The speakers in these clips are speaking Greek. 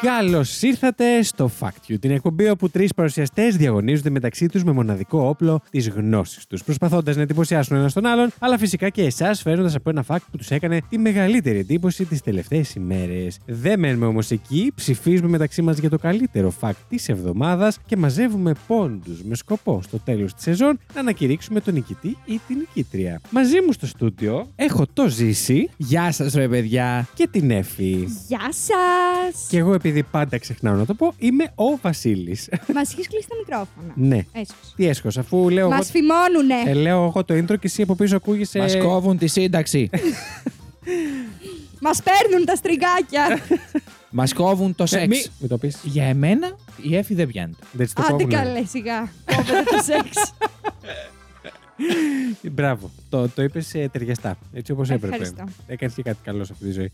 Καλώ ήρθατε στο Fact You, την εκπομπή όπου τρεις παρουσιαστές διαγωνίζονται μεταξύ τους με μοναδικό όπλο της γνώσης τους, προσπαθώντας να εντυπωσιάσουν ένας τον άλλον, αλλά φυσικά και εσάς φέρνοντας από ένα fact που τους έκανε τη μεγαλύτερη εντύπωση τις τελευταίες ημέρες. Δεν μένουμε όμως εκεί, ψηφίζουμε μεταξύ μας για το καλύτερο fact της εβδομάδας και μαζεύουμε πόντους με σκοπό στο τέλος της σεζόν να ανακηρύξουμε τον νικητή ή την νικήτρια. Μαζί μου στο στούντιο έχω το ζήσει Γεια σας, ρε παιδιά. και την Εφη. Γεια σας! Και εγώ επειδή πάντα ξεχνάω να το πω, είμαι ο Βασίλης. Μας έχεις κλείσει τα μικρόφωνα. ναι. Έσως. Τι έσχος, αφού λέω εγώ, Μας φημώνουνε. ε, λέω εγώ το intro και εσύ από πίσω ακούγεσαι... Μας κόβουν τη σύνταξη. Μας παίρνουν τα στριγκάκια. Μας κόβουν το Ε, μη... σεξ. Μην το πεις. Για εμένα, η έφη δεν πιάνεται. Δεν της το Άντε κόβουνε. καλέ σιγά. Κόβεται το σεξ. Μπράβο. Το, το είπες ταιριαστά. Έτσι όπως έπρεπε. Ευχαριστώ. Έκανες και κάτι καλό σε αυτή τη ζωή.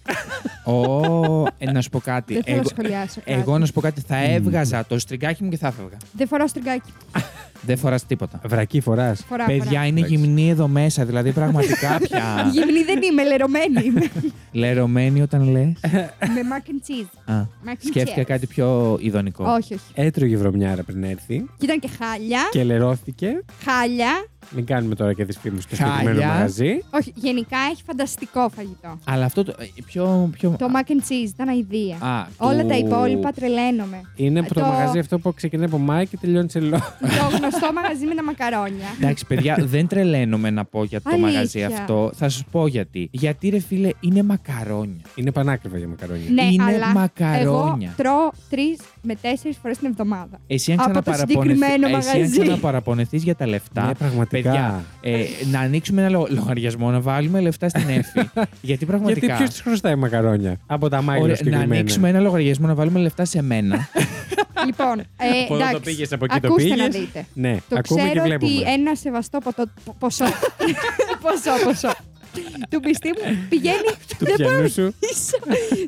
Ω, ε, να σου πω κάτι. Δεν θέλω να σχολιάσω κάτι. εγώ να σου πω κάτι. Θα έβγαζα το στριγκάκι μου και θα έφευγα. Δεν φοράω στριγκάκι. Δεν φοράς τίποτα. Βρακή φοράς. Φοράω, Παιδιά, φοράω. είναι Εντάξει. γυμνή εδώ μέσα. Δηλαδή, πραγματικά πια. Γυμνή δεν είμαι, λερωμένη είμαι. Λερωμένη όταν λες. Με mac and cheese. Mac and Σκέφτηκα cheese. κάτι πιο ειδονικό. Όχι, όχι. Έτρωγε βρωμιάρα πριν έρθει Και ήταν και χάλια. και ελερώθηκε. Χάλια. Μην κάνουμε τώρα και δυσφήμιση στο Χάλια. συγκεκριμένο μαγαζί. Όχι, γενικά έχει φανταστικό φαγητό. Αλλά αυτό το. ε, Πιο. πιο... Το mac and cheese ήταν αηδία. Α, Όλα του- τα υπόλοιπα τρελαίνομαι. Είναι από το, Ε, Το- μαγαζί αυτό που ξεκινάει από Μάη και τελειώνει σε Λό. το γνωστό μαγαζί με τα μακαρόνια. Εντάξει, παιδιά, δεν τρελαίνομαι να πω για το Αλήθεια. μαγαζί αυτό. Θα σας πω γιατί. Γιατί, ρε φίλε, είναι μακαρόνια. Είναι πανάκριβα για μακαρόνια. ναι, είναι αλλά μακαρόνια. εγώ τρώω τρεις με τέσσερις φορές την εβδομάδα. Εσύ αν Από το συγκεκριμένο μαγαζί. ξαναπαραπονεθείς για τα λεφτά. Ναι, πραγματικά. Παιδιά, ε, να ανοίξουμε ένα λο- λογαριασμό, να βάλουμε λεφτά στην έφη. γιατί Γιατί πραγματικά. ποιο τη χρωστάει μακαρόνια από τα Ωραία, μάγια να ανοίξουμε ένα λογαριασμό, να βάλουμε λεφτά σε μένα. λοιπόν, ε, Από εδώ εντάξει, το πήγες, από εκεί το ακούστε πήγες. να δείτε. Ναι, Το ακούμε και ξέρω βλέπουμε. ότι ένα σεβαστό ποτό, πο- ποσό. ποσό, ποσό. του πιστή μου πηγαίνει. Του δεν μπορώ πιανού να σου. μιλήσω.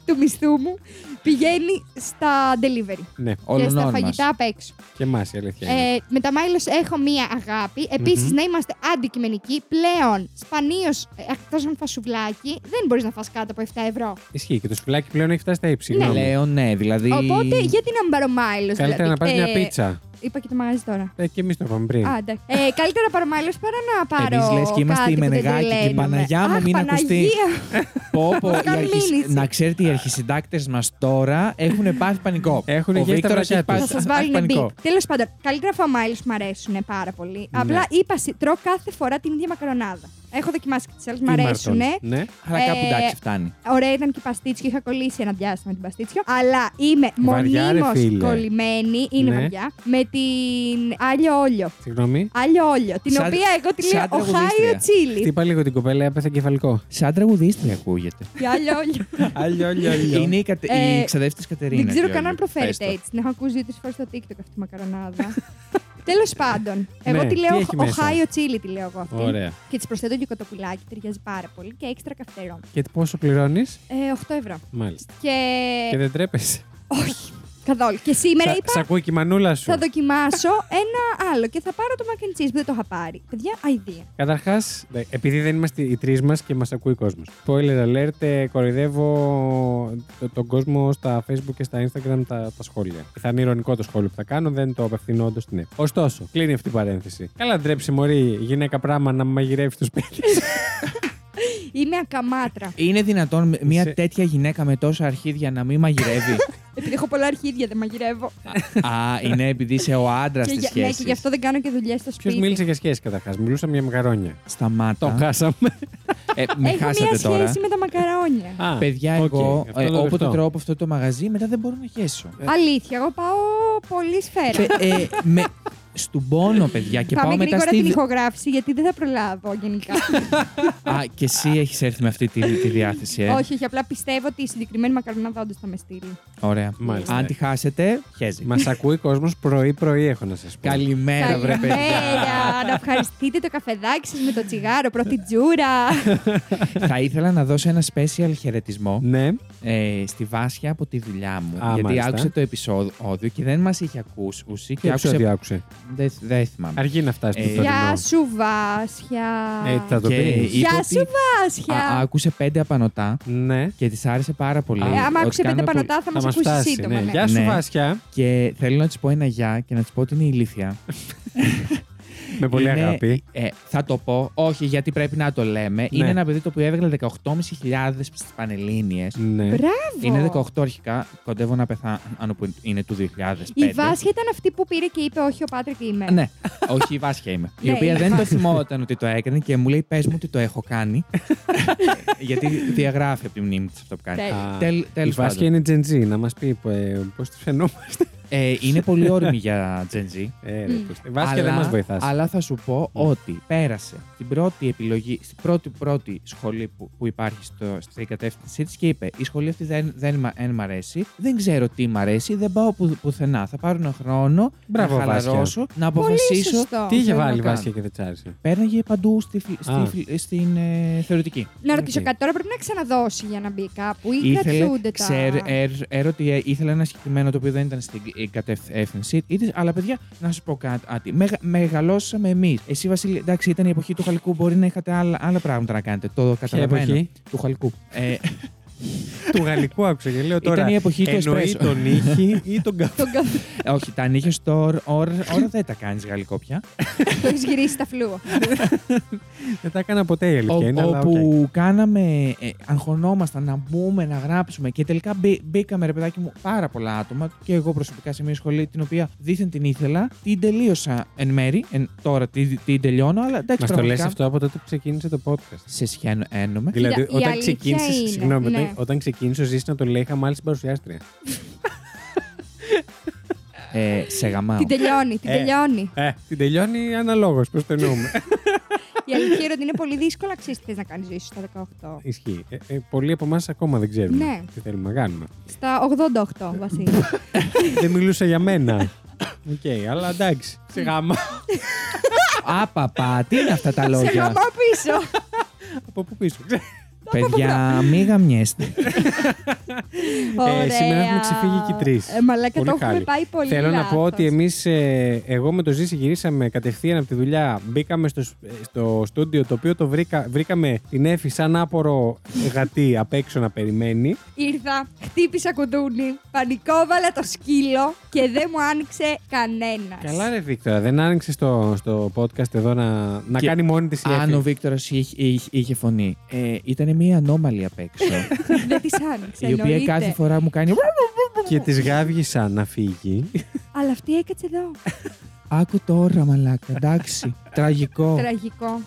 του μισθού μου πηγαίνει στα delivery. Ναι, και Όλων στα μας. φαγητά απ' έξω. και εμάς η αλήθεια. είναι. Ε, με τα Μάιλος έχω μία αγάπη. Επίσης, Μμμ. να είμαστε αντικειμενικοί. Πλέον, σπανίως, εκτός αν φασουβλάκι, δεν μπορείς να φας κάτω από 7 ευρώ. Ισχύει και το σουβλάκι πλέον έχει φτάσει στα ύψη. συγγνώμη. Λέω ναι, δηλαδή. Οπότε, γιατί να μην πάρω Μάιλος, Καλύτερα να πάρεις πάρει μια πίτσα. δηλαδή, ε, Είπα και το μαγαζί τώρα. Ε, και εμείς το είπαμε πριν. Α, εντάξει. ε, καλύτερα να πάρω Μάιλο παρά να πάρω. Ε, Εμείς λες και είμαστε κάτι οι που δεν Μενεγάκη και η τρελαίνομαι. Παναγιά μου, Αχ, μην ακουστεί. Παναγία. Πω, πω, Μας οι κάνουν αρχισ- μήνυση. Να ξέρετε, οι αρχισυντάκτες μας τώρα έχουν πάθει πανικό. Έχουν Ο γεύσει τα Βίκτορας βρακιά έχει τους. πάθει- Θα σας πάθει βάλουν πανικό. μπιπ. Τέλος πάντων, καλύτερα φάω Μάιλο που μου αρέσουν πάρα πολύ. Ναι. Απλά είπα, συ- τρώω κάθε φορά την ίδια μακαρονάδα. Έχω δοκιμάσει και τις άλλες, Τι μου αρέσουν. Μάρτον. Ναι. Αλλά κάπου Ε, εντάξει, φτάνει. Ωραία ήταν και η παστίτσιο, είχα κολλήσει ένα διάστημα την παστίτσιο. Αλλά είμαι Βαριά, ρε μονίμως φίλε. κολλημένη, είναι Ναι. βαριά, με την άλλο όλιο. Συγγνώμη. Άλλο όλιο, την Σαν- οποία εγώ τη λέω σαν τραγουδίστρια. Οχάιο Τσίλι. Χτύπα λίγο την κοπέλα, έπαθε κεφαλικό. Σαν τραγουδίστρια ακούγεται. Η άλλο όλιο. Αλλιώ, Είναι η, κατε... Ε, η ξαδέρφη τη Κατερίνα. Δεν ξέρω Γιώργη. καν αν Πες το. προφέρεται έτσι. Την έχω ακούσει δύο-τρει φορές στο TikTok αυτή η μακαρονάδα. Τέλος πάντων, εγώ Ναι, τη τι λέω έχει μέσα? Οχάιο Τσίλι, τη λέω εγώ αυτή. Ωραία. Και της προσθέτω και κοτοπουλάκι, ταιριάζει πάρα πολύ και έξτρα καυτερό. Και πόσο πληρώνεις. Ε, 8 ευρώ. Μάλιστα. Και. Και δεν τρέπεσαι. Όχι, καθόλου. Και σήμερα Σα- είπα. Σ' ακούει και η μανούλα σου. Θα δοκιμάσω ένα άλλο και θα πάρω το mac and cheese που δεν το είχα πάρει. Παιδιά, αηδία. Καταρχά, επειδή δεν είμαστε οι τρεις μας και μας ακούει ο κόσμος. Spoiler alert, ε, κοροϊδεύω το- τον κόσμο στα Facebook και στα Instagram τα, τα σχόλια. Θα είναι ηρωνικό το σχόλιο που θα κάνω, δεν το απευθύνω όντως στην ΕΠ. Ωστόσο, κλείνει αυτή η παρένθεση. Καλά, ντρέψει μωρή γυναίκα πράγμα να μαγειρεύει στο σπίτι. Είμαι ακαμάτρα. Είναι δυνατόν μια Είσαι- τέτοια γυναίκα με τόσα αρχίδια να μην μαγειρεύει. Επειδή έχω πολλά αρχίδια, δεν μαγειρεύω. Α, είναι επειδή είσαι ο άντρας και, τη για- ναι, σχέση. και γι' αυτό δεν κάνω και δουλειές στο Ποιος σπίτι. μίλησε για σχέση καταρχάς, μιλούσαμε για μακαρόνια. Σταμάτα. Το χάσαμε. Ε, με Έχω μία χάσατε σχέση τώρα. με τα μακαρόνια. Α, Παιδιά, οκ, εγώ αυτό ε, το όποτε δεχτώ. τρώω από ε. αυτό το μαγαζί, μετά δεν μπορώ να χέσω. Αλήθεια, εγώ πάω πολύ σφαίρα. Ε, ε, με, στον πόνο, παιδιά. Και θα πάω με μετά γρήγορα την στη. ηχογράφηση, γιατί δεν θα προλάβω γενικά. Α, και εσύ έχεις έρθει με αυτή τη, τη διάθεση, ε. όχι, όχι, απλά πιστεύω ότι η συγκεκριμένη μακαρονάδα όντως θα με στείλει. Ωραία. Μάλιστα. Αν τη χάσετε, χέζει. Μας ακούει κόσμος πρωί-πρωί, έχω να σας πω. Καλημέρα, Ε, βρε παιδιά. Καλημέρα, Ναι, να ευχαριστείτε το καφεδάκι σας με το τσιγάρο, πρώτη τζούρα. Θα ήθελα να δώσω ένα special χαιρετισμό Ναι, ε, στη Βάσια από τη δουλειά μου. Α, γιατί μάλιστα. άκουσε το επεισόδιο και δεν μας είχε ακούσει. και Και άκουσε. άκουσε. Δεν δεν θυμάμαι. Αργεί να φτάσει Ε, στο Γεια Γεια θερινό. σου, Βάσια. Έτσι θα το Και πεις. είπε Γεια ότι- σου, Α, Βάσια. άκουσε πέντε απανοτά Ναι. και τη άρεσε πάρα πολύ. Ε, Άμα Ότι άκουσε πέντε κάνουμε πολύ- πανωτά, θα μας μας ακούσει σύντομα. ναι. ναι. Γεια σου, Ναι. Βάσια. Και θέλω να της πω ένα γεια και να της πω ότι είναι ηλίθια. Με Ε, πολύ Είναι- αγάπη. Ναι. Ε, θα το πω, όχι γιατί πρέπει να το λέμε. Είναι ένα παιδί το οποίο έβγαλε 18.500 στι Πανελλήνιες. Ναι. Μπράβο. Είναι 18 αρχικά, κοντεύω να πεθάνω που είναι του 2005. Η Βάσια ήταν αυτή που πήρε και είπε: Όχι, ο Πάτρικ είμαι. Ναι, όχι η Βάσια είμαι. η Ε, Ναι, οποία η δεν το Βάσια. θυμόταν ότι το έκανε και μου λέει: Πες μου ότι το έχω κάνει. γιατί διαγράφει από τη μνήμη της αυτό που κάνει. Τέλεια. Α, Τέλ- Η τέλος Βάσια πάντων. είναι Gen Z, να μας πει πώ τη φαινόμαστε. Ε, είναι πολύ όρημη για Gen Z. Ε, ρε, Μμ. πώς- Βάσια δεν Ναι. Αλλά- μας βοηθάς. Αλλά θα σου πω ότι πέρασε την πρώτη επιλογή, στην πρώτη πρώτη σχολή που, που υπάρχει στο, στην κατεύθυνσή της και είπε: Η σχολή αυτή δεν, δεν, μα- δεν μ' αρέσει, δεν ξέρω τι μ' αρέσει, δεν πάω που, πουθενά. Θα πάρω ένα χρόνο Μπράβο, να Βάσια. χαλαρώσω, να Πολύ αποφασίσω. σωστό. Τι είχε θέλω να βάλει η κάνω. Βάσια και δεν τσ' άρεσε. Πέρναγε παντού στη, φι- Α. στη, φι- στην ε, θεωρητική. Να ρωτήσω Οκ. κάτι τώρα, πρέπει να ξαναδώσει για να μπει κάπου ή κρατούνται τα. ξέρ, ερ, ερ, ότι ε, ήθελε ένα συγκεκριμένο το οποίο δεν ήταν στην ε, κατεύθυνση της, αλλά παιδιά, να σας πω κάτι. Μεγα, μεγαλώσαμε εμείς. Εσύ, Βασίλη, εντάξει, ήταν η εποχή του χαλκού. Μπορεί να είχατε άλλα, άλλα πράγματα να κάνετε. Το καταλαβαίνω. εποχή? Του χαλκού. Ε, Του γαλλικού άκουσα και λέω τώρα. ήταν η εποχή του Εννοεί εσπρέσο. τον ήχη ή τον καφέ. Τον καφέ Ε, όχι, τα ανοίγε στο όρ, όρ- όρο δεν τα κάνεις γαλλικό πια. το έχεις γυρίσει τα φλούα. Δεν τα έκανα ποτέ η αλήθεια. είναι, Ο- αλλά οκ. όπου κάναμε, ε, αγχωνόμασταν να μπούμε, να γράψουμε και τελικά μπή- μπήκαμε, ρε παιδάκι μου, πάρα πολλά άτομα και εγώ προσωπικά σε μια σχολή την οποία δήθεν την ήθελα, την τελείωσα εν μέρη, εν, τώρα την, την τελειώνω, αλλά εντάξει, Μας το λες πραγματικά αυτό από τότε που ξεκίνησε το podcast. σε σχένομαι. Δηλαδή, η όταν αλήθεια ξεκίνησες. είναι, Συγγνώμη, ναι. όταν- όταν ξεκίνησε, ζήσει να το λέει, είχα μάλιστα παρουσιάστρια. Ε, σε γαμάω. την τελειώνει, την Ε. τελειώνει. Ε, την τελειώνει αναλόγως, πώς το εννοούμε. Η αλήθεια είναι ότι είναι πολύ δύσκολο αξίζει τι θες να κάνεις ζωή σου στα 18. Ισχύει. Ε, ε, πολλοί από εμάς ακόμα δεν ξέρουμε Ναι. τι θέλουμε να κάνουμε. Στα 88, Βασίλη. δεν μιλούσα για μένα. Οκ, αλλά εντάξει. Σε Ναι. γάμα. Άπαπα, τι είναι αυτά τα Σε λόγια. γαμάω πίσω. από πού πίσω. Παιδιά, μη γαμιέστε. Ωραία. Ε, σήμερα έχουμε ξεφύγει και οι τρεις. Ε, μαλάκα, Πολύ το έχουμε χάλι. πάει πολύ. Θέλω να πω λάθος. ότι εμείς, εγώ με το Ζήση, γυρίσαμε κατευθείαν από τη δουλειά. Μπήκαμε στο, σ- ε, στο στούντιο το οποίο το βρήκα, βρήκαμε την Εφη σαν άπορο γατί απ' έξω να περιμένει. Ήρθα, χτύπησα κουδούνι, πανικόβαλα το σκύλο και δεν μου άνοιξε κανένας. Καλά, ρε Βίκτορα, δεν άνοιξε στο, στο podcast εδώ να, να Και κάνει μόνη της η Αν ο Εφη. Βίκτορας είχε φωνή, ε, ήταν μια ανώμαλη απ' έξω. Δεν της άνοιξε. η οποία εννοείται. κάθε φορά μου κάνει. Και της γάβγισα να φύγει. Αλλά αυτή έκατσε εδώ. Άκου τώρα, μαλάκα. Εντάξει. Τραγικό. Τραγικό.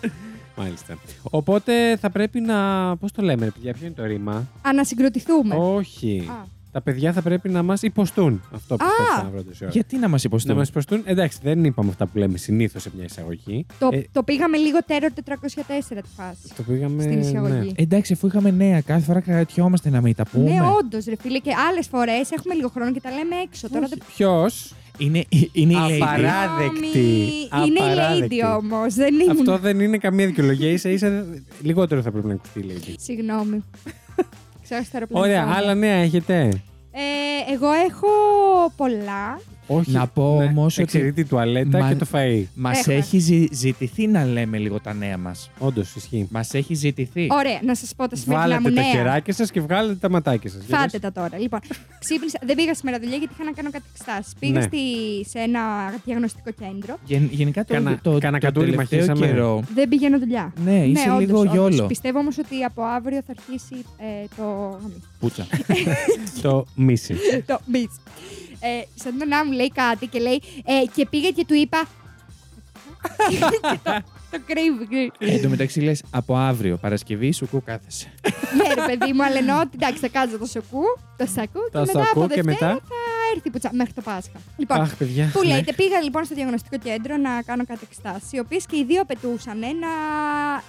Μάλιστα. Οπότε θα πρέπει να. Πώς το λέμε, ρε παιδιά, ποιο είναι το ρήμα. Ανασυγκροτηθούμε. Όχι. Ναι. Α. Τα παιδιά θα πρέπει να μας υποστούν. Αυτό που Α. θέλω να βρω τόση ώρα. Γιατί να μας Να μας υποστούν. υποστούν. Εντάξει, δεν είπαμε αυτά που λέμε συνήθως σε μια εισαγωγή. Το, Ε, το πήγαμε λίγο Terror 404 τη φάση. το πήγαμε. Στην ναι. εισαγωγή. Εντάξει, αφού είχαμε νέα, κάθε φορά κρατιόμαστε να μην τα πούμε. Ναι, όντως, ρε φίλε, και άλλες φορές έχουμε λίγο χρόνο και τα λέμε έξω. Τώρα δεν Ποιος. Είναι, είναι η lady. Απαρά- Απαράδεκτη. Συγγνώμη, Είναι Απαράδεκτη. η lady όμως, δεν ήμουν. Αυτό δεν είναι καμία δικαιολογία. σα ίσα λιγότερο θα πρέπει να ακουστεί, λέει. Συγγνώμη. Ξέρω στο αεροπλάνο. Ωραία, άλλα νέα έχετε. Ε, εγώ έχω πολλά. Όχι. Να πω όμως ότι- Εξαιρετή τουαλέτα Μα- και το φαΐ. Μας Έχουμε. έχει ζη- ζητηθεί να λέμε λίγο τα νέα μας. Όντως ισχύει. Μας έχει ζητηθεί. Ωραία, να σας πω τα σημερινά μου Ε, Βάλατε τα νέα. κεράκια σας και βγάλετε τα ματάκια σας. Φάτε τα τώρα. Λοιπόν, ξύπνησα. Δεν πήγα σήμερα δουλειά γιατί είχα να κάνω κάτι εξετάσει. Πήγα Ναι. στη, σε ένα διαγνωστικό κέντρο. Γεν- γενικά το, Κανα- το, κανα το κατούρι τελευταίο μαχήσαμε. καιρό. Δεν πηγαίνω δουλειά. Ναι, είσαι όντως, λίγο όντως. γιόλο. Πιστεύω όμως ότι από αύριο θα αρχίσει ε, το. Πούτσα. Το μίση. το μπιτ. Ε, σαν τον να μου λέει κάτι και λέει. Ε, και πήγα και του είπα. Και το, το κρύβει. Εν τω μεταξύ λες από αύριο, Παρασκευή, σου κου κάθεσαι. ναι, ρε παιδί μου, αλλά εννοώ ότι εντάξει, θα κάτσω το σακού, το σακού και Το μετά σακού από και μετά. Δευτέρα θα έρθει η πουτσα μέχρι το Πάσχα. Λοιπόν, Αχ, παιδιά. που ναι. λέτε, πήγα λοιπόν στο διαγνωστικό κέντρο να κάνω κάτι εξετάσεις, οι οποίες και οι δύο απαιτούσαν να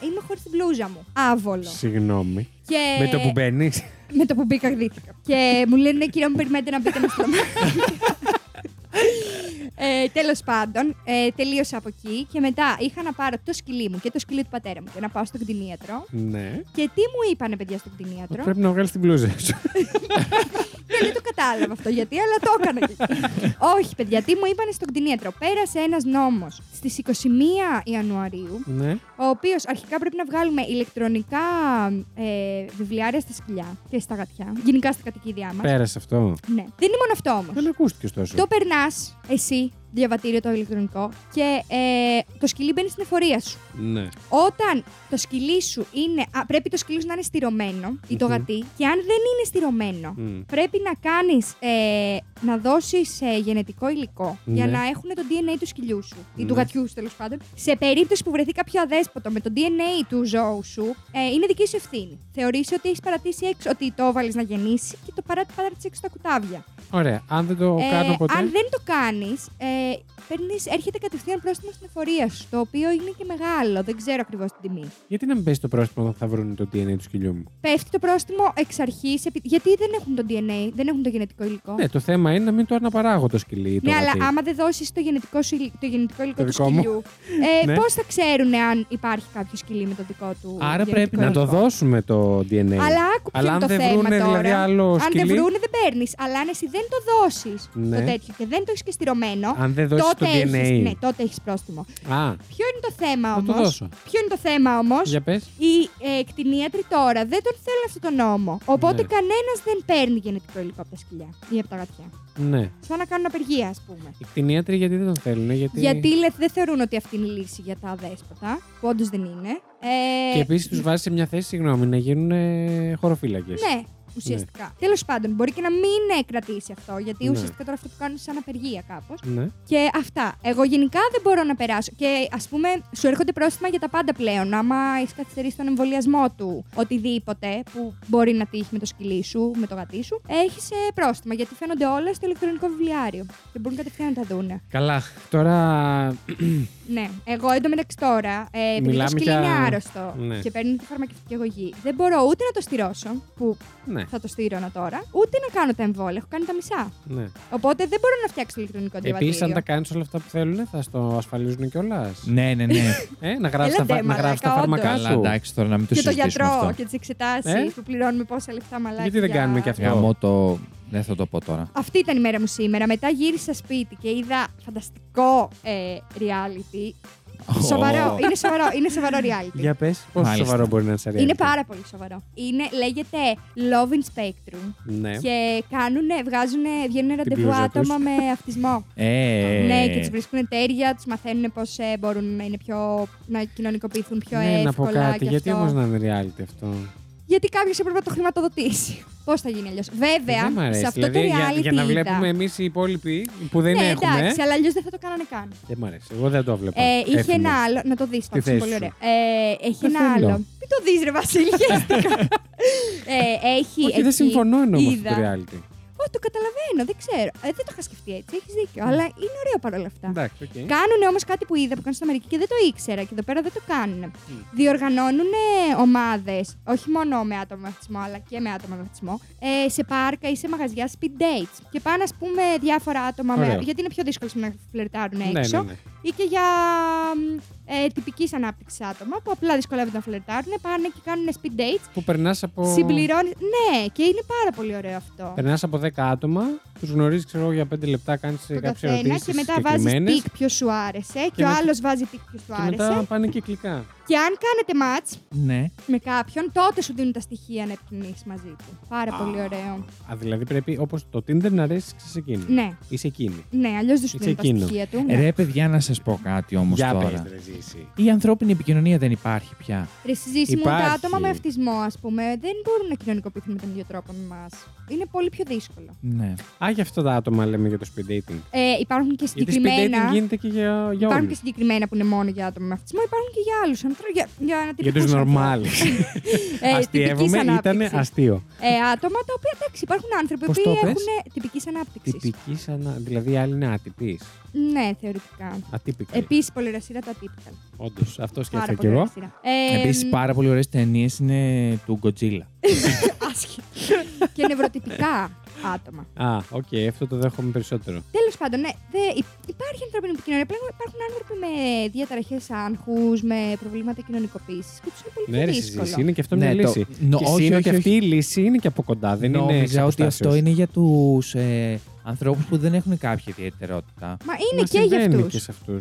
είμαι χωρίς την πλούζα μου. Άβολο. Συγγνώμη. Και... Με το που μπαίνεις. Με το που μπήκα, γδύθηκα. και μου λένε, κυρία μου, περιμένετε να μπείτε με στρωμά. ε, Τέλος πάντων, ε, τελείωσα από εκεί και μετά είχα να πάρω το σκυλί μου και το σκυλί του πατέρα μου και να πάω στον κτηνίατρο. ναι. Και τι μου είπανε, παιδιά, στον κτηνίατρο. Πρέπει να βγάλεις την πλούζα σου. Ναι, δεν το κατάλαβα αυτό γιατί, αλλά το έκανα. Όχι, παιδιά, τι μου είπανε στον κτηνίατρο. Πέρασε ένας νόμος στις 21 Ιανουαρίου, ναι. ο οποίος αρχικά πρέπει να βγάλουμε ηλεκτρονικά ε, βιβλιάρια στα σκυλιά και στα γατιά, γενικά στα κατοικίδια μας. Πέρασε αυτό. Ναι. Δεν είναι μόνο αυτό όμως. Δεν ακούστηκες ωστόσο. Το περνάς εσύ, διαβατήριο το ηλεκτρονικό, και ε, το σκυλί μπαίνει στην εφορία σου. Ναι. Όταν το σκυλί σου είναι. α, πρέπει το σκυλί σου να είναι στηρωμένο ή το Μμμ. γατί, και αν δεν είναι στηρωμένο, Μμ. πρέπει να κάνεις. Ε, να δώσεις γενετικό υλικό Ναι. για να έχουν το DNA του σκυλιού σου ή του Ναι. γατιού σου τέλος πάντων. Σε περίπτωση που βρεθεί κάποιο αδέσποτο με το DNA του ζώου σου, ε, είναι δική σου ευθύνη. Θεωρείς ότι έχεις παρατήσει έξω, ότι το έβαλε να γεννήσει και το παρά- παράτησε έξω τα κουτάβια. Ωραία. Αν δεν το Ε, κάνω ποτέ. Αν δεν το κάνεις, ε, παίρνεις, έρχεται κατευθείαν πρόστιμο στην εφορία σου, το οποίο είναι και μεγάλο. Δεν ξέρω ακριβώς την τιμή. Γιατί να μην πέσει το πρόστιμο όταν θα βρουν το DNA του σκυλιού μου. Πέφτει το πρόστιμο εξ αρχής, γιατί δεν έχουν το DNA, δεν έχουν το γενετικό υλικό. Ναι, το θέμα είναι να μην το αναπαράγω το σκυλί ή το Ε. Ναι, γατί. αλλά άμα δεν δώσεις το, γενετικό σου υλ- το γενετικό υλικό Το του δικό μου. σκυλιού, ε, Ναι. πώς θα ξέρουν αν υπάρχει κάποιο σκυλί με το δικό του. Άρα γενετικό πρέπει Να υλικό. το δώσουμε το DNA. Αλλά άκου ποιο Αλλά είναι αν το δεν θέμα βρούνε τώρα. δηλαδή άλλο αν σκυλί. δεν βρούνε, δεν παίρνεις. Αλλά αν εσύ δεν το δώσεις Ναι. το τέτοιο και δεν το έχεις και στηρωμένο, Αν δεν δώσει το τότε DNA. έχεις, ναι, τότε έχεις πρόστιμο. Α, Ποιο είναι το θέμα Θα το όμως. δώσω. Ποιο είναι το θέμα όμως. για πες. Οι ε, κτηνίατροι τώρα δεν τον θέλουν αυτό τον νόμο. Οπότε Ναι. κανένας δεν παίρνει γενετικό υλικό από τα σκυλιά ή από τα γατιά. Ναι. Σαν να κάνουν απεργία, ας πούμε. Οι κτηνίατροι γιατί δεν τον θέλουν, γιατί. Γιατί λέ, δεν θεωρούν ότι αυτή είναι η λύση για τα αδέσποτα, που όντως δεν είναι. Ε, Και επίσης τους βάζεις σε μια θέση, συγγνώμη, να γίνουν ε, χωροφύλακες. Ναι, ουσιαστικά. Τέλος πάντων, μπορεί και να μην ε, κρατήσει αυτό, γιατί Ναι. ουσιαστικά τώρα αυτό που κάνουν είναι σαν απεργία κάπως. Ναι. Και αυτά. Εγώ γενικά δεν μπορώ να περάσω. Και ας πούμε, σου έρχονται πρόστιμα για τα πάντα πλέον. Άμα έχεις καθυστερήσει τον εμβολιασμό του, οτιδήποτε που μπορεί να τύχει με το σκυλί σου, με το γατί σου, έχεις πρόστιμα. Γιατί φαίνονται όλα στο ηλεκτρονικό βιβλιάριο. Και μπορούν κατευθείαν να τα δούνε. Καλά. Τώρα. Ναι. Εγώ εντωμεταξύ τώρα, ε, επειδή Μιλάμε το σκυλί για- είναι άρρωστο Ναι. και παίρνει τη φαρμακευτική αγωγή, δεν μπορώ ούτε να το στηρώσω, που Ναι, θα το στήρωνα τώρα, ούτε να κάνω τα εμβόλια. Έχω κάνει τα μισά. ναι. Οπότε δεν μπορώ να φτιάξω ηλεκτρονικό διαβατήριο. Επίσης, αν τα κάνεις όλα αυτά που θέλουν, θα στο ασφαλίζουν κιόλας. Ναι, ναι, ναι. Ε, να γράψεις τα, Έλα ντε, φα- να μαλάκα, γράψεις τα όντως. φάρμακά Καλά, σου. εντάξει, τώρα να μην το και το συζητήσουμε γιατρό αυτό. και τις εξετάσεις Ε? που πληρώνουμε πόσα λεφτά μαλάκια. Γιατί δεν κάνουμε και αυτό. Γαμώ το... Δεν θα το πω τώρα. Αυτή ήταν η μέρα μου σήμερα. Μετά γύρισα σπίτι και είδα φανταστικό ε, reality. Σοβαρό. Ω. Είναι σοβαρό, είναι σοβαρό reality. Για πες, πόσο Μάλιστα. σοβαρό μπορεί να σε αρέσει. Είναι πάρα πολύ σοβαρό. Είναι, λέγεται Love in Spectrum Ναι. και κάνουνε, βγάζουνε, βγαίνουν ραντεβού πλούζα τους. άτομα με αυτισμό. Ε, Ναι, και τους βρίσκουν τέρια, τους μαθαίνουν πώς ε, μπορούν να είναι πιο. να κοινωνικοποιηθούν πιο ναι, να πω εύκολα. κάτι. και Γιατί αυτό. όμως να είναι reality αυτό. Γιατί κάποιος έπρεπε να το χρηματοδοτήσει. Πώς θα γίνει αλλιώς. Βέβαια, δεν μ' αρέσει. σε αυτό δηλαδή, το για, reality. για να είδα- βλέπουμε εμείς οι υπόλοιποι που δεν ναι, έχουμε. εντάξει, αλλά αλλιώς δεν θα το κάνανε καν. Δεν μ' αρέσει. Εγώ δεν το βλέπω. Ε, είχε Έφυγε. ένα άλλο. Να το δεις, θέση πολύ σου. ωραία. Ε, έχει Δεν ένα θέλω. άλλο. Μην το δεις, ρε Βασίλη, χαίστηκα. ε, έχει. Όχι, εκεί- δεν συμφωνώ ενώ με αυτό είδα. το reality. Ω, το καταλαβαίνω, δεν ξέρω. Ε, δεν το είχα σκεφτεί έτσι, έχεις δίκιο. Αλλά είναι ωραίο παρόλα αυτά. Εντάξει, οκ. Κάνουν όμως κάτι που είδα που κάνουν στην Αμερική και δεν το ήξερα και εδώ πέρα δεν το κάνουν. Διοργανώνουν ομάδες, όχι μόνο με άτομα με αυτισμό, αλλά και με άτομα με αυτισμό, ε, σε πάρκα ή σε μαγαζιά speed dates. Και πάνε, ας πούμε, διάφορα άτομα. Με, Ωραίο. γιατί είναι πιο δύσκολο να φλερτάρουν Ναι, έξω. ναι, ναι. Ή και για ε, τυπικής ανάπτυξης άτομα που απλά δυσκολεύονται να φλερτάρουν. Πάνε και κάνουν speed dates. Που περνάς από. Συμπληρώνεις. Ναι, και είναι πάρα πολύ ωραίο αυτό. Περνάς από 10 άτομα, τους γνωρίζεις, ξέρω εγώ, για 5 λεπτά, κάνεις Το κάποιες καθένα ερωτήσεις. και μετά βάζεις τικ ποιος σου άρεσε, και ο μετά- άλλος βάζει τικ ποιος του Και άρεσε. μετά πάνε κυκλικά. Και αν κάνετε match ναι. με κάποιον, τότε σου δίνουν τα στοιχεία να επικοινωνήσει μαζί του. Πάρα πολύ ωραίο. Α, δηλαδή πρέπει όπως το Tinder να αρέσει σε εκείνη. Ναι, Είσαι εκείνη. ναι, αλλιώς δεν σου It's δίνουν τα εκείνο. στοιχεία του. Ναι. Ρε, παιδιά, να σας πω κάτι όμως Για τώρα. πες, ρε, ζήσει. Η ανθρώπινη επικοινωνία δεν υπάρχει πια. Ρε, συζήση μου, Υπάρχει. τα άτομα με αυτισμό, ας πούμε, δεν μπορούν να κοινωνικοποιηθούν με τον ίδιο τρόπο με εμάς. Είναι πολύ πιο δύσκολο. Ναι. Α, για αυτά τα άτομα λέμε για το speed dating. Ε, υπάρχουν και Γιατί speed συγκεκριμένα. dating γίνεται και για, για Υπάρχουν όλους. και συγκεκριμένα που είναι μόνο για άτομα με αυτισμό, υπάρχουν και για άλλους. Για, για, για, Για τους ατυπικούς ανθρώπους. νορμάλ. Ε, τυπικής Αστείευομαι, ήταν ανάπτυξης. αστείο. ε, άτομα τα οποία εντάξει, υπάρχουν άνθρωποι που Πώς το πες? έχουν τυπικής ανάπτυξης. Τυπικής ανα... Δηλαδή, οι άλλοι είναι άτυποι. Ναι, θεωρητικά. Ατύπικοι. Επίσης, πολύ ωραία σειρά τα τύπικα. Όντως, αυτό Πάρα σκέφτηκα κι πολύ ωραία εγώ. σειρά. Ε, Επίσης, μ, πάρα πολύ ωραίες ταινίες είναι του Godzilla. άσχετα. και νευροτυπικά άτομα. Α, οκ, αυτό το δέχομαι περισσότερο. Τέλος πάντων, ναι, δε, υ- υπάρχει ανθρώπινη επικοινωνία. Απλά υπάρχουν άνθρωποι με διαταραχές άγχους, με προβλήματα κοινωνικοποίησης και τους είναι πολύ Ναι, πιο ρε, δύσκολο. συζήτηση. Είναι και αυτό μια Ναι, το- λύση. Νο- και όχι, είναι όχι, και όχι. αυτή η λύση είναι και από κοντά. Δεν είναι. εξ Νόμιζα ότι αποστάσεως. αυτό είναι για τους ε, ανθρώπους που δεν έχουν κάποια ιδιαιτερότητα. Μα είναι Μα και για συμβαίνει αυτούς. και σε αυτούς.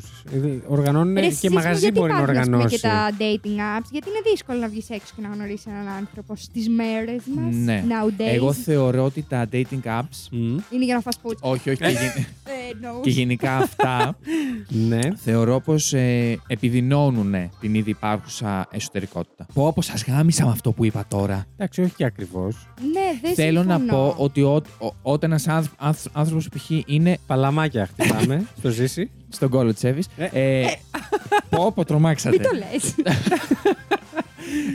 Οργανώνουν και Ρεσίσμο, μαγαζί γιατί μπορεί να υπάρχουν, ας πούμε, οργανώσει. Και τα dating apps, γιατί είναι δύσκολο να βγεις έξω και να γνωρίσεις έναν άνθρωπο στις μέρες μας. Ναι. Nowadays. Εγώ θεωρώ ότι τα dating apps. Μμ, Είναι για να φας πούτσα. Όχι, όχι. και γεν- Ε, no. και γενικά αυτά Ναι. θεωρώ πως ε, επιδεινώνουν ε, την ήδη υπάρχουσα εσωτερικότητα. Πω πω σας γάμισα με αυτό που είπα τώρα. Εντάξει, όχι και ακριβώς. Ναι, δεν Θέλω να συμφωνώ. πω ότι ό, ό, όταν ένας άνθρω- άνθρω- άνθρωπος π.χ. είναι Παλαμάκια χτυπάμε στο ζήσει. στον κόλλο της Εύης, ε, πω πω τρομάξατε. Μην το λες.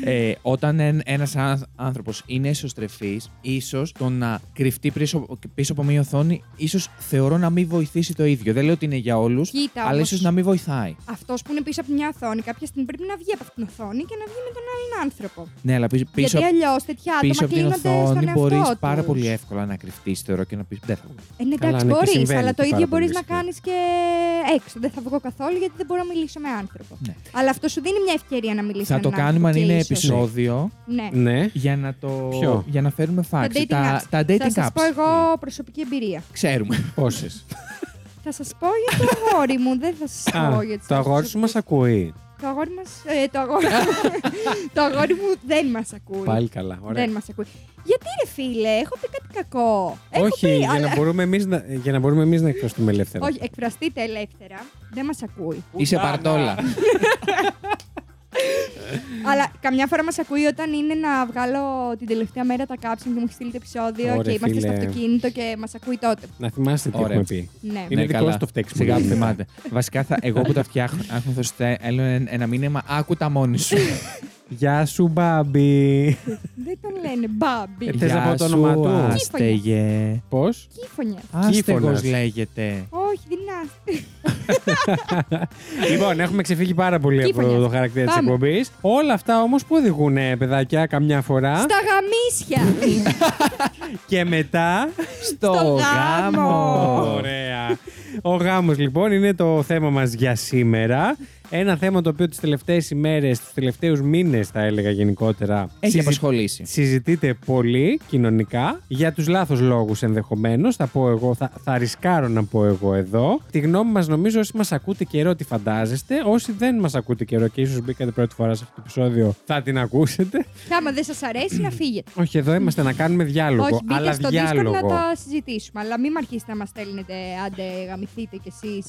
Ε, όταν ένα άνθρωπος είναι εσωστρεφή, ίσως το να κρυφτεί πίσω, πίσω από μια οθόνη, ίσως θεωρώ να μην βοηθήσει το ίδιο. Δεν λέω ότι είναι για όλους, Κοίτα, αλλά όμως. ίσως να μην βοηθάει. Αυτός που είναι πίσω από μια οθόνη, κάποια στιγμή πρέπει να βγει από αυτήν την οθόνη και να βγει με τον άλλον άνθρωπο. Ναι, αλλά πίσω, πίσω, Γιατί αλλιώς τέτοια άτομα πίσω από την κλείνονται στον οθόνη εαυτό μπορεί τους. πάρα πολύ εύκολα να κρυφτείς, θεωρώ, και να πεις δεν θα βγω». Ε, ναι, Καλά, εντάξει, ναι, και μπορείς, συμβαίνει αλλά και το ίδιο πάρα πολύ μπορείς να συχνά. κάνεις και έξω. Δεν θα βγω καθόλου γιατί δεν μπορώ να μιλήσω με άνθρωπο. Ναι. Αλλά αυτό σου δίνει μια ευκαιρία να μιλήσεις Θα με το έναν κάνουμε αν άνθρωπο είναι και ίσως- επεισόδιο Ναι. Ναι. για να, το, Ποιο? για να φέρουμε Τα φάξη. dating apps. τα dating θα apps. σας πω εγώ προσωπική εμπειρία. Ξέρουμε. Πόσες. Θα σας πω για το αγόρι μου, δεν θα σας πω για τις Το αγόρι άλλες σου μας ακούει. Το αγόρι μας- ε, το αγόρι- το αγόρι μου δεν μας ακούει. Πάλι καλά. Ωραία. Δεν μας ακούει. Γιατί ρε φίλε, έχω πει κάτι κακό. Έχω Όχι, πει, για, αλλά- να μπορούμε εμείς να, για να μπορούμε εμείς να εκφραστούμε ελεύθερα. Όχι, εκφραστείτε ελεύθερα. Δεν μας ακούει. Είσαι παρτόλα. Αλλά καμιά φορά μας ακούει όταν είναι να βγάλω την τελευταία μέρα τα κάψιμ και μου έχει στείλει το επεισόδιο Ωραία, και φίλε. είμαστε στο αυτοκίνητο και μας ακούει τότε. Να θυμάστε τι Ωραία. έχουμε πει. Ναι. Είναι Ναι, δικό καλά. σου το φταίξιμο. Σιγά που γενικά. θυμάται. Βασικά, θα, εγώ που τα φτιάχνω, άκου, θα σου στέλνω ένα- ένα μήνυμα. Άκου τα μόνη σου. Γεια σου, μπάμπι. Δεν τον λένε μπάμπι. Ε, Θες να πω το όνομά του? Άστεγε. Πώς. Κύφωνε. Άστεγος Κύφωνας. λέγεται. Όχι, δεν είναι άστι. λοιπόν, έχουμε ξεφύγει πάρα πολύ από Κύφωνες. το χαρακτήρα της Πάμε. εκπομπής. Όλα αυτά όμως που οδηγούν, ε, παιδάκια, καμιά φορά. Στα γαμίσια. Και μετά. Στο γάμο. Ωραία. Ο γάμος λοιπόν είναι το θέμα μας για σήμερα. Ένα θέμα το οποίο τις τελευταίες ημέρες, τους τελευταίους μήνες θα έλεγα γενικότερα, Έχει συζη- απασχολήσει. συζητείται πολύ κοινωνικά, για τους λάθος λόγους ενδεχομένως, θα πω εγώ, θα, θα ρισκάρω να πω εγώ εδώ. Τη γνώμη μας νομίζω όσοι μας ακούτε καιρό τη φαντάζεστε, όσοι δεν μας ακούτε καιρό και ίσως μπήκατε πρώτη φορά σε αυτό το επεισόδιο θα την ακούσετε. Και άμα δεν σας αρέσει, να φύγετε. Όχι εδώ είμαστε να κάνουμε διάλογο, Όχι, μπείτε αλλά στο Discord διάλογο. να τα συζητήσουμε. Αλλά μην μ' αρχίσετε να μας στέλνετε, άντε γαμηθείτε κι εσείς,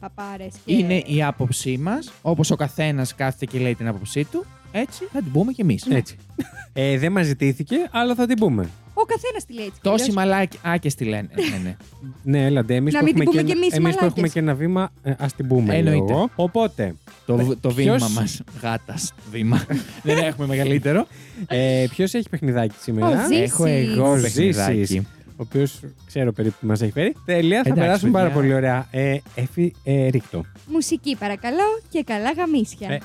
παπάρες. Και... Είναι η άποψή μας. Όπως ο καθένας κάθεται και λέει την άποψή του, έτσι θα την πούμε κι εμείς. Έτσι. Ε, δεν μας ζητήθηκε, αλλά θα την πούμε. Ο καθένας τη λέει έτσι. κι Τόσοι αλλιώς. μαλάκε τη λένε. Ναι, ναι. Ναι, έλα, ντε, εμείς Να που, μην την έχουμε πούμε και, κι εμείς, εμείς που μαλάκες. έχουμε και ένα βήμα, ε, ας την πούμε. λέω Εννοείται. εγώ. Οπότε, Το, το Ποιος- βήμα μας. Γάτας βήμα. Δεν έχουμε μεγαλύτερο. ε, ποιος έχει παιχνιδάκι σήμερα. Ο Ζήσης. Έχω εγώ Ο Ζήσης, παιχνιδάκι. ο οποίος ξέρω περίπου τι μας έχει φέρει. Τέλεια, θα Εντάξει, περάσουμε πάρα παιδιά. πολύ ωραία. Ε, έφη, ε, ρίκτο. Μουσική παρακαλώ και καλά γαμίσια. Ε.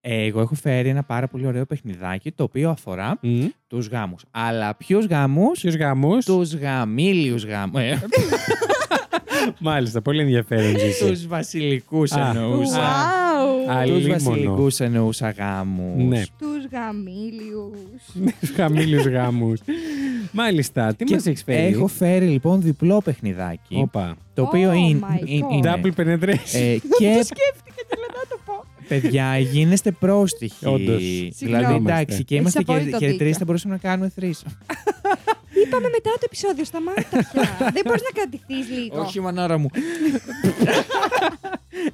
Ε, Εγώ έχω φέρει ένα πάρα πολύ ωραίο παιχνιδάκι το οποίο αφορά Mm. τους γάμους. Αλλά ποιους γάμους, Ποιους γάμους. τους γαμίλιου γάμους. Ε, Μάλιστα, πολύ ενδιαφέρον Ζήση. Τους βασιλικούς ε. Α. εννοούσα. Α, Wow. Του Αλλήμωνο. βασιλικούς εννοούσα γάμους. ναι, Τους γαμίλιου. του χαμήλου γάμους. Μάλιστα, τι μας έχεις φέρει. Έχω φέρει λοιπόν διπλό παιχνιδάκι. Όπα. Το οποίο Oh είναι. my είναι- God. είναι- Double penetration. ε, Το και σκέφτηκα και λέω να το πω. παιδιά, γίνεστε πρόστιχοι. Όντως. Δηλαδή, Συγγνώμη. εντάξει, και Έχεις είμαστε και, απόλυτο και δίκιο. τρει, θα μπορούσαμε να κάνουμε τρεις. Είπαμε μετά το επεισόδιο, σταμάτα πια. Δεν μπορείς να κρατηθείς λίγο. μανάρα μου.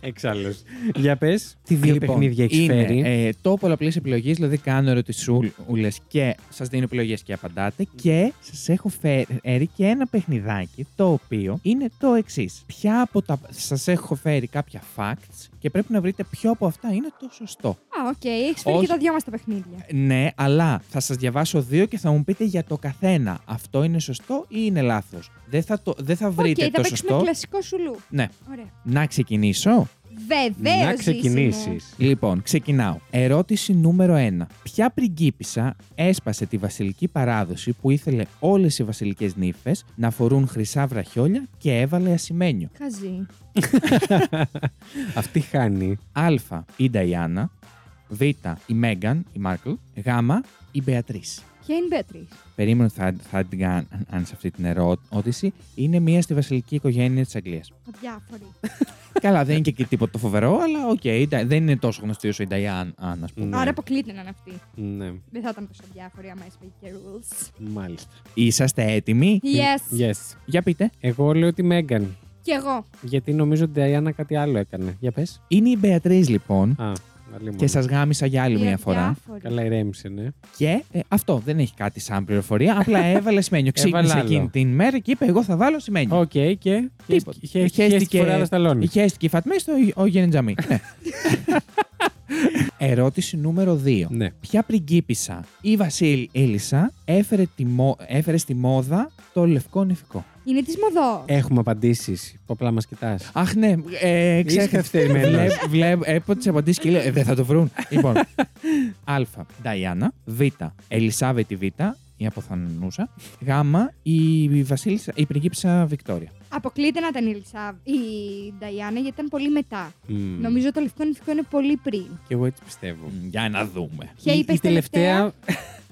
Εξάλλου. Για πες, τι δύο Λοιπόν, παιχνίδια έχεις είναι, φέρει. Ε, το πολλαπλή επιλογής, δηλαδή κάνω ερωτησούλες και σας δίνω επιλογές και απαντάτε. Και σας έχω φέρει και ένα παιχνιδάκι το οποίο είναι το εξής. Ποια από τα. Σας έχω φέρει κάποια facts και πρέπει να βρείτε ποιο από αυτά είναι το σωστό. Α, οκ, έχεις φέρει Όχι. και τα δυο μας τα Ε, παιχνίδια. Ναι, αλλά θα σας διαβάσω δύο και θα μου πείτε για το καθένα. Αυτό είναι σωστό ή είναι λάθος. Δεν θα, το, δεν θα Οκ, βρείτε θα το παίξουμε σωστό. κλασικό σουλού. Ναι. Ωραία. Να ξεκινήσω. Βεβαίως. να ξεκινήσεις. Λοιπόν, ξεκινάω. Ερώτηση νούμερο 1. Ποια πριγκίπισσα έσπασε τη βασιλική παράδοση που ήθελε όλες οι βασιλικές νύφες να φορούν χρυσά βραχιόλια και έβαλε ασημένιο. Χαζή. Αυτή χάνει. Α. Η Νταϊάννα. Β. Η Μέγαν, η Μάρκλ. Γ. Η Μπεατρίς. Ποια είναι η Μπέτρη. Περίμενα ότι θα, θα την κάνει σε αυτή την ερώτηση. Είναι μία στη βασιλική οικογένεια της Αγγλίας. Αδιάφορη. Καλά, δεν είναι και τίποτα το φοβερό, αλλά οκ, η Ντα- δεν είναι τόσο γνωστή όσο η Νταϊάννα, ας πούμε. Ναι. Άρα αποκλείται να είναι αυτή. Ναι, Δεν θα ήταν τόσο αδιάφορη άμα έσπαγε και rules. μάλιστα. Είσαστε έτοιμοι. Yes. Yes. Για πείτε. Εγώ λέω τη Μέγαν. Κι εγώ. Γιατί νομίζω ότι η Νταϊάννα κάτι άλλο έκανε. Για πες. Είναι η Μπεατρί λοιπόν. Α, βαλή Και σας γάμισα για άλλη Η μια φορά. αδιάφορη. Καλά ηρέμησε, ναι. Και ε, αυτό δεν έχει κάτι σαν πληροφορία. Απλά έβαλε σημαίνιο. Ξύπνησε Έβαλα άλλο. εκείνη την μέρα και είπε: Εγώ θα βάλω σημαίνιο. Οκ, και. Τίποτα. Χαίστηκε φορά τα σταλόνι. Η χέστηκε η Φατμέ στο ο Γενιτζαμί. Ναι. Ερώτηση νούμερο 2. Ναι. Ποια πριγκίπισσα η Βασίλη Έλισσα έφερε, τη μο- έφερε στη μόδα το λευκό νηφικό. Είναι της Μοδός. Ε. Έχουμε απαντήσεις που απλά μας κοιτάς. Αχ, ναι, ε, ξέχασα. Ναι. Ξεχαστημένο. Βλέπω βλέπ, έπω τις απαντήσεις και λέω: «Ε, Δεν θα το βρουν. λοιπόν. Α. Νταϊάννα. Β. Ελισάβετη Β. Η αποθανούσα. Γ. Η βασίλισσα, η πριγκίπισσα Βικτόρια. Αποκλείται να ήταν η Ελισάβ, η Νταϊάννα, γιατί ήταν πολύ μετά. Νομίζω το λευκό νηφικό είναι πολύ πριν. Και εγώ έτσι πιστεύω. Μ, Για να δούμε. Ποια Η- είπες η τελευταία.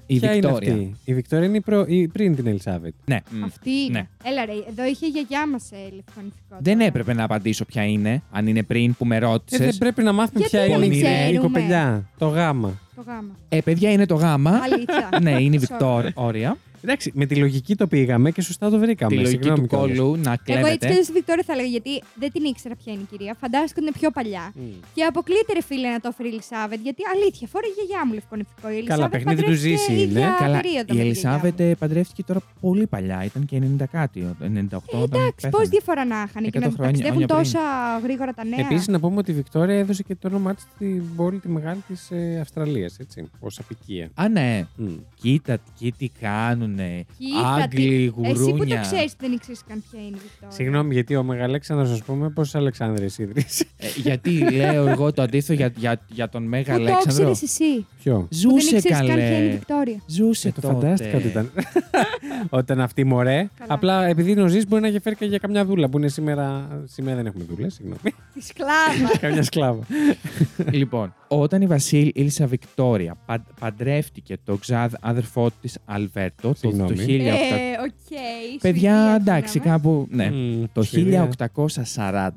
Η ποια είναι Βικτόρια. αυτή? Η Βικτόρια είναι η προ- η- πριν την Ελισάβετ. Ναι. Αυτή είναι. Ναι. Έλα ρε, εδώ είχε η γιαγιά μας ε, λευκό νηφικό. Δεν τώρα. έπρεπε να απαντήσω ποια είναι, αν είναι πριν που με Ε, ρώτησε. δεν πρέπει να μάθουμε Γιατί ποια δεν είναι η- η ξέρουμε? κοπελιά. Το γάμα. Το γάμα. Ε, παιδιά, είναι το γάμα. Αλήθεια. ναι, είναι η Sorry. Βικτόρια. Εντάξει, με τη λογική το πήγαμε και σωστά το βρήκαμε. Τη λογική Συγγνώμη του κιόλας. κόλλου να Εγώ έτσι και κλέβετε. δεν στη Βικτόρια θα έλεγα γιατί δεν την ήξερα ποια είναι η κυρία. Φαντάστηκα ότι είναι πιο παλιά. Μμ. Και αποκλείται ρε φίλε να το έφερε η Ελισάβετ, γιατί αλήθεια, φόραγε η γιαγιά μου λευκό νηφικό. Η Ελισάβετ παιχνίδι του παντρεύτηκε Ζήση είναι. ίδια Καλά, περίοδο με η τη Ελισάβετ γιαγιά μου. ε, παντρεύτηκε τώρα πολύ παλιά. Ήταν και 90 κάτι, 98. Ε, Εντάξει, πώς διαφορά να είχαν και 100 να χρόνια, ταξιδεύουν χρόνια πριν. τόσα γρήγορα τα νέα. Επίσης, Ναι. να πούμε ότι η Βικτόρια έδωσε και το όνομά της στην πόλη τη μεγάλη της ε, Αυστραλίας, έτσι. Ως απικία. Α, ναι. Μμ. Κοίτα τι, τι κάνουνε. Κοίτα Άγγλοι, Εσύ που γουρούνια. το ξέρεις, δεν ήξερες καν ποια είναι η Βικτόρια. Συγγνώμη, γιατί ο Μεγαλέξανδρος, ας πούμε, πόσε Αλεξάνδρε ίδρυσε. Ε, γιατί λέω εγώ το αντίθετο για, για, για τον Μέγα Πού το ήξερε Αλέξανδρο. εσύ. Ποιο. Που δεν Ζούσε ήξερες καν ποια είναι η καλέ. Βικτόρια. Ζούσε Ε, το τότε. φαντάστηκα ότι ήταν. Όταν αυτή μωρέ. Καλά. Απλά επειδή είναι ο Ζης, μπορεί να είχε φέρει και για καμιά δούλα που είναι σήμερα. Σήμερα δεν έχουμε δούλες, συγγνώμη. Της σκλάβας. καμιά σκλάβα. λοιπόν, όταν η Βασίλη Ήλσα Βικτόρια παν- παντρεύτηκε τον ξάδ αδερφό της Αλβέρτο το, το Συγγνώμη. 1800. Ε, οκ. Παιδιά, Σουηδία, εντάξει, Σουηδία. κάπου. Ναι. Μμ, Το Σουηδία.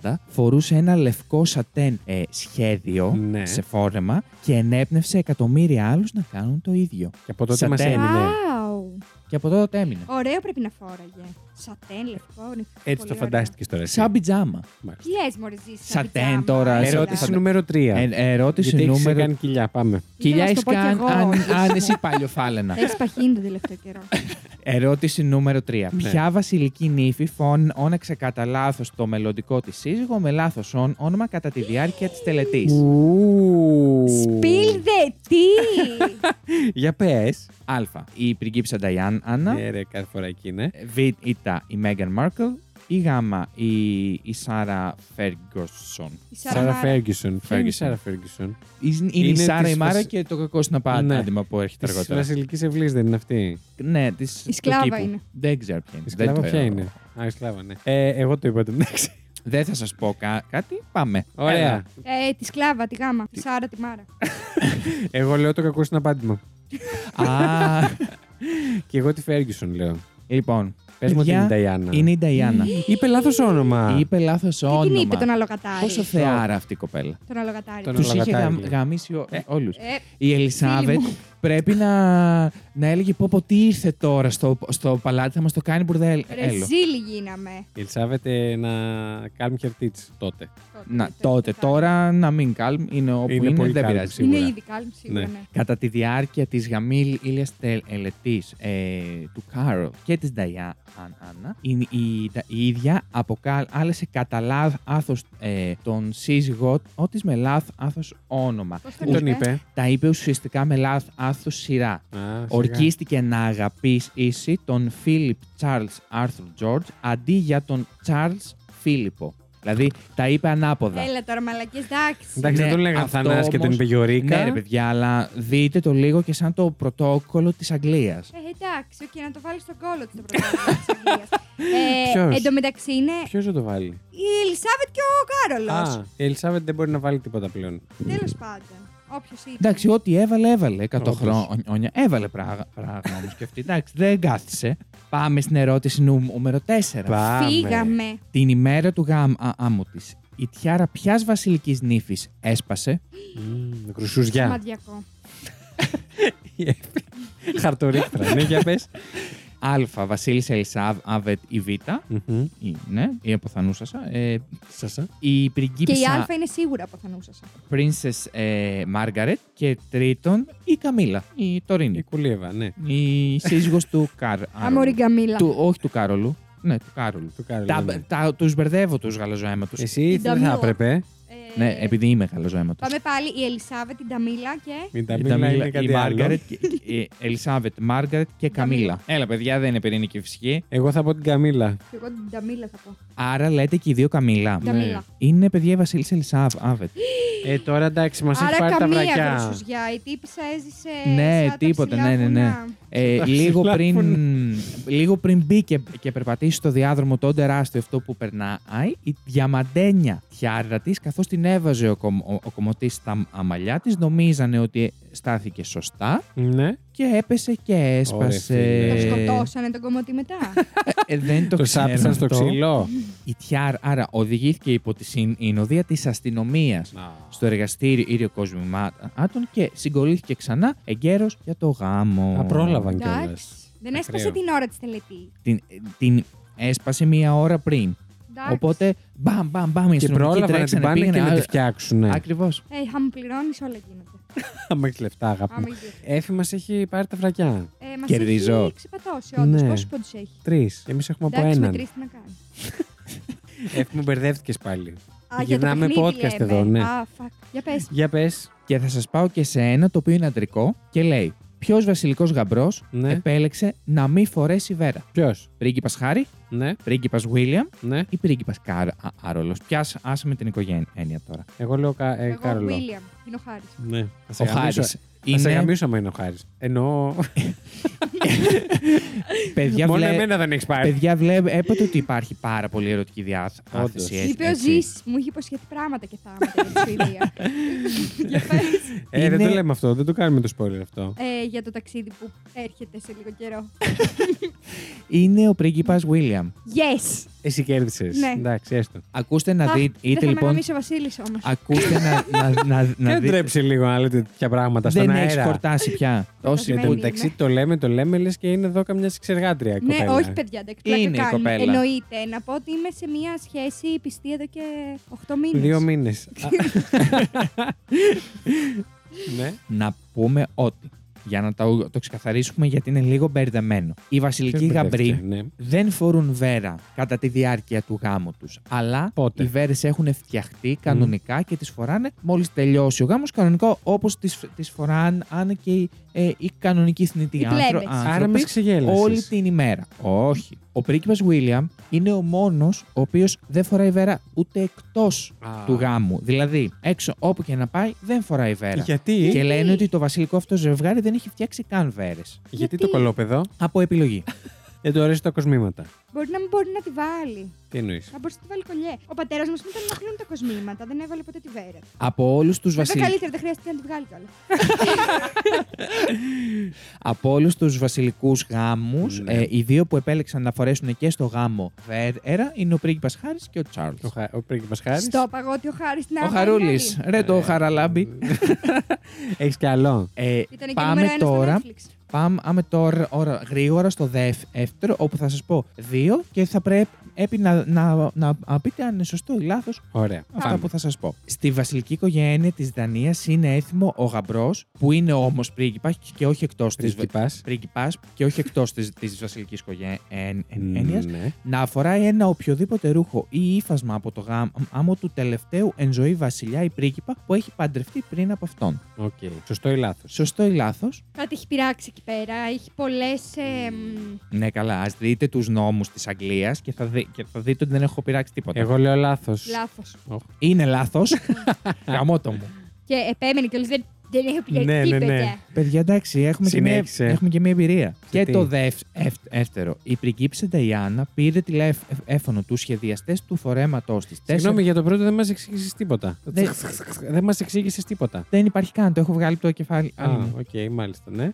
1840 φορούσε ένα λευκό σατέν ε, σχέδιο Ναι. σε φόρεμα και ενέπνευσε εκατομμύρια άλλους να κάνουν το ίδιο. Και από τότε μας Σατέν. έμεινε. Wow. Και από τότε έμεινε. Ωραίο πρέπει να φόραγε. Σατέν, λευκό, νυχτό. Έτσι το φαντάστηκες τώρα. εσύ. Σαν πιτζάμα. Τι λες, Μωρή, Σατέν τώρα, Ερώτηση νούμερο 3. Ε, ερώτηση Γιατί έχεις νούμερο. κάνει κοιλιά. Πάμε. Κοιλιά Ήθελα να έχεις σου το πω κι καν εγώ. Ε. αν, αν εσύ παλιοφάλαινα. Έχεις παχύνει τον τελευταίο καιρό. ερώτηση νούμερο 3. Ναι. Ποια βασιλική νύφη φών- όναξε κατά λάθος το μελλοντικό της σύζυγο με λάθος όνομα κατά τη διάρκεια της τελετής. Ου. Σπίλδε, τι! Για πες. Α. Η πριγκίπισσα Νταϊάν Άννα. Ναι, ρε, κάθε φορά εκεί είναι. Β. Η Μέγαν Μάρκελ. Η Γ. Η, η Σάρα Φέργκοσον. Η Σάρα Σάρα Μάρα. Φέργκισον. Ποια είναι η Φέργκισον. Σάρα Φέργκισον. Είναι, είναι η Είναι Σάρα η της Μάρα βασι- και το κακό στην απάτη Ναι. άντυμα που έρχεται Της αργότερα. Βασιλική Ευλής δεν είναι αυτή. Ναι, της, Η σκλάβα του κήπου. είναι. Δεν ξέρω ποια είναι. Η Δεν σκλάβα το- ποια είναι. Α, η σκλάβα, ναι. Ε, εγώ το είπα την εντάξει. Δεν θα σας πω κα- κάτι. Πάμε. Έλα. Ωραία. Ε, τη σκλάβα, τη γάμα. Τη Σάρα, τη Μάρα. Εγώ λέω το κακό στην απάντημα. Α, Και εγώ τη Φέργκισον λέω. λοιπόν. Πες μου ότι παιδιά, είναι η Νταϊάννα. Είναι η Νταϊάννα. Είπε λάθος όνομα. Είπε λάθος Τι την είπε τον όνομα. αλογατάρι. Πόσο θεάρα αυτή η κοπέλα. Τον αλογατάρι. Τον Του είχε αλογατάρι. γαμ- γαμίσει όλους. Ε, Η Ελισάβετ πρέπει να, να έλεγε πω, πω τι ήρθε τώρα στο, στο παλάτι, θα μας το κάνει μπουρδέλ. Ρε Έλο. ζήλοι γίναμε. Η Ελισάβετ ε, να κάνουμε χερτίτς τότε. Να, τότε, τώρα να μην κάλμ, είναι όπου Είναι είναι, πολύ δεν calm, πειράζει. σίγουρα. Είναι ήδη κάλυμ, σίγουρα. Ναι. ναι. Κατά τη διάρκεια της γαμήλ ήλιας τελετής ε, του Κάρολ και της Νταϊάν Άννα, η, η, τα- η ίδια αποκάλεσε κατά λάθος ε, τον σύζυγό της με λάθος όνομα. Πώς ε? Τι τον είπε? είπε. Τα είπε ουσιαστικά με λάθος σειρά. Α, σιγά. Ορκίστηκε να αγαπήσει τον Φίλιπ Charles Arthur George αντί για τον Charles Φίλιππο. Δηλαδή τα είπε ανάποδα. Έλα τώρα, μαλακή, εντάξει. Εντάξει, Ναι, δεν τον λέγανε αυτό Θανάση και τον όμως- είπε Γεωργίκα. Ναι, ρε παιδιά, αλλά δείτε το λίγο και σαν το πρωτόκολλο της Αγγλίας. Ε, εντάξει, οκ, να το βάλεις στον κόλο της το πρωτάθλημα της Αγγλίας. Ποιος? Ε, Εν τω μεταξύ είναι Ποιος θα το βάλει. η Ελισάβετ και ο Κάρολος. Α, η Ελισάβετ δεν μπορεί να βάλει τίποτα πλέον. Τέλος πάντων. Όποιος ήταν. Εντάξει, ό,τι έβαλε, έβαλε. 100 Όντως. χρόνια. Έβαλε πράγμα, πράγμα όμως και αυτή. Εντάξει, δεν κάθισε. Πάμε στην ερώτηση νούμερο 4. Πάμε. Φύγαμε. Την ημέρα του γάμου της, η τιάρα ποιας βασιλικής νύφης έσπασε. Μμμ, Κρουσουζιά. Σημαντιακό. Χαρτορίχτρα. Ναι, για πες. Α. Βασίλισσα Ελισάβετ η Β. η- Ναι, η αποθανούσασα. Ε, Σασα. η Και η πριγκίπισσα Α είναι σίγουρα από θανούσασα. Princess ε, Margaret και τρίτον η Καμίλα, η Η Τωρίνη. κουλίευα, ναι. Η σύζυγος του Κάρολου. Αμόρι Καμίλα. Του, όχι του Κάρολου. Ναι, του Κάρολου. Του Κάρολ, Τα, ναι. τα, τους μπερδεύω τους γαλαζοαίματους. Εσύ Την δεν θα Ταμίλα. έπρεπε. Ε, Ναι, επειδή είμαι γαλαζοαίματος. Πάμε πάλι η Ελισάβετ, την Ταμίλα και. Μην τα Η μίλα Καμίλα, είναι η κάτι άλλο. Μάργαρετ, και- η Ελισάβετ, Μάργαρετ και Καμίλα. Έλα, παιδιά, δεν είναι πυρηνική φυσική. Εγώ θα πω την Καμίλα. Και εγώ την Ταμίλα θα Ναι. πω. Άρα λέτε και οι δύο Καμίλα. Καμίλα. Είναι παιδιά η Βασίλισσα Ελισάβετ. Ε, τώρα εντάξει, μας έχει πάρει Άρα τα καμία βρακιά. χρυσουζιά. Η τύπησα έζησε. Ναι, σαν τα τίποτα, ψηλά ναι, ναι, ναι. βουνά. Ε, Τα λίγο, ψηλά πριν, βουνά. λίγο πριν μπει και, και περπατήσει στο διάδρομο τον τεράστιο αυτό που περνάει, η διαμαντένια τιάρα της, καθώς την έβαζε ο, κομ, ο, ο κομωτής στα α- μαλλιά της, νομίζανε ότι στάθηκε σωστά Ναι. και έπεσε και έσπασε. Ωραία, φίλε. Τον Ε, σκοτώσανε τον κομμωτή μετά. Ε, δεν το Το ξέρω σάπησαν στο αυτό. ξύλο. Η Τιάρ, άρα, οδηγήθηκε υπό τη συνοδεία της αστυνομίας στο εργαστήριο κοσμημάτων και συγκολήθηκε ξανά εγκαίρως για το γάμο. Απρόλαβαν κιόλα. Εντάξει. Δεν έσπασε Ακραίο. την ώρα της τελετή. την, την έσπασε μία ώρα πριν. Εντάξει. Οπότε μπαμ, μπαμ, μπαμ. Οι Και πρόλαβαν να την πάνε και να τη φτιάξουν. Ακριβώς. Ε, άμα πληρώνεις, όλα γίνονται. Άμα έχεις λεφτά, αγάπη. Άμα μου. γίνεται. Έφη μας έχει πάρει τα βρακιά. Ε, μας Κερδίζω. έχει ξεπατώσει, όντω. Ναι. Ναι. Πόσους πόντους έχει. Τρεις. Εμείς έχουμε από Εντάξει, με έναν. τρεις τι να κάνει. Έφη μου μπερδεύτηκες πάλι. Α, για το Γυρνάμε παιχνίδι podcast λέμε. εδώ, ναι. Α, fuck. Για πες. Για πες. Και θα σας πάω και σε ένα το οποίο είναι αντρικό και λέει: Ποιος βασιλικός γαμπρός Ναι. επέλεξε να μην φορέσει βέρα. Ποιος. Πρίγκιπα Χάρη, Ναι, πρίγκιπας Βίλιαμ ναι. ή πρίγκιπας Κάρολο. Πιάσε άσε με την οικογένεια τώρα. Εγώ λέω κα, ε, Εγώ, Κάρολο. William. Είναι ο Χάρης. Ναι. Θα σε Ο γαμίσω- Χάρης. Θα σε Είναι γαμίσω άμα είναι ο Χάρης. Εννοώ. παιδιά Μόνο βλέ... εμένα δεν έχεις πάρει. Παιδιά, βλέπετε ότι υπάρχει πάρα πολύ ερωτική Όντως. διάθεση. έτσι, Είπε ο έτσι. Ζή, μου είχε υποσχεθεί πράγματα και θάματα για τη Σουηδία. για, πες. Ε, δεν είναι- το λέμε αυτό, δεν το κάνουμε το spoiler αυτό. Ε, για το ταξίδι που έρχεται σε λίγο καιρό. Είναι ο πρίγκιπας Βίλιαμ. Yes! Εσύ κέρδισες. Ναι. Εντάξει, έστω. Ακούστε να Αχ, δείτε, Δεν θα είτε με λοιπόν. γαμίσει ο Βασίλης όμως. Ακούστε να, να, Να να, να και δείτε. ντρέψει λίγο να λέτε τέτοια πράγματα στον Δεν έχει αέρα. χορτάσει πια. Όσοι Εν τω Μένει, μεταξύ ναι. το λέμε, το λέμε, λες και είναι εδώ καμιά εξεργάτρια Ναι, κοπέλα. όχι παιδιά, εντάξει, Είναι πλάκα η κάνουμε. κοπέλα. Εννοείται. Να πω ότι είμαι σε μια σχέση πιστή εδώ και 8 μήνες. Δύο μήνες. ναι. να πούμε ότι. Για να το, το ξεκαθαρίσουμε γιατί είναι λίγο μπερδεμένο. Οι βασιλικοί Ποιος μπερδεύτηκε, γαμπροί ναι. δεν φορούν βέρα κατά τη διάρκεια του γάμου τους. Αλλά Πότε? οι βέρες έχουν φτιαχτεί κανονικά και τις φοράνε μόλις τελειώσει ο γάμος. Κανονικό όπως τις τις φοράνε αν και οι, ε, οι κανονικοί θνητοί Οι άνθρω- πλέμπες. άνθρωποι. Άρα με ξεγέλασες. όλη την ημέρα. Όχι. Ο πρίγκιπας Βίλιαμ είναι ο μόνος ο οποίος δεν φοράει βέρα ούτε εκτός Α. του γάμου. Δηλαδή, έξω όπου και να πάει δεν φοράει βέρα. Γιατί, Και γιατί, λένε ότι το βασιλικό αυτό ζευγάρι δεν έχει φτιάξει καν βέρες. το κολόπεδο. Από επιλογή. δεν Ε, του αρέσουν τα κοσμήματα. Μπορεί να μην μπορεί να τη βάλει. Τι εννοείς. Θα μπορούσε να τη βάλει κολλιέ. Ο πατέρας μας ήταν να κλείνουν τα κοσμήματα. Δεν έβαλε ποτέ τη βέρα. Από όλους τους Βέβαια βασιλικού. καλύτερα, δεν χρειάστηκε να τη βγάλει κιόλας. Από όλους τους βασιλικούς γάμους, Ναι. ε, οι δύο που επέλεξαν να φορέσουν και στο γάμο βέρα είναι ο πρίγκιπας Χάρης και ο Τσάρλ. Ο, χα... ο πρίγκιπας Χάρης. Στο είπα εγώ ότι ο Χάρης την Ο άμα Χαρούλης. είναι άλλη. Ρε Ε, το χαραλάμπι. Έχεις κι άλλο. Ε, Ήταν και πάμε νούμερο ένας τώρα. στο Netflix. Πάμε πάμε τώρα ώρα, γρήγορα στο δεύ- δεύτερο, όπου θα σας πω δύο και θα πρέπει να, να, να, να πείτε αν είναι σωστό ή λάθος Ωραία. αυτά Πάμε. που θα σας πω. Στη βασιλική οικογένεια της Δανίας είναι έθιμο ο γαμπρός, που είναι όμως πρίγκιπας και όχι εκτός της. Πρίγκιπας. Πρίγκιπας και όχι εκτός της βασιλικής οικογένεια, Ναι. να αφοράει ένα οποιοδήποτε ρούχο ή ύφασμα από το γάμο του τελευταίου εν ζωή βασιλιά ή πρίγκιπα που έχει παντρευτεί πριν από αυτόν. Οκ. Σωστό ή λάθος. Σωστό ή λάθος. Κάτι έχει πειράξει εκεί πέρα. Έχει πολλές. Ναι, καλά. Ας δείτε τους νόμους της Αγγλίας και, θα δει- και θα δείτε ότι δεν έχω πειράξει τίποτα. Εγώ λέω λάθος. Λάθος. Είναι λάθος. Γαμότο μου. Και επέμενε κιόλα. Δεν, δεν έχω πειράξει Ναι, ναι, ναι. τίποτα. Παιδιά, εντάξει, έχουμε, και μια, Συνέχισε. έχουμε και μια εμπειρία. Σε και τι? το δεύ- εύ- δεύτερο. Η πριγκίψα Νταϊάννα πήρε τηλέφωνο του σχεδιαστές του φορέματός της. Συγγνώμη για το πρώτο, δεν μας εξήγησες τίποτα. Δεν- Δεν μας εξήγησες τίποτα. Δεν υπάρχει καν, το έχω βγάλει από το κεφάλι. Α, Άλλη μου. οκ, μάλιστα, ναι.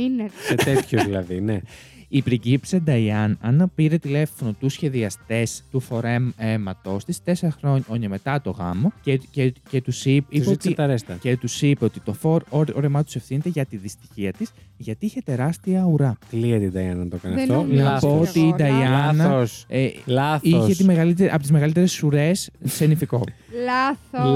Είναι. Σε τέτοιο δηλαδή, ναι. Η πριγκίψα Νταϊάν Άννα πήρε τηλέφωνο του σχεδιαστές του φορέματό της τέσσερα χρόνια μετά το γάμο και, και, και τους είπε Του ζήτησε ότι τα ρέστα. και τους είπε ότι το φορ όρ- όρεμά τους ευθύνεται για τη δυστυχία της, γιατί είχε τεράστια ουρά. Κλείεται η Νταϊάννα να το κάνει Δεν αυτό. νομίζω. Να πω Λάθος. ότι η Λάθος. Νταϊάννα Λάθος. ε, Λάθος. είχε τη μεγαλύτερη, από τις μεγαλύτερες ουρές σε νηφικό. Λάθος.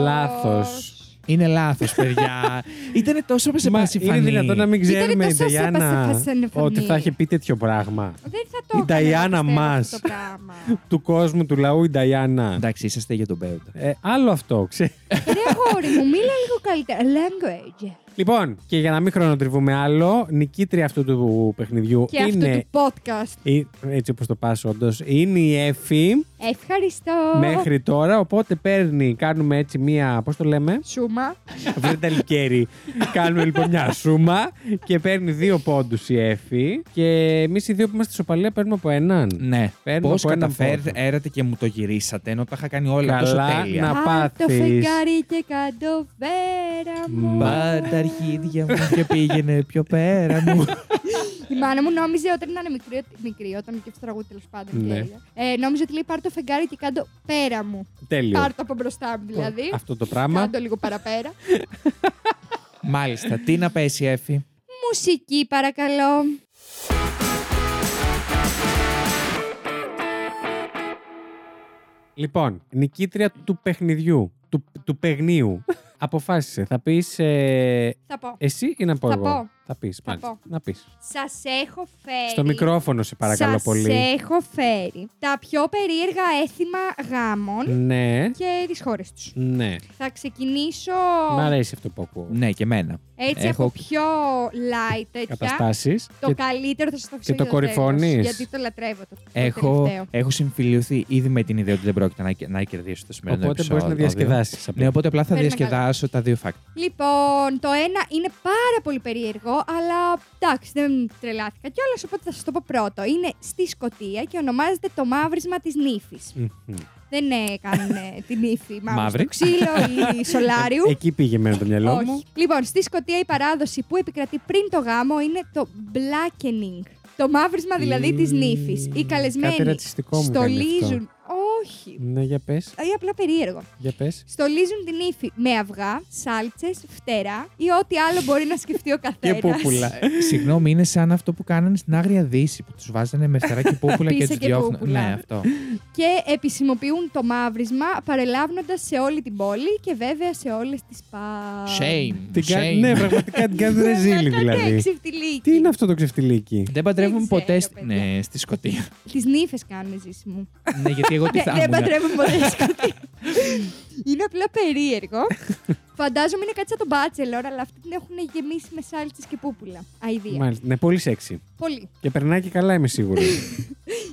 Λάθος. Είναι λάθος, παιδιά. Ήταν τόσο πεσεπασιφανή. είναι δυνατόν να μην Ήταν ξέρουμε η τόσο Νταϊάννα σεπασιφανή. ότι θα είχε πει τέτοιο πράγμα. Δεν θα το Η έκανα, Νταϊάννα πιστεύω, μας. αυτό το πράγμα. Του κόσμου, του λαού, η Νταϊάννα. Εντάξει, είσαστε για τον Πέοντα. Ε, άλλο αυτό, ξέρει. Ρε αγόρι μου, μίλα λίγο καλύτερα. Language. Λοιπόν, και για να μην χρονοτριβούμε άλλο, νικήτρια αυτού του παιχνιδιού Και είναι. αυτό του podcast. η- έτσι όπως το πας, όντως, είναι η Εφη Ευχαριστώ. μέχρι τώρα. Οπότε παίρνει, κάνουμε έτσι μία. Πώς το λέμε, Σούμα. Βρέντα λικέρι. κάνουμε λοιπόν μια σούμα και παίρνει δύο πόντους η Εφη. Και εμείς οι δύο που είμαστε σοπαλία παίρνουμε από έναν. Ναι. Παίρνω Πώς από έναν πόντο. καταφέρατε και μου το γυρίσατε ενώ τα είχα κάνει όλα τόσο Καλά τέλεια. να- Πάρ' Το πάθεις. φεγγάρι και κάτω πέρα μου. Πάρ' τα αρχίδια μου και πήγαινε πιο πέρα μου. Η μάνα μου νόμιζε όταν ήταν μικρή, μικρή όταν και στο τραγούδι τέλος πάντων. Ναι. Ναι. Ε, νόμιζε ότι λέει πάρ το φεγγάρι και κάτω πέρα μου. Τέλειο. Πάρ το από μπροστά μου δηλαδή. Αυτό το πράγμα. Κάντο λίγο παραπέρα. Μάλιστα, τι να πέσει η Εφη. Μουσική παρακαλώ. Λοιπόν, νικήτρια του παιχνιδιού, του, του παιγνίου. Αποφάσισε. Θα πεις ε, Θα πω. εσύ ή να πω Θα εγώ. πω. Θα πεις. Θα πω. Να πεις. Σας έχω φέρει. Στο μικρόφωνο, σε παρακαλώ σας πολύ. έχω φέρει τα πιο περίεργα έθιμα γάμων Ναι. και τις χώρες τους. Ναι. Θα ξεκινήσω Μ' αρέσει αυτό που ακούω. Ναι, και εμένα. έτσι Έχω- από πιο light τέτοια. Καταστάσεις. Το καλύτερο θα σας το αφήσω και το για τέλος, κορυφώνεις. Γιατί το λατρεύω το, το Έχω, τελευταίο. έχω συμφιλειωθεί ήδη με την ιδέα ότι δεν πρόκειται να, να κερδίσω το σημερινό Οπότε μπορείς να επεισόδιο. διασκεδάσεις. Ναι, οπότε απλά θα Παίρνω διασκεδάσω τα δύο φάκτα. Λοιπόν, το ένα είναι πάρα πολύ περίεργο, αλλά εντάξει, δεν τρελάθηκα κιόλας, οπότε θα σας το πω πρώτο. Είναι στη Σκωτία και ονομάζεται το μαύρισμα της νύφης. Δεν ε, κάνουν ε, τη νύφη μαύρη. Μαύρη. στο ξύλο ή σολάριου. Ε, Εκεί πήγε εμένα το μυαλό μου. Όχι. Λοιπόν, στη Σκωτία η παράδοση που επικρατεί πριν το γάμο είναι το blackening. Το μαύρισμα δηλαδή της Μμμ, νύφης. Οι κάτι καλεσμένοι ρατσιστικό μου κάνει στολίζουν. Όχι. Ναι, για πες. Ή απλά περίεργο. Για πες. Στολίζουν την ύφη με αυγά, σάλτσες, φτερά ή ό,τι άλλο μπορεί να σκεφτεί ο καθένα. Και πούπουλα. Ε, Συγγνώμη, είναι σαν αυτό που κάνανε στην Άγρια Δύση που τους βάζανε με φτερά και πούπουλα και Πίσα τους και διώχνουν. πούπουλα. Ναι, αυτό. Και επισημοποιούν το μαύρισμα παρελάβνοντας σε όλη την πόλη και βέβαια σε όλες τις πα. Shame. Την κα- Shame. Ναι, πραγματικά την κάνει ναι, ρεζίλη δηλαδή. Τι είναι αυτό το ξεφτιλίκι. Δεν παντρεύουν ξέρω, ποτέ στη- παιδιά. ναι, στη Σκωτία. Τις νύφες κάνουν ζήσιμο. ναι, γιατί εγώ τι Δεν- θα Δεν ήμουν. παντρεύουν ποτέ σκοτή. Είναι απλά περίεργο. Φαντάζομαι είναι κάτι σαν τον Bachelor, αλλά αυτή την έχουν γεμίσει με σάλτσες και πούπουλα. Αιδία. Μάλιστα. Ναι, πολύ σεξι. Πολύ. Και περνάει και καλά, είμαι σίγουρη.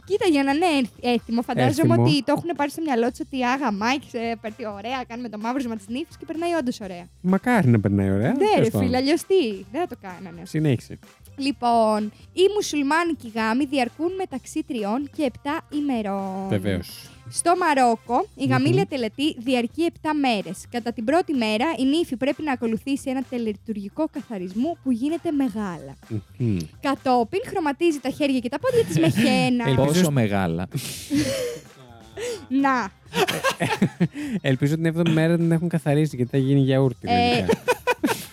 Κοίτα, για να είναι έθ- έθιμο, φαντάζομαι Έθιμο. ότι το έχουν πάρει στο μυαλό τους ότι άγα Μάικ, περτεί ωραία, κάνουμε το μαύρισμα της νύφης και περνάει όντως ωραία. Μακάρι να περνάει ωραία. Ναι, Ε, Τέλος ρε πάντων. φίλε, αλλιώς τι. Δεν θα το κάνανε. Συνέχισε. Λοιπόν, οι μουσουλμάνικοι γάμοι διαρκούν μεταξύ τριών και 7 ημερών. Βεβαίως. Στο Μαρόκο, η γαμήλια Μμμ. τελετή διαρκεί 7 μέρες. Κατά την πρώτη μέρα, η νύφη πρέπει να ακολουθήσει ένα τελετουργικό καθαρισμό που γίνεται μεγάλα. Κατόπιν, χρωματίζει τα χέρια και τα πόδια της με χένα. Ελπίζω- Πόσο μεγάλα. να. Ελπίζω την 7η μέρα να την έχουν καθαρίσει γιατί θα γίνει γιαούρτι. Ε, λογικά.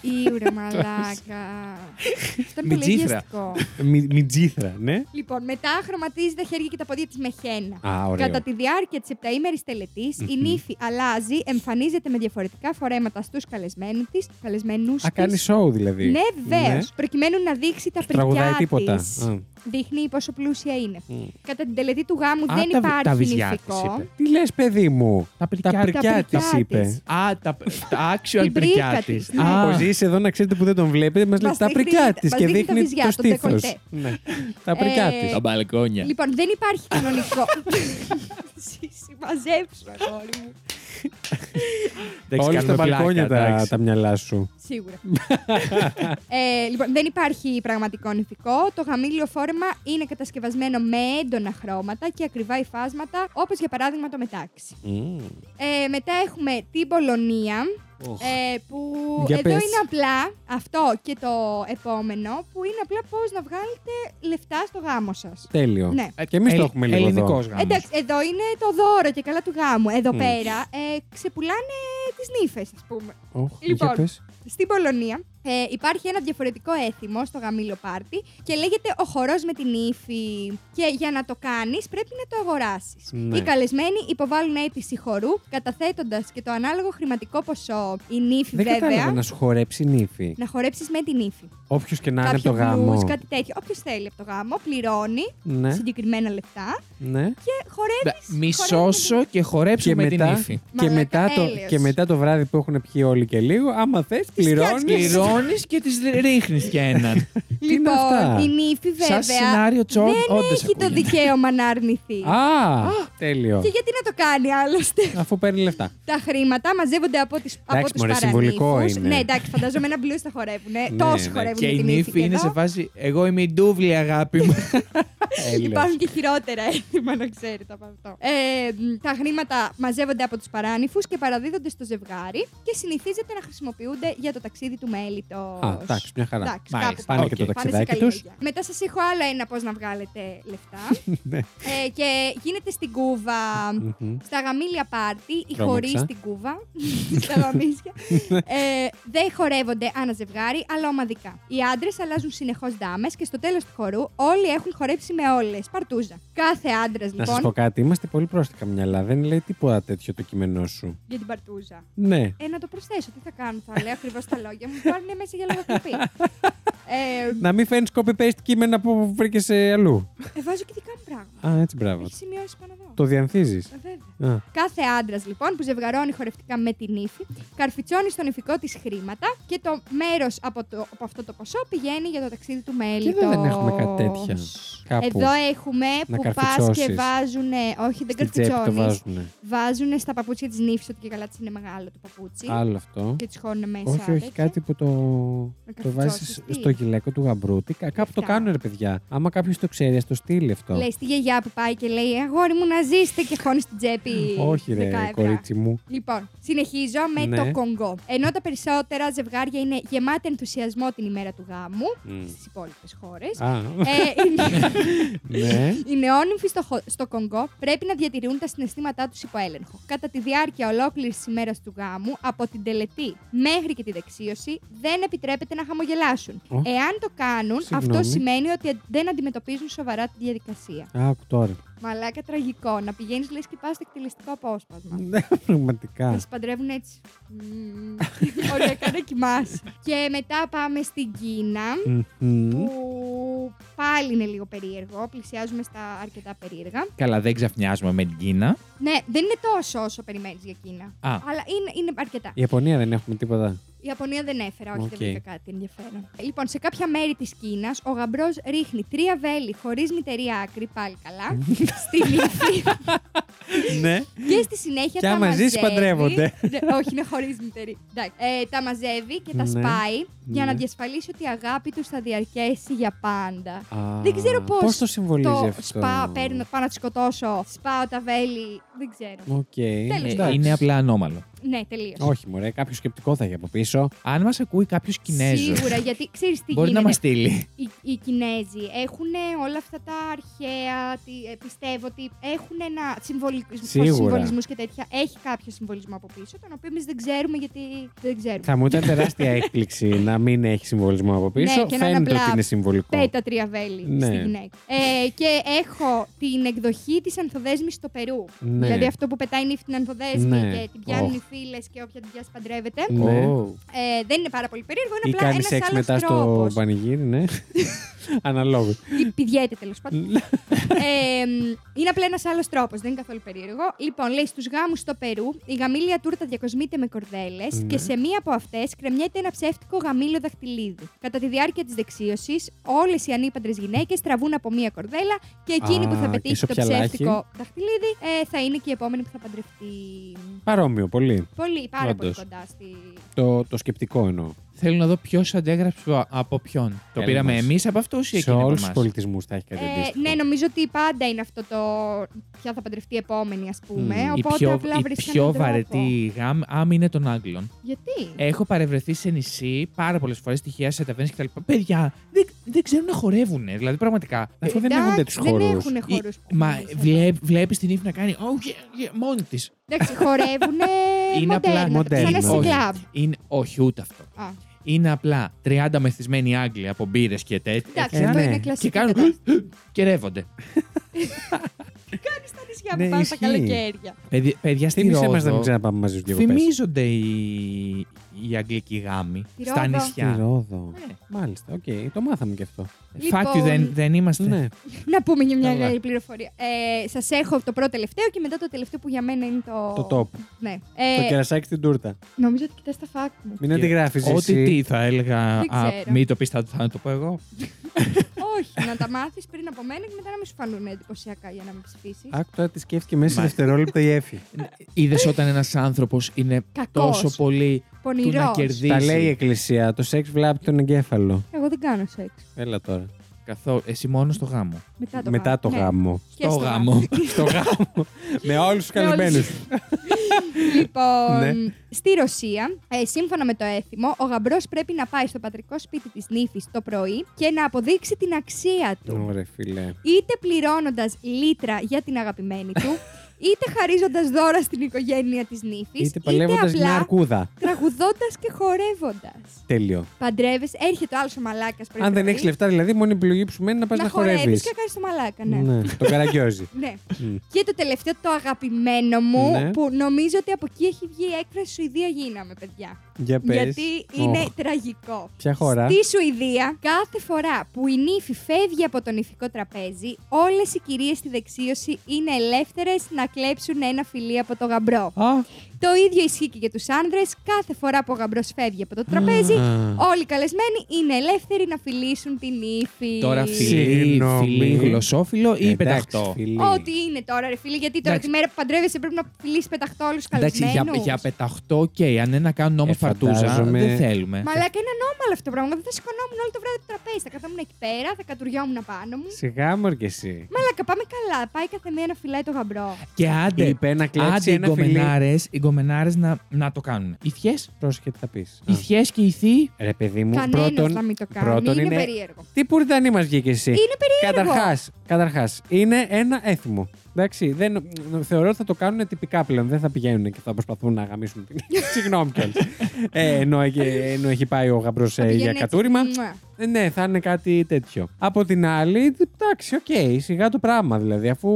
Ήουρε μαλάκα. Αυτό είναι Μην πολύ τσίθρα. αιγιαστικό. Μι- Μιτζήθρα, ναι. Λοιπόν, μετά χρωματίζει τα χέρια και τα πόδια της με χένα. Α, ωραίο. Κατά τη διάρκεια της επταήμερης τελετής, η Μμμ. νύφη αλλάζει, εμφανίζεται με διαφορετικά φορέματα στους καλεσμένους της. Καλεσμένους Α, κάνει σοου δηλαδή. Ναι, βεβαίως. Προκειμένου να δείξει τα Τραγουδάει πρικιά τίποτα. της. Α. Δείχνει πόσο πλούσια είναι. Μμ. Κατά την τελετή του γάμου Α, δεν τα- υπάρχει τα βυζιά της νηφικό. είπε. Ναι. Τι λες, παιδί μου. Τα Τα πρικιά πρικιά τη πρικιά της. είπε. Α, τα, τα actual Την πρίκα πρικιά της, της. ναι. Ο Ζήση εδώ να ξέρετε που δεν τον βλέπετε, μας λέει Μας τα δείχνει- πρικιά της μας και δείχνει τα δείχνει βυζιά, το το στήθο. ντεκολτέ. Τα πρικιά Ε, της. Τα μπαλκόνια. Λοιπόν, δεν υπάρχει κανονικό. Ζήση, μαζέψου, αγόρι μου. Όλοι στα μπαλκόνια τα, τα μυαλά σου. Σίγουρα. ε, λοιπόν, δεν υπάρχει πραγματικό νηφικό. Το γαμήλιο φόρεμα είναι κατασκευασμένο με έντονα χρώματα και ακριβά υφάσματα, όπως για παράδειγμα το μετάξι. Ε, μετά έχουμε την Πολωνία. Ε, που Για εδώ πες. είναι απλά αυτό και το επόμενο που είναι απλά πώς να βγάλετε λεφτά στο γάμο σας. Τέλειο. Ε, Ναι. Και εμείς το έχουμε λίγο. Ελληνικός εδώ. γάμο. Εντάξει, εδώ είναι το δώρο και καλά του γάμου. Εδώ Μμ. πέρα ε, ξεπουλάνε τις νύφες ας πούμε. Ωχ, για Λοιπόν. πες. Στην Πολωνία ε, υπάρχει ένα διαφορετικό έθιμο στο γαμήλο πάρτι και λέγεται ο χορός με την ύφη. Και για να το κάνεις πρέπει να το αγοράσεις. Ναι. Οι καλεσμένοι υποβάλλουν αίτηση χορού καταθέτοντας και το ανάλογο χρηματικό ποσό. Η νύφη Δεν βέβαια. κατάλαβα να σου χορέψει η νύφη. Να χορέψεις με την ύφη. Όποιος και να είναι από το Κάποιο γάμο. blues, κάτι τέτοιο. Όποιος θέλει από το γάμο, πληρώνει Ναι, συγκεκριμένα λεφτά ναι. και χορεύεις. Μισώσω και χορέψω Και με την μετά, ύφη. και, Μαλάκα, μετά το, τέλειος. και μετά το βράδυ που έχουν πιει όλοι και λίγο, άμα θες, πληρώνει. φτιάξεις. Πληρώνει και τη ρίχνεις και έναν. Τι είναι αυτά? Λοιπόν, η νύφη βέβαια Σαν σενάριο τσόρ, δεν όντως έχει το ακούγεται. δικαίωμα να αρνηθεί. Α, τέλειο. Και γιατί να το κάνει άλλωστε. Αφού παίρνει λεφτά. Τα χρήματα μαζεύονται από, τις, από Εντάξει, τους μωρέ, συμβολικό παρανύφους. είναι. Ναι, εντάξει, φαντάζομαι ένα μπλούς θα χορεύουν. Ναι, Τόσοι ναι. χορεύουν Και με η την νύφη είναι εδώ. σε φάση. Εγώ είμαι η ντούβλη, αγάπη μου. Τέλειος. Υπάρχουν και χειρότερα έθιμα, να ξέρετε από αυτό. Ε, μ, τα χρήματα μαζεύονται από τους παράνυφους και παραδίδονται στο ζευγάρι και συνηθίζεται να χρησιμοποιούνται για το ταξίδι του μέλητος. Α, εντάξει, μια χαρά. Εντάξει, Μάλιστα. κάπου Πάνε Οκ. και το Πάνε πάνε σε ταξιδάκι καλή του. μεριά. Μετά σας έχω άλλο ένα πώς να βγάλετε λεφτά. Ναι. ε, και γίνεται στην Κούβα. Στα γαμήλια πάρτι, οι Τρόμαξα. χωρίς στην Κούβα, στα γαμίσια, ε, δεν χορεύονται ανά ζευγάρι, αλλά ομαδικά. Οι άντρες αλλάζουν συνεχώς δάμες και στο τέλος του χορού όλοι έχουν χορέψει με όλες. Παρτούζα. Κάθε άντρας Να σας πω λοιπόν. κάτι, είμαστε πολύ πρόστιχα μυαλά. Δεν λέει τίποτα τέτοιο το κείμενό σου. Για την παρτούζα. Ναι. Ε, να το προσθέσω, τι θα κάνω, θα λέω ακριβώς τα λόγια μου. Πάρουν μέσα για λογοκοπή. ε, Να μην φέρνει copy-paste κείμενα που βρήκες αλλού. ε, βάζω και δικά μου πράγματα. Α, έτσι, μπράβο. Έχεις σημειώσει πάνω εδώ. Το διανθίζεις. Ε, βέβαια. Α, Κάθε άντρας λοιπόν που ζευγαρώνει χορευτικά με την ύφη, καρφιτσώνει στον ηφικό της χρήματα και το μέρος από, το- από αυτό το ποσό πηγαίνει για το ταξίδι του Και μέλητο. εδώ δεν έχουμε κάτι τέτοια. Κάπου. Εδώ έχουμε Να που πας καρφιτσώσεις. και βάζουν. Όχι, δεν Στην τσέπη το καρφιτσώνεις. βάζουν. Βάζουν στα παπούτσια της νύφης, ότι και καλά τη είναι μεγάλο το παπούτσι. Άλλο αυτό. Και τη χώνουν μέσα. Όχι, όχι, τέτοια. κάτι που το, το καρφιτσώσεις, βάζει τι? στο γυλαίκο του γαμπρού. Τι, κα- κάπου το Αυτά. κάνουν, ρε παιδιά. Άμα κάποιος το ξέρει, ας το στείλει αυτό. Λέει στη γιαγιά που πάει και λέει Αγόρι μου να ζήσετε και χώνει στην τσέπη. Όχι, ρε, 10 ευρώ». κορίτσι μου. Λοιπόν, συνεχίζω με Ναι. το Κονγκό. Ενώ τα περισσότερα ζευγάρια είναι γεμάτα ενθουσιασμό την ημέρα του γάμου στις υπόλοιπες χώρες. Α, Ε, οι- ναι. οι νεόνυμφοι στο, χο- στο Κονγκό πρέπει να διατηρούν τα συναισθήματά τους υπό έλεγχο. Κατά τη διάρκεια ολόκληρης ημέρας του γάμου, από την τελετή μέχρι και τη δεξίωση, δεν επιτρέπεται να χαμογελάσουν. Ω. Εάν το κάνουν, Συγγνώμη. αυτό σημαίνει ότι δεν αντιμετωπίζουν σοβαρά τη διαδικασία. Άκου τώρα. Μαλάκα τραγικό. Να πηγαίνεις λες και πα στο εκτελεστικό απόσπασμα. Ναι, πραγματικά. Θα σε παντρεύουν έτσι. Μμμ. Οριακά να κοιμάσαι. Και μετά πάμε στην Κίνα. Μμμ. Που πάλι είναι λίγο περίεργο. Πλησιάζουμε στα αρκετά περίεργα. Καλά, δεν ξαφνιάζουμε με την Κίνα. Ναι, δεν είναι τόσο όσο περιμένεις για Κίνα. Α. Αλλά είναι, είναι αρκετά. Η Ιαπωνία δεν έχουμε τίποτα. Η Ιαπωνία δεν έφερα, όχι, Οκ. δεν βρήκα κάτι ενδιαφέρον. Ε, Λοιπόν, σε κάποια μέρη της Κίνας, ο γαμπρός ρίχνει τρία βέλη χωρίς μητερή άκρη, πάλι καλά, στην ύφη. ναι. Και στη Και συνέχεια τα άμα μαζεύει. ζεις, παντρεύονται. Ναι, όχι, είναι χωρίς μητέρη. Εντάξει. Ε, τα μαζεύει και τα Ναι. σπάει για να Ναι. διασφαλίσει ότι η αγάπη του θα διαρκέσει για πάντα. Δεν ξέρω πώς Πώς το συμβολίζει Το αυτό. σπάω, παίρνω, πάω να τη σκοτώσω. Σπάω τα βέλη. Δεν ξέρω. Οκ. Τέλος Ε, Εντάξει. είναι απλά ανώμαλο. Ναι, τελείως. Όχι, μωρέ, κάποιο σκεπτικό θα έχει από πίσω. Αν μας ακούει κάποιος Κινέζος, Σίγουρα, γιατί ξέρεις τι μπορεί να γίνεται. μας στείλει. οι, οι Κινέζοι έχουν όλα αυτά τα αρχαία. τι- ε, πιστεύω ότι έχουν ένα Σίγουρα. συμβολισμό και τέτοια. Έχει κάποιο συμβολισμό από πίσω, τον οποίο εμείς δεν ξέρουμε γιατί δεν ξέρουμε. Θα μου ήταν τεράστια έκπληξη να μην έχει συμβολισμό από πίσω. Ναι, και να είναι Φαίνεται απλά ότι είναι συμβολικό. Πέτα τριαβέλη Ναι. στη γυναίκα. Ε, και έχω την εκδοχή της ανθοδέσμης στο Περού. Ναι. Δηλαδή αυτό που πετάει νύφη την ανθοδέσμη Ναι. και την πιάνουν Οχ. οι φίλες και όποια την πιάσει παντρεύεται. Ναι. Ω. Ε, δεν είναι πάρα πολύ περίεργο, Ή είναι απλά κάνεις ένας σεξ άλλος μετά τρόπο. στο πανηγύρι, ναι. Αναλόγως. Ή πηδιέται τέλος πάντων. ε, μ, είναι απλά ένας άλλος τρόπος, δεν είναι καθόλου περίεργο. Λοιπόν, λέει στους γάμους στο Περού, η γαμήλια τούρτα διακοσμείται με κορδέλες Ναι. και σε μία από αυτές κρεμιέται ένα ψεύτικο γαμήλιο δαχτυλίδι. Κατά τη διάρκεια της δεξίωσης, όλες οι ανήπαντρες γυναίκες τραβούν από μία κορδέλα και εκείνη Α, που θα και πετύχει το όποια λάχη. ψεύτικο δαχτυλίδι ε, θα είναι και η επόμενη που θα παντρευτεί. Παρόμοιο πολύ. Πολύ, πάρα πολύ Όντως. κοντά στη. Το, το σκεπτικό εννοώ. Θέλω να δω ποιος αντέγραψε α- από ποιον. Το Έλα πήραμε μας. εμείς από αυτού ή Σε εκείνοι από όλους του εμά. πολιτισμούς θα έχει κάτι Ε, αντίστοιχο. ναι, νομίζω ότι πάντα είναι αυτό το ποια θα παντρευτεί η επόμενη, ας πούμε. Μμμ. Η Οπότε η πιο, απλά η βρίσκει πιο έναν τρόπο. βαρετή γάμ, άμυ είναι των Άγγλων. Γιατί? Έχω παρευρεθεί σε νησί πάρα πολλές φορές, τυχαία σε ταβέρνες κτλ. Παιδιά δεν, δεν ξέρουν να χορεύουν. Δηλαδή, πραγματικά. Ε, Αφού δεν έχουν τέτοιου χώρου. Δεν έχουν χώρου. Η- Μα ναι. βλέ, βλέπεις την ύφη να κάνει. Oh, yeah, yeah, μόνη της. Εντάξει, χορεύουν. Είναι απλά μοντέρνα. Σαν ένα Όχι. συγκλάβ. Είναι, όχι, ούτε αυτό. Είναι απλά 30 μεθυσμένοι Άγγλοι από μπύρες και τέτοια. Εντάξει, Ε, αυτό ναι. είναι Και κλασικό. Και κάνουν. και ρεύονται. Στα νησιά Ναι, που πάνε στα ισχύει. καλοκαίρια. Παιδι- παιδιά στη Θύμησε μα Ρόδο. να μην ξαναπάμε μαζί στου διακοπέ. Φημίζονται οι, οι αγγλικοί γάμοι Τη στα Ρόδο. Στη νησιά. Ρόδο. Ναι. Μάλιστα, οκ, το μάθαμε και αυτό. Λοιπόν. Φάκτιου δεν, δεν είμαστε. Ναι. Να πούμε και μια Καλά. άλλη πληροφορία. Ε, Σας έχω το πρώτο τελευταίο και μετά το τελευταίο που για μένα είναι το. Το top. Ναι. Το Ε, κερασάκι στην τούρτα. νομίζω ότι κοιτάς τα φάκ μου. Μην αντιγράφει. Ό,τι τι θα έλεγα. Δεν α, ξέρω. μην το πεις, θα, θα το πω εγώ. Ναι. Όχι, να τα μάθεις πριν από μένα και μετά να μην σου φανούν εντυπωσιακά για να με ψηφίσεις. Άκου τώρα τι σκέφτηκε μέσα σε Μα- δευτερόλεπτα η Εφη. Είδες όταν ένας άνθρωπος είναι Κακός. τόσο πολύ του να Πονηρό. κερδίσει. Τα λέει η Εκκλησία. Το σεξ βλάπτει τον εγκέφαλο. Εγώ δεν κάνω σεξ. Έλα τώρα. Καθό, εσύ μόνος στο γάμο. Μετά το Μετά το Ναι. γάμο. Και στο Στο γάμο. Με όλους τους Με όλους. καλυμμένους. Λοιπόν, Ναι. στη Ρωσία, ε, σύμφωνα με το έθιμο, ο γαμπρός πρέπει να πάει στο πατρικό σπίτι της νύφης το πρωί και να αποδείξει την αξία του. Ωραία, φίλε. Είτε πληρώνοντας λίτρα για την αγαπημένη του, είτε χαρίζοντας δώρα στην οικογένεια της νύφης, Είτε παλεύοντας μια απλά αρκούδα. τραγουδώντας και χορεύοντας. Τέλειο. Παντρεύεσαι, έρχεται ο άλλος ο μαλάκας πρωί. Αν δεν πρωί, έχεις λεφτά, δηλαδή, μόνη επιλογή που σου μένει να πας να, να χορεύεις. χορεύεις και να κάνεις το μαλάκα, ναι. Ναι, το καραγκιόζι. Ναι. Μμ. Και το τελευταίο, το αγαπημένο μου, Ναι. που νομίζω ότι από εκεί έχει βγει η έκφραση Σουηδία γίναμε, παιδιά. Για πες. Γιατί είναι Οχ. τραγικό. Ποια χώρα? Στη Σουηδία, κάθε φορά που η νύφη φεύγει από το νηφικό τραπέζι, όλες οι κυρίες στη δεξίωση είναι ελεύθερες να κλέψουν ένα φιλί από το γαμπρό. Α, Το ίδιο ισχύει και για τους άνδρε. Κάθε φορά που ο γαμπρός φεύγει από το τραπέζι, Α. όλοι οι καλεσμένοι είναι ελεύθεροι να φιλήσουν την νύφη. Τώρα φιλί, Συγγνώμη. φιλί γλωσσόφιλο ή εντάξει, πεταχτό. φίλη. Ό,τι είναι τώρα, ρε φίλε, γιατί τώρα Εντάξει. τη μέρα που παντρεύεσαι πρέπει να φιλήσεις πεταχτό όλους τους Εντάξει, για, καλεσμένους. για πεταχτό, οκ. Αν είναι να κάνουν όμω Ε, φαρτούζα, φαντάζομαι- δεν Ε, θέλουμε. Μαλάκα είναι ανώμαλο αυτό το πράγμα. Δεν θα σηκωνόμουν όλο το βράδυ το τραπέζι. Θα καθόμουν εκεί πέρα, θα κατουριόμουν πάνω μου. Σιγά μου και εσύ. Μαλάκα, πάμε καλά. Πάει κάθε μία να φυλάει το γαμπρό. Και άντε, Είπε να κλέψει άντε οι ένα φιλί. γκομενάρες, οι γκομενάρες να, να το κάνουν. Οι θιές, Πρόσεχε τι θα πεις. οι θιές και οι θείοι Ρε παιδί μου, Κανένα πρώτον, να μην το κάνει. πρώτον είναι, είναι- περίεργο. Τι πουρτανή μας βγήκε εσύ. Είναι περίεργο. Καταρχάς, καταρχάς, είναι ένα έθιμο. Εντάξει, δεν, θεωρώ ότι θα το κάνουν τυπικά πλέον. Δεν θα πηγαίνουν και θα προσπαθούν να γαμίσουν την. Συγγνώμη κιόλας. ε, ενώ, ε, ενώ έχει πάει ο γαμπρός Θα πηγαίνει ε, για έτσι, κατούριμα. μουα. Ε, ναι, θα είναι κάτι τέτοιο. Από την άλλη, εντάξει, οκ, σιγά το πράγμα δηλαδή, αφού.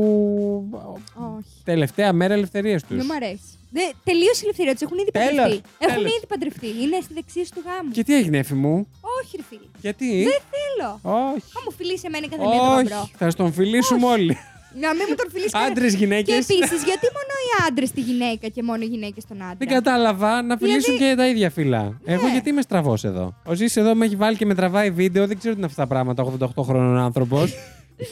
Όχι. Τελευταία μέρα ελευθερία τους. Δεν μου αρέσει. Δε, τελείωσε η ελευθερία τους. Έχουν ήδη Τέλος. παντρευτεί. Έχουν Τέλος. ήδη παντρευτεί. Είναι στη δεξίωση του γάμου. Και τι έγινε, έφη μου, Όχι, ρε φίλε. γιατί. Δεν θέλω. Όχι. Θα μου φιλήσει εμένα κάθε μία το γαμπρό. Όχι, θα στον φιλήσουμε όλοι. Να μην μου τον φιλήσει κανένα. Άντρες, Και γυναίκες. επίσης, γιατί μόνο οι άντρες τη γυναίκα και μόνο οι γυναίκες τον άντρα. Δεν κατάλαβα να φιλήσουν Δηλαδή- και τα ίδια φύλλα. Εγώ γιατί είμαι στραβός εδώ. Ο Ζή εδώ με έχει βάλει και με τραβάει βίντεο, δεν ξέρω τι είναι αυτά τα πράγματα. 88 χρόνων άνθρωπος.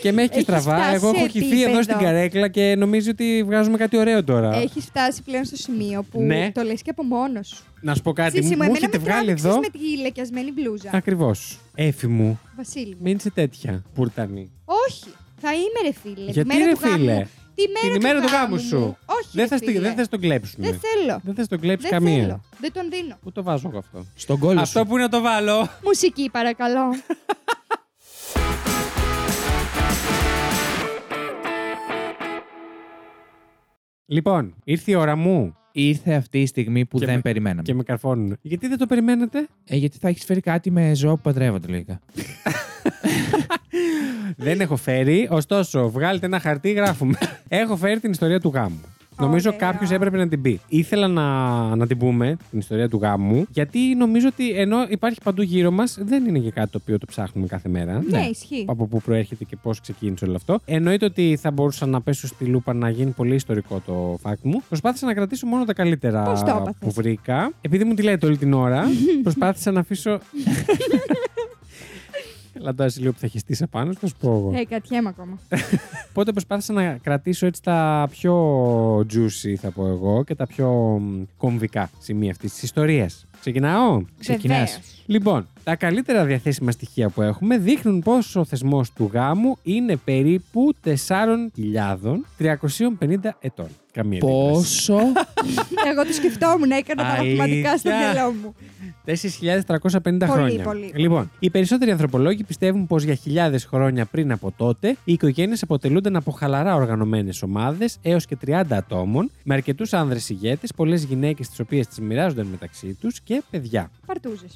Και με έχει Έχεις στραβά. φτάσει Εγώ έχω σε χυθεί επίπεδο. εδώ στην καρέκλα και νομίζω ότι βγάζουμε κάτι ωραίο τώρα. Έχεις φτάσει πλέον στο σημείο που Ναι. το λες και από μόνος σου. Να σου πω κάτι. Σύση Μου εμένα έχετε με βγάλει τράβηξες εδώ. με τη λεκιασμένη μπλούζα. Ακριβώς. Έφη μου, Βασίλη μου. μην είσαι τέτοια πουρτανή. Όχι. Θα είμαι ρε φίλε. Γιατί, τη μέρα ρε, του γάμου φίλε? μου. Τη μέρα, Την ημέρα του γάμου μου. σου. Όχι. Δεν ρε, θα, στη- φίλε. δεν θα τον κλέψουν. Δεν θέλω. Δεν θα τον κλέψει Δεν καμία. θέλω. Δεν τον δίνω. Πού το βάζω εγώ αυτό. Στον κόλλο Αυτό σου. που είναι το βάλω. Μουσική παρακαλώ. Λοιπόν, ήρθε η ώρα μου Ήρθε αυτή η στιγμή που Και δεν με- περιμέναμε. και με καρφώνουν. Γιατί δεν το περιμένετε. Ε, γιατί θα έχεις φέρει κάτι με ζώα που παντρεύονται, λογικά. δεν έχω φέρει, ωστόσο, βγάλετε ένα χαρτί, γράφουμε. έχω φέρει την ιστορία του γάμου. Νομίζω Ωραία. κάποιος έπρεπε να την πει. Ήθελα να, να την πούμε, την ιστορία του γάμου, γιατί νομίζω ότι ενώ υπάρχει παντού γύρω μας, δεν είναι και κάτι το οποίο το ψάχνουμε κάθε μέρα. ναι, ισχύει. από πού προέρχεται και πώς ξεκίνησε όλο αυτό. Εννοείται ότι θα μπορούσα να πέσω στη λούπα να γίνει πολύ ιστορικό το fact μου. Προσπάθησα να κρατήσω μόνο τα καλύτερα Πώς το έπαθες? που βρήκα. Επειδή μου τη λέτε όλη την ώρα, προσπάθησα να αφήσω. Καλά, το ασυλίο που θα χεστεί απάνω, θα σου πω εγώ. Ε, κατιέμαι ακόμα. Οπότε προσπάθησα να κρατήσω έτσι τα πιο juicy, θα πω εγώ, και τα πιο μ, κομβικά σημεία αυτής της ιστορίας. Ξεκινάω. Ξεκινάς. Βεβαίως. Λοιπόν, τα καλύτερα διαθέσιμα στοιχεία που έχουμε δείχνουν πως ο θεσμός του γάμου είναι περίπου 4.350 ετών. Καμία αντίδραση. Πόσο. Εγώ το σκεφτόμουν, έκανα τα Αλήθεια. μαθηματικά στο μυαλό μου. 4.350 Πολύ, χρόνια. πολύ. Λοιπόν, οι περισσότεροι ανθρωπολόγοι πιστεύουν πως για χιλιάδες χρόνια πριν από τότε οι οικογένειες αποτελούνταν από χαλαρά οργανωμένες ομάδες έως και 30 ατόμων, με αρκετούς άνδρες ηγέτες, πολλές γυναίκες τις οποίες τις μοιράζονταν μεταξύ τους και παιδιά. Παρτούζες.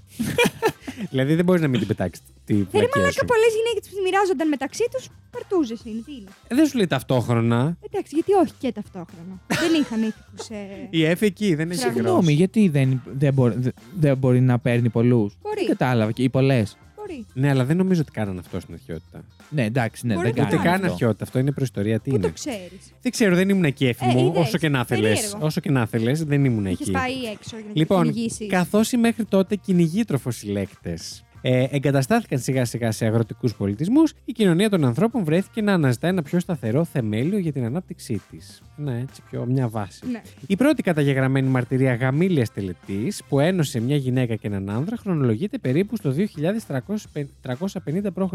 δηλαδή δεν μπορείς να μην την πετάξεις τη Δεν φυλακή μαλάκα σου. πολλές γυναίκες που μοιράζονταν μεταξύ τους, παρτούζες είναι. Τι είναι. Ε, Δεν σου λέει ταυτόχρονα. Εντάξει, γιατί όχι και ταυτόχρονα. δεν είχαν ήθικους. Ε... Η Εφη εκεί δεν έχει Συγγνώμη, γρόση. Συγγνώμη, γιατί δεν, δεν, μπορεί, δε- δεν μπορεί να παίρνει πολλούς. Μπορεί. Δεν κατάλαβα. Και οι πολλές. Μπορεί. Ναι, αλλά δεν νομίζω ότι κάνανε αυτό στην αρχαιότητα. Ναι, εντάξει, ναι, Μπορεί δεν να Ούτε κάνει. καν αυτό. αρχαιότητα. Αυτό είναι προϊστορία. Τι Πού είναι. το ξέρεις. Δεν ξέρω, δεν ήμουν εκεί, Εφη Ε, μου. είδες. Όσο και να θέλες. Περίεργο. Όσο και να θέλες, δεν ήμουν Είχες εκεί. πάει έξω για να Λοιπόν, κυνηγήσεις. καθώς οι μέχρι τότε κυνηγήτροφο συλλέκτε ε, εγκαταστάθηκαν σιγά σιγά σε αγροτικούς πολιτισμούς, η κοινωνία των ανθρώπων βρέθηκε να αναζητά ένα πιο σταθερό θεμέλιο για την ανάπτυξή της. Ναι, έτσι πιο μια βάση. Ναι. Η πρώτη καταγεγραμμένη μαρτυρία γαμήλια τελετής που ένωσε μια γυναίκα και έναν άνδρα χρονολογείται περίπου στο 2350 π.Χ.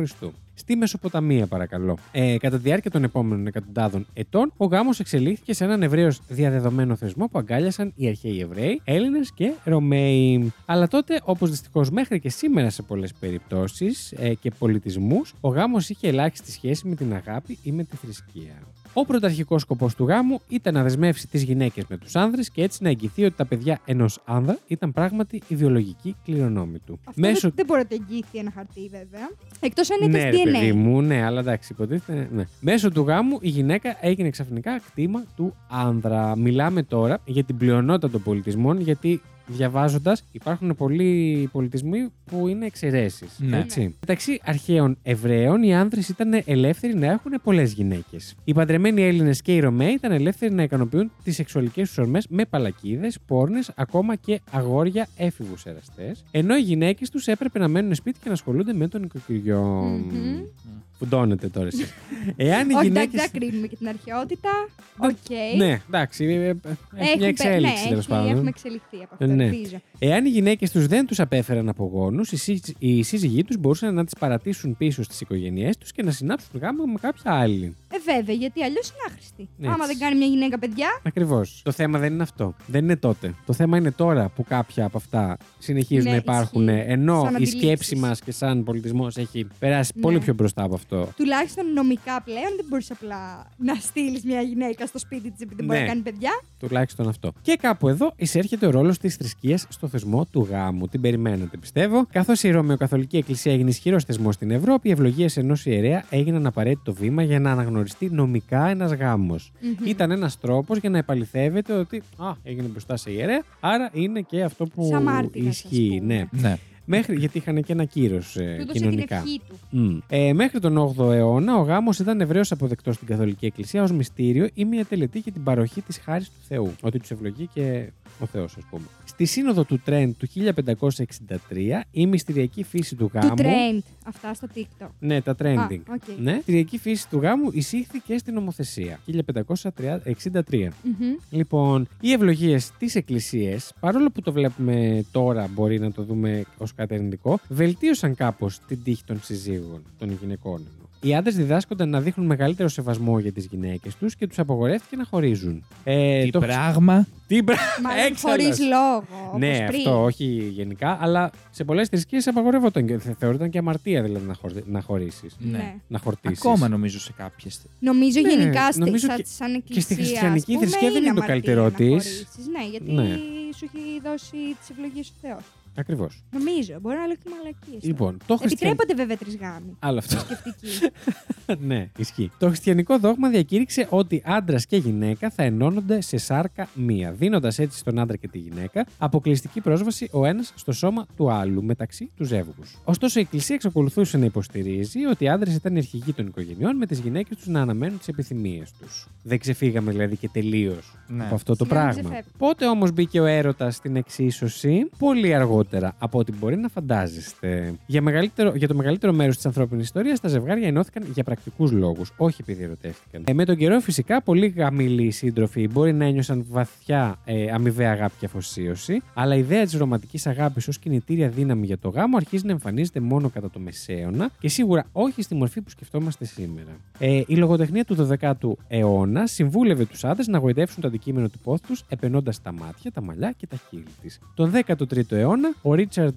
Στη Μεσοποταμία, παρακαλώ. Ε, κατά τη διάρκεια των επόμενων εκατοντάδων ετών, ο γάμος εξελίχθηκε σε έναν ευρέως διαδεδομένο θεσμό που αγκάλιασαν οι αρχαίοι Εβραίοι, Έλληνες και Ρωμαίοι. Αλλά τότε, όπως δυστυχώς μέχρι και σήμερα σε πολλές περιπτώσεις ε, και πολιτισμούς, ο γάμος είχε ελάχιστη σχέση με την αγάπη ή με τη θρησκεία. Ο πρωταρχικός σκοπός του γάμου ήταν να δεσμεύσει τις γυναίκες με τους άνδρες και έτσι να εγγυηθεί ότι τα παιδιά ενός άνδρα ήταν πράγματι η βιολογική κληρονόμη του. Αυτό δεν, δεν μπορεί να το εγγύθει ένα χαρτί, βέβαια. Εκτός αν ήταν Ναι, ρε, DNA. παιδί μου, ναι, αλλά εντάξει, υποτίθεται. Ναι. Μέσω του γάμου η γυναίκα έγινε ξαφνικά κτήμα του άνδρα. Μιλάμε τώρα για την πλειονότητα των πολιτισμών, γιατί διαβάζοντας υπάρχουν πολλοί πολιτισμοί που είναι εξαιρέσεις. Ναι. Έτσι. Μεταξύ αρχαίων Εβραίων, οι άνδρες ήταν ελεύθεροι να έχουν πολλές γυναίκες. Οι παντρεμένοι Έλληνες και οι Ρωμαίοι ήταν ελεύθεροι να ικανοποιούν τις σεξουαλικές τους ορμές με παλακίδες, πόρνες, ακόμα και αγόρια έφηβους εραστές, ενώ οι γυναίκες τους έπρεπε να μένουν σπίτι και να ασχολούνται με τον οικοκυριό. Μμμ. Φουντώνετε τώρα εσείς. Εάν οι Όχι, εντάξει, γυναίκες. δεν κρίνουμε και την αρχαιότητα. Οκ. Ναι, εντάξει. ε, ε, ε, Έχει μια Έχουμε- εξέλιξη ναι, τέλος έχει- πάντων. Έχουμε εξελιχθεί από αυτό. Ναι. ελπίζω. Εάν οι γυναίκες τους δεν τους απέφεραν από γόνους, οι, σύζυ- οι σύζυγοί τους μπορούσαν να τις παρατήσουν πίσω στις οικογένειές τους και να συνάψουν γάμο με κάποια άλλη. Ε, βέβαια, γιατί αλλιώς είναι άχρηστη. Ναι, Άμα έτσι. δεν κάνει μια γυναίκα παιδιά, Ακριβώς. Το θέμα δεν είναι αυτό. Δεν είναι τότε. Το θέμα είναι τώρα που κάποια από αυτά συνεχίζουν Ναι, να υπάρχουν, ισχύει. ενώ Σαν η σκέψη αντιλήψεις. μας και σαν πολιτισμός έχει περάσει Ναι. πολύ πιο μπροστά από αυτό. τουλάχιστον νομικά πλέον δεν μπορείς απλά να στείλεις μια γυναίκα στο σπίτι της επειδή δεν μπορεί Ναι. να κάνει παιδιά. Τουλάχιστον αυτό. Και κάπου εδώ εισέρχεται ο ρόλος της θρησκείας στο θεσμό του γάμου. Την περιμένετε, πιστεύω. Καθώς η Ρωμαιοκαθολική Εκκλησία έγινε ισχυρός θεσμός στην Ευρώπη, οι ευλογίες ενός ιερέα έγιναν απαραίτητο βήμα για να αναγνωριστεί νομικά ένας γάμος. Μμμ. Ήταν ένας τρόπος για να επαληθεύεται ότι α, έγινε μπροστά σε ιερέα, άρα είναι και αυτό που Σαν μάρτυρας, ας ισχύει. πούμε. Ναι. Ναι. Μέχρι, γιατί είχαν και ένα κύρος Του δώσε την κοινωνικά. ευχή του. Μμ. Ε, μέχρι τον 8ο αιώνα, ο γάμος ήταν ευρέως αποδεκτός στην Καθολική Εκκλησία ως μυστήριο ή μια τελετή για την παροχή της χάρης του Θεού. Ότι τους ευλογεί και ο Θεός, ας πούμε. Στη σύνοδο του Τρέν του 1563, η μυστηριακή φύση του γάμου. Του trend. Αυτά στο TikTok. Ναι, τα trending. Α, οκ. Ναι, η μυστηριακή φύση του γάμου εισήχθηκε στην νομοθεσία. 1563. Μμμ. Λοιπόν, οι ευλογίες της Εκκλησίας, παρόλο που το βλέπουμε τώρα, μπορεί να το δούμε ως κάτι αρνητικό, βελτίωσαν κάπως την τύχη των συζύγων, των γυναικών. εννοώ. Οι άντρες διδάσκονταν να δείχνουν μεγαλύτερο σεβασμό για τις γυναίκες τους και τους απαγορεύτηκε να χωρίζουν. Ε, Τι πράγμα. Τι πρα... Μάλλον Έξαλλος. χωρίς λόγο. όπως Ναι, πριν. αυτό όχι γενικά, αλλά σε πολλές θρησκείες απαγορεύονταν και θε- θεωρούνταν και αμαρτία δηλαδή να, χωρι... να χωρίσεις. Ναι. Να χορτήσεις. Ακόμα νομίζω σε κάποιες. Νομίζω Ναι, γενικά στη, νομίζω σαν, και- σαν εκκλησία. και στη χριστιανική ας πούμε, θρησκεία δεν είναι είναι το αμαρτία καλύτερό να της. χωρίσεις. Ναι, γιατί Ναι. σου έχει δώσει τις ευλογίες ο Θεός. Ακριβώς. Νομίζω. Μπορεί να λέω και μαλακίες. Λοιπόν, το χριστιαν... Επιτρέπονται βέβαια τρεις γάμοι. Άλλο αυτό. Σκεφτική. ναι, ισχύει. Το χριστιανικό δόγμα διακήρυξε ότι άντρας και γυναίκα θα ενώνονται σε σάρκα μία, δίνοντας έτσι στον άντρα και τη γυναίκα αποκλειστική πρόσβαση ο ένας στο σώμα του άλλου μεταξύ τους ζεύγους. Ωστόσο, η Εκκλησία εξακολουθούσε να υποστηρίζει ότι οι άντρες ήταν οι αρχηγοί των οικογενειών με τις γυναίκες τους να αναμένουν τις επιθυμίες τους. Δεν ξεφύγαμε δηλαδή και τελείως Ναι. από αυτό το Σιγά μην πράγμα. ξεφεύγει. Πότε όμως μπήκε ο έρωτας στην εξίσωση, πολύ αργότερα από ό,τι μπορεί να φαντάζεστε. Για, μεγαλύτερο, για το μεγαλύτερο μέρος της ανθρώπινης ιστορίας, τα ζευγάρια ενώθηκαν για πρακτικούς λόγους, όχι επειδή ερωτεύτηκαν. Ε, με τον καιρό, φυσικά, πολλοί γαμιλοί σύντροφοι μπορεί να ένιωσαν βαθιά ε, αμοιβαία αγάπη και αφοσίωση, αλλά η ιδέα της ρομαντικής αγάπης ως κινητήρια δύναμη για το γάμο αρχίζει να εμφανίζεται μόνο κατά το μεσαίωνα και σίγουρα όχι στη μορφή που σκεφτόμαστε σήμερα. Ε, η λογοτεχνία του 12ου αιώνα συμβούλευε τους άντρες να γοητεύσουν το αντικείμενο του πόθους του επενώντας τα μάτια, τα μαλλιά και τα χείλη της. Τον 13ο αιώνα, ο Ρίτσαρντ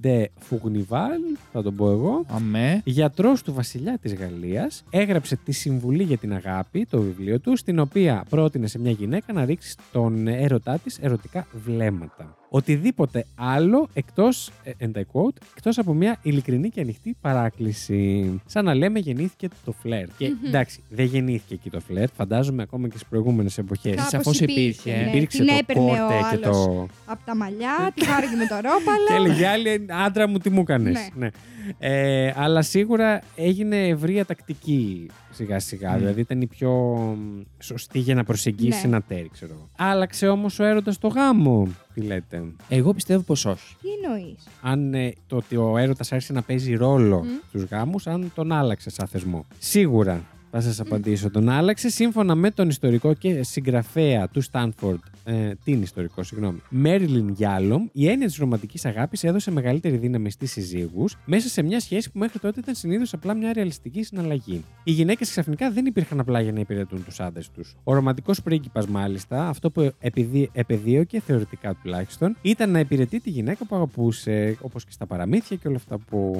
Ντε Φουγνιβάλ, θα τον πω εγώ, Αμέ. Γιατρός του βασιλιά της Γαλλίας, έγραψε τη Συμβουλή για την Αγάπη, το βιβλίο του, στην οποία πρότεινε σε μια γυναίκα να ρίξει τον έρωτά της ερωτικά βλέμματα. Οτιδήποτε άλλο εκτός, and I quote, εκτός από μια ειλικρινή και ανοιχτή παράκληση. Σαν να λέμε, γεννήθηκε το φλερ. Και Μμμ. εντάξει, δεν γεννήθηκε εκεί το φλερ, φαντάζομαι ακόμα και στις προηγούμενες εποχές. Κάπως σαφώς υπήρχε, ε. ναι. Υπήρξε Την το έπαιρνε ο κόρτε και άλλος το. από τα μαλλιά, την άραγε με το Και ρόπαλο. έλεγε η άλλη, άντρα μου, τι μου έκανες. Ναι. Ε, αλλά σίγουρα έγινε ευρεία τακτική σιγά-σιγά. Mm. Δηλαδή ήταν η πιο μ, σωστή για να προσεγγίσει Ναι. ένα τέρι, ξέρω εγώ. Άλλαξε όμως ο έρωτας το γάμο, τι λέτε. Εγώ πιστεύω πως όχι. Τι εννοείς. Αν ε, το ότι ο έρωτας άρχισε να παίζει ρόλο Μμ. στους στου γάμους, αν τον άλλαξε σαν θεσμό. Σίγουρα θα σας απαντήσω. Τον άλλαξε σύμφωνα με τον ιστορικό και συγγραφέα του Στάνφορντ, ε, την ιστορικό, συγγνώμη, Μέριλιν Γιάλομ, η έννοια της ρομαντικής αγάπης έδωσε μεγαλύτερη δύναμη στις συζύγους μέσα σε μια σχέση που μέχρι τότε ήταν συνήθως απλά μια ρεαλιστική συναλλαγή. Οι γυναίκες ξαφνικά δεν υπήρχαν απλά για να υπηρετούν τους άντρες τους. Ο ρομαντικός πρίγκιπας, μάλιστα, αυτό που επιδί, επεδίωκε, θεωρητικά τουλάχιστον, ήταν να υπηρετεί τη γυναίκα που αγαπούσε, όπως και στα παραμύθια και όλα αυτά που.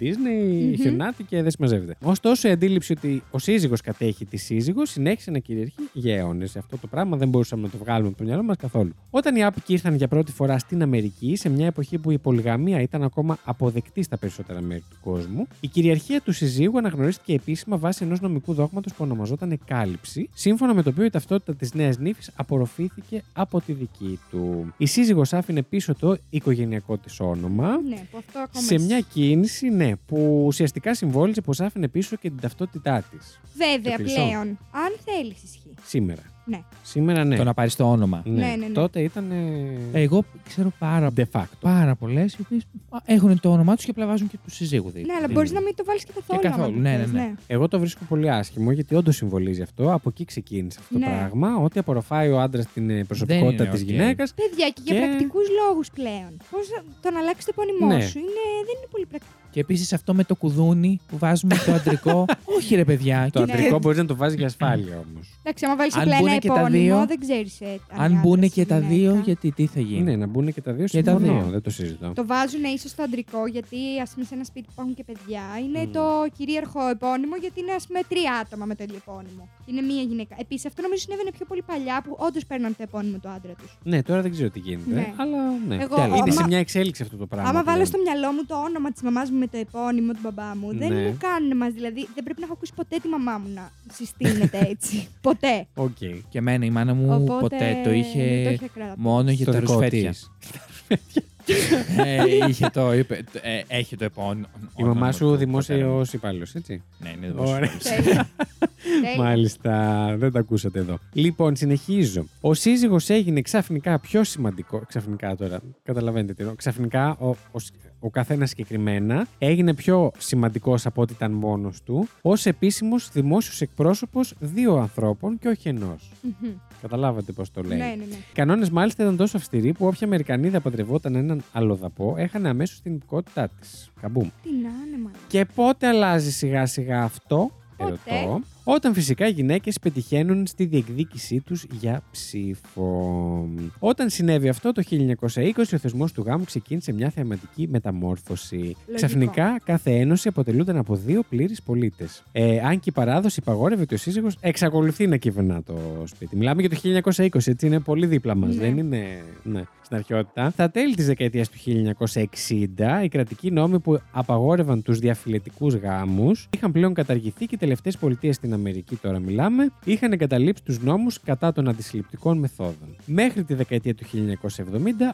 Disney, Μμμ. χιονάτη και δεν συμμαζεύεται. Ωστόσο, η αντίληψη ότι ο σύζυγος κατέχει τη σύζυγο συνέχισε να κυριαρχεί για αιώνες. Αυτό το πράγμα δεν μπορούσαμε να το βγάλουμε από το μυαλό μας καθόλου. Όταν οι άπικοι ήρθαν για πρώτη φορά στην Αμερική, σε μια εποχή που η πολυγαμία ήταν ακόμα αποδεκτή στα περισσότερα μέρη του κόσμου, η κυριαρχία του συζύγου αναγνωρίστηκε επίσημα βάσει ενός νομικού δόγματος που ονομαζόταν Εκάλυψη, σύμφωνα με το οποίο η ταυτότητα της νέας νύφης απορροφήθηκε από τη δική του. Η σύζυγος άφηνε πίσω το οικογενειακό της όνομα, Ναι, που αυτό ακόμα. σε εσύ. μια κίνηση, ναι, που ουσιαστικά συμβόλιζε πως άφηνε πίσω και την ταυτότητά της. Βέβαια το κλεισό. πλέον, αν θέλεις ισχύει. Σήμερα. Ναι. Σήμερα, ναι. Το να πάρεις το όνομα. Ναι, ναι, ναι. Τότε ήταν. ε, Εγώ ξέρω πάρα, De facto. πάρα πολλές οι οποίες έχουν το όνομά τους και πλαβάζουν και Δηλαδή. τους συζύγους. Ναι, αλλά μπορείς να μην το βάλεις και καθόλου. άμα καθόλου, το ναι, ναι, θες, ναι. Εγώ το βρίσκω πολύ άσχημο γιατί όντως συμβολίζει αυτό. Από εκεί ξεκίνησε αυτό το Ναι. πράγμα. Ότι απορροφάει ο άντρας την ε, Δεν προσωπικότητα είναι της οκ. γυναίκας. Παιδιά, και, Και- για πρακτικούς λόγους πλέον. Πώς το να αλλάξεις το επώνυμό Ναι. σου είναι, δεν είναι πολύ πρακτικό. Και επίσης αυτό με το κουδούνι που βάζουμε το αντρικό. Όχι, ρε παιδιά. Το Ναι. κοίτα, αντρικό μπορείς να το βάζεις για Ναι. ασφάλεια όμως. Εντάξει, άμα βάλεις Αν απλά ένα μπουνε και τα επώνυμο, δύο- δεν ξέρεις. Ε, αν είναι Αν μπουν άντρας ή και τα γυναίκα. δύο, γιατί τι θα γίνει. Ναι, να μπουν και τα δύο Και τα συμφωνώ, δύο. Δεν το συζητώ. Το βάζουν ίσως στο αντρικό, γιατί ας πούμε σε ένα σπίτι που έχουν και παιδιά είναι Μμμ. το κυρίαρχο επώνυμο, γιατί είναι ας πούμε τρία άτομα με το ίδιο επώνυμο. Είναι μία γυναίκα. Επίσης, αυτό νομίζω συνέβαινε πιο πολύ παλιά που όντως παίρναν το επώνυμο του άντρα τους. Ναι, τώρα δεν ξέρω τι γίνεται. Ναι. Αλλά ναι. Εγώ, Τέλος. Είναι άμα- σε μια εξέλιξη αυτό το πράγμα. Άμα βάλω πλέον. στο μυαλό μου το όνομα της μαμάς μου με το επώνυμο του μπαμπά μου, δεν Ναι. μου κάνουν μας. Δηλαδή, δεν πρέπει να έχω ακούσει ποτέ τη μαμά μου να συστήνεται έτσι. ποτέ. Οκ. Και εμένα η μάνα μου Οπότε, ποτέ το είχε, ναι, το είχε κρατήσει. μόνο για Στο τα δικό ρουσφέτια. της. ε, είχε το, είπε, το- ε, έχει το επόμενο. Η μαμά σου δημόσιο υπάλληλος, έτσι. Ναι, είναι Ωραία. δημόσιο. Τέλεια. Τέλεια. Μάλιστα, δεν τα ακούσατε εδώ. Λοιπόν, συνεχίζω. Ο σύζυγος έγινε ξαφνικά πιο σημαντικό. Ξαφνικά τώρα, καταλαβαίνετε τι εννοώ. Ξαφνικά ο, ο, σ- ο καθένας συγκεκριμένα έγινε πιο σημαντικός από ό,τι ήταν μόνος του, ως επίσημος δημόσιος εκπρόσωπος δύο ανθρώπων και όχι ενός. Μμμ. Καταλάβατε πώς το λέει. Ναι, ναι, ναι. Οι κανόνες μάλιστα ήταν τόσο αυστηροί που όποια Αμερικανίδα παντρευόταν έναν αλλοδαπό έχανε αμέσως την υπηκότητά της. Καμπούμ. Τι να είναι, μάλλον. Και πότε αλλάζει σιγά σιγά αυτό, Πότε? ερωτώ. Όταν φυσικά οι γυναίκες πετυχαίνουν στη διεκδίκησή τους για ψήφο. Όταν συνέβη αυτό το 1920, ο θεσμός του γάμου ξεκίνησε μια θεαματική μεταμόρφωση. Ξαφνικά, κάθε ένωση αποτελούνταν από δύο πλήρεις πολίτες. Ε, αν και η παράδοση παγόρευε ότι ο σύζυγος εξακολουθεί να κυβερνά το σπίτι. Μιλάμε για το 1920, έτσι είναι πολύ δίπλα μας, Ναι. δεν είναι. Ναι. Στην αρχαιότητα. Στα τέλη της δεκαετίας του 1960, οι κρατικοί νόμοι που απαγόρευαν τους διαφυλετικού γάμους είχαν πλέον καταργηθεί και οι τελευταίες πολιτείες στην Αμερική, τώρα μιλάμε, είχαν εγκαταλείψει τους νόμους κατά των αντισυλληπτικών μεθόδων. Μέχρι τη δεκαετία του 1970,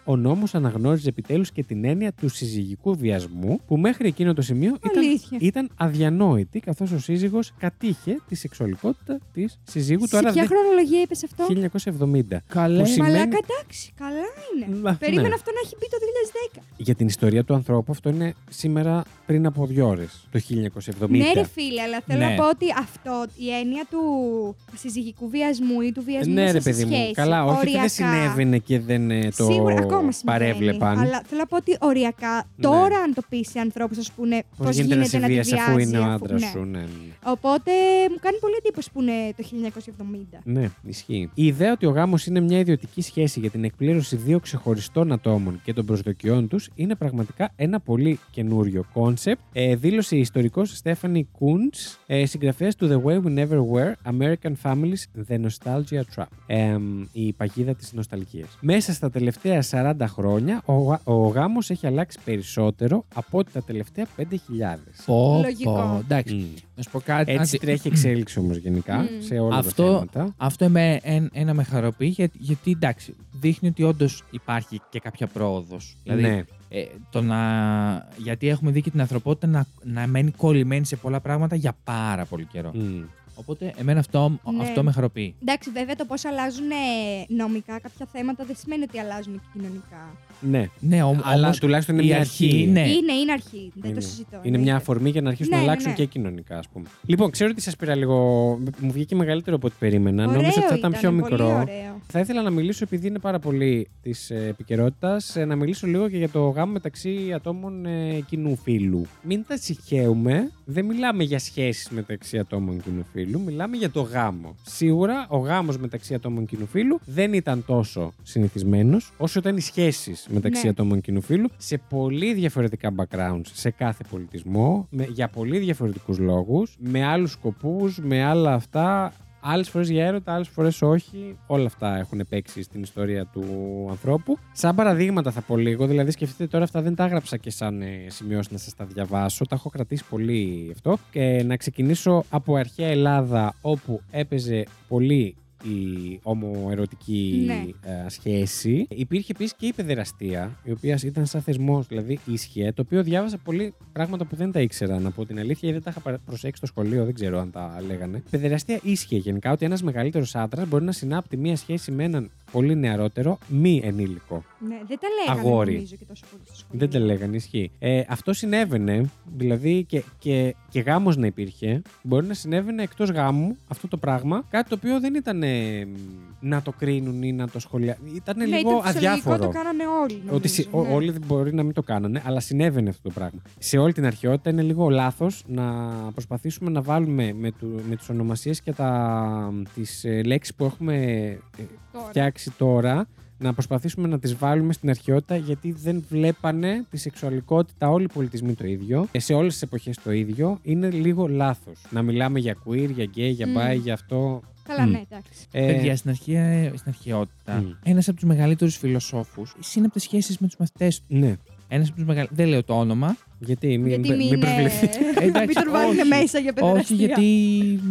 ο νόμος αναγνώριζε επιτέλους και την έννοια του συζυγικού βιασμού, που μέχρι εκείνο το σημείο ήταν Αλήθεια. ήταν αδιανόητη καθώς ο σύζυγος κατήχε τη σεξουαλικότητα της συζύγου του. Σε Άρα ποια δεν... χρονολογία είπες αυτό. Ε, 1970. Καλέ. Που σι- σημαίνει- Μαλάκα, εντάξει, καλά είναι. Να, ναι. Περίμενα αυτό να έχει μπει το 2010. Για την ιστορία του ανθρώπου αυτό είναι σήμερα πριν από δύο ώρες, το 1970. Ναι, ρε φίλε, αλλά θέλω Ναι. να πω ότι αυτό, η έννοια του συζυγικού βιασμού ή του βιασμού ναι μέσα ρε σε παιδί μου, σχέση, καλά, όχι ότι οριακά, δεν συνέβαινε και δεν ε, το Σίγουρα ακόμα συμβαίνει, παρέβλεπαν. Αλλά θέλω να πω ότι οριακά. Ναι. Τώρα, αν το πει σε ανθρώπου, α πούνε πώς Πώς γίνεται να σε να τη βίασε βιάζει. αφού είναι ο άντρας ναι. σου, ναι, ναι. Οπότε μου κάνει πολύ εντύπωση που είναι το 1970. Ναι, ισχύει. Η ιδέα ότι ο γάμος είναι μια ιδιωτική σχέση για την εκπλήρωση δύο ξεχωριστών ατόμων και των προσδοκιών τους είναι πραγματικά ένα πολύ καινούριο κόνσεπτ, ε, δήλωσε η ιστορικός Στέφανη Κούντ, ε, συγγραφέας του The Way We Never Were, American Families, The Nostalgia Trap. Ε, η παγίδα της νοσταλγίας. Μέσα στα τελευταία 40 χρόνια, ο, γα- ο γάμος έχει αλλάξει περισσότερο από ό,τι τα τελευταία 5.000. Πω, Λογικό. πω. Εντάξει, Μμμ. να σου πω κάτι. Έτσι Άντε, τρέχει εξέλιξη όμως γενικά Μμμ. σε όλα Αυτό- τα θέματα. Αυτό με, εν- ένα με χαροποιεί, γιατί, γιατί εντάξει, δείχνει ότι όντως υπάρχει και κάποια πρόοδος. Δηλαδή, ναι. ε, το να... γιατί έχουμε δει και την ανθρωπότητα να, να μένει κολλημένη σε πολλά πράγματα για πάρα πολύ καιρό. Μμ. Οπότε, εμένα αυτό, Ναι. αυτό με χαροποιεί. Εντάξει, βέβαια το πώς αλλάζουν ε, νομικά κάποια θέματα δεν σημαίνει ότι αλλάζουν και κοινωνικά. Ναι. Ναι, όμ, Αλλά όμως, τουλάχιστον είναι η μια αρχή αρχή. είναι- Ναι. Είναι, είναι αρχή. Δεν Είναι. το συζητώ. Είναι μια εννοείται. αφορμή για να αρχίσουν Ναι, να ναι, αλλάξουν ναι. και κοινωνικά, ας πούμε. Λοιπόν, ξέρω ότι σας πήρα λίγο. Μου βγήκε μεγαλύτερο από ό,τι περίμενα. Ωραίο Νόμιζα ότι θα ήταν, πιο πολύ μικρό. ωραίο. Θα ήθελα να μιλήσω, επειδή είναι πάρα πολύ της επικαιρότητας, ε, να μιλήσω λίγο και για το γάμο μεταξύ ατόμων ε, κοινού φύλου. Μην τα συγχαίουμε. Δεν μιλάμε για σχέσεις μεταξύ ατόμων κοινού φύλου, μιλάμε για το γάμο. Σίγουρα ο γάμος μεταξύ ατόμων κοινού φύλου δεν ήταν τόσο συνηθισμένος όσο ήταν οι σχέσεις μεταξύ Ναι. ατόμων κοινού φύλου σε πολύ διαφορετικά backgrounds σε κάθε πολιτισμό, με, για πολύ διαφορετικούς λόγους, με άλλους σκοπούς, με άλλα αυτά. Άλλες φορές για έρωτα, άλλες φορές όχι. Όλα αυτά έχουν παίξει στην ιστορία του ανθρώπου. Σαν παραδείγματα θα πω λίγο, δηλαδή σκεφτείτε τώρα αυτά δεν τα έγραψα και σαν ε, σημειώσεις να σας τα διαβάσω. Τα έχω κρατήσει πολύ αυτό. Και να ξεκινήσω από αρχαία Ελλάδα, όπου έπαιζε πολύ η ομοερωτική Ναι. ε, σχέση. Υπήρχε επίσης και η παιδεραστία, η οποία ήταν σαν θεσμός, δηλαδή ίσχυε, το οποίο διάβασα πολύ πράγματα που δεν τα ήξερα, να πω την αλήθεια, ή δεν τα είχα παρα- προσέξει στο σχολείο, δεν ξέρω αν τα λέγανε. Η παιδεραστία ίσχυε γενικά ότι ένας μεγαλύτερος άντρας μπορεί να συνάπτει μία σχέση με έναν πολύ νεαρότερο, μη ενήλικο. Ναι, δεν τα λέγανε Αγόρι. νομίζω και τόσο πολύ στο σχολείο. Δεν τα λέγανε, ισχύει. Ε, αυτό συνέβαινε, δηλαδή και, και, και γάμος να υπήρχε, μπορεί να συνέβαινε εκτός γάμου αυτό το πράγμα. Κάτι το οποίο δεν ήταν ε, μ, να το κρίνουν ή να το σχολιάσουν. Ήταν Ναι, λίγο ήταν φυσιολογικό, αδιάφορο. το κάνανε όλοι. Νομίζω, Ότι συ- ο- ναι. όλοι δεν μπορεί να μην το κάνανε, αλλά συνέβαινε αυτό το πράγμα. Σε όλη την αρχαιότητα είναι λίγο λάθος να προσπαθήσουμε να βάλουμε με, του, με τις ονομασίες και τις ε, λέξεις που έχουμε ε, Τώρα. φτιάξει τώρα να προσπαθήσουμε να τις βάλουμε στην αρχαιότητα γιατί δεν βλέπανε τη σεξουαλικότητα όλοι οι πολιτισμοί το ίδιο και σε όλες τις εποχές το ίδιο είναι λίγο λάθος να μιλάμε για queer, για gay, για Μμμ. bi, για αυτό Καλά, Μμ. ναι, εντάξει. ε, Παιδιά, στην, αρχαία, στην αρχαιότητα, Μμ. ένας από τους μεγαλύτερους φιλοσόφους σύναπτε σχέσεις με τους μαθητές του. ναι, Ένας από τους μεγαλύτερου. Δεν λέω το όνομα. Γιατί, μην, Γιατί μην, μην προσβληθεί. ε, εντάξει, μην τον βάλουν όχι. μέσα για Όχι, παιδεραστία. γιατί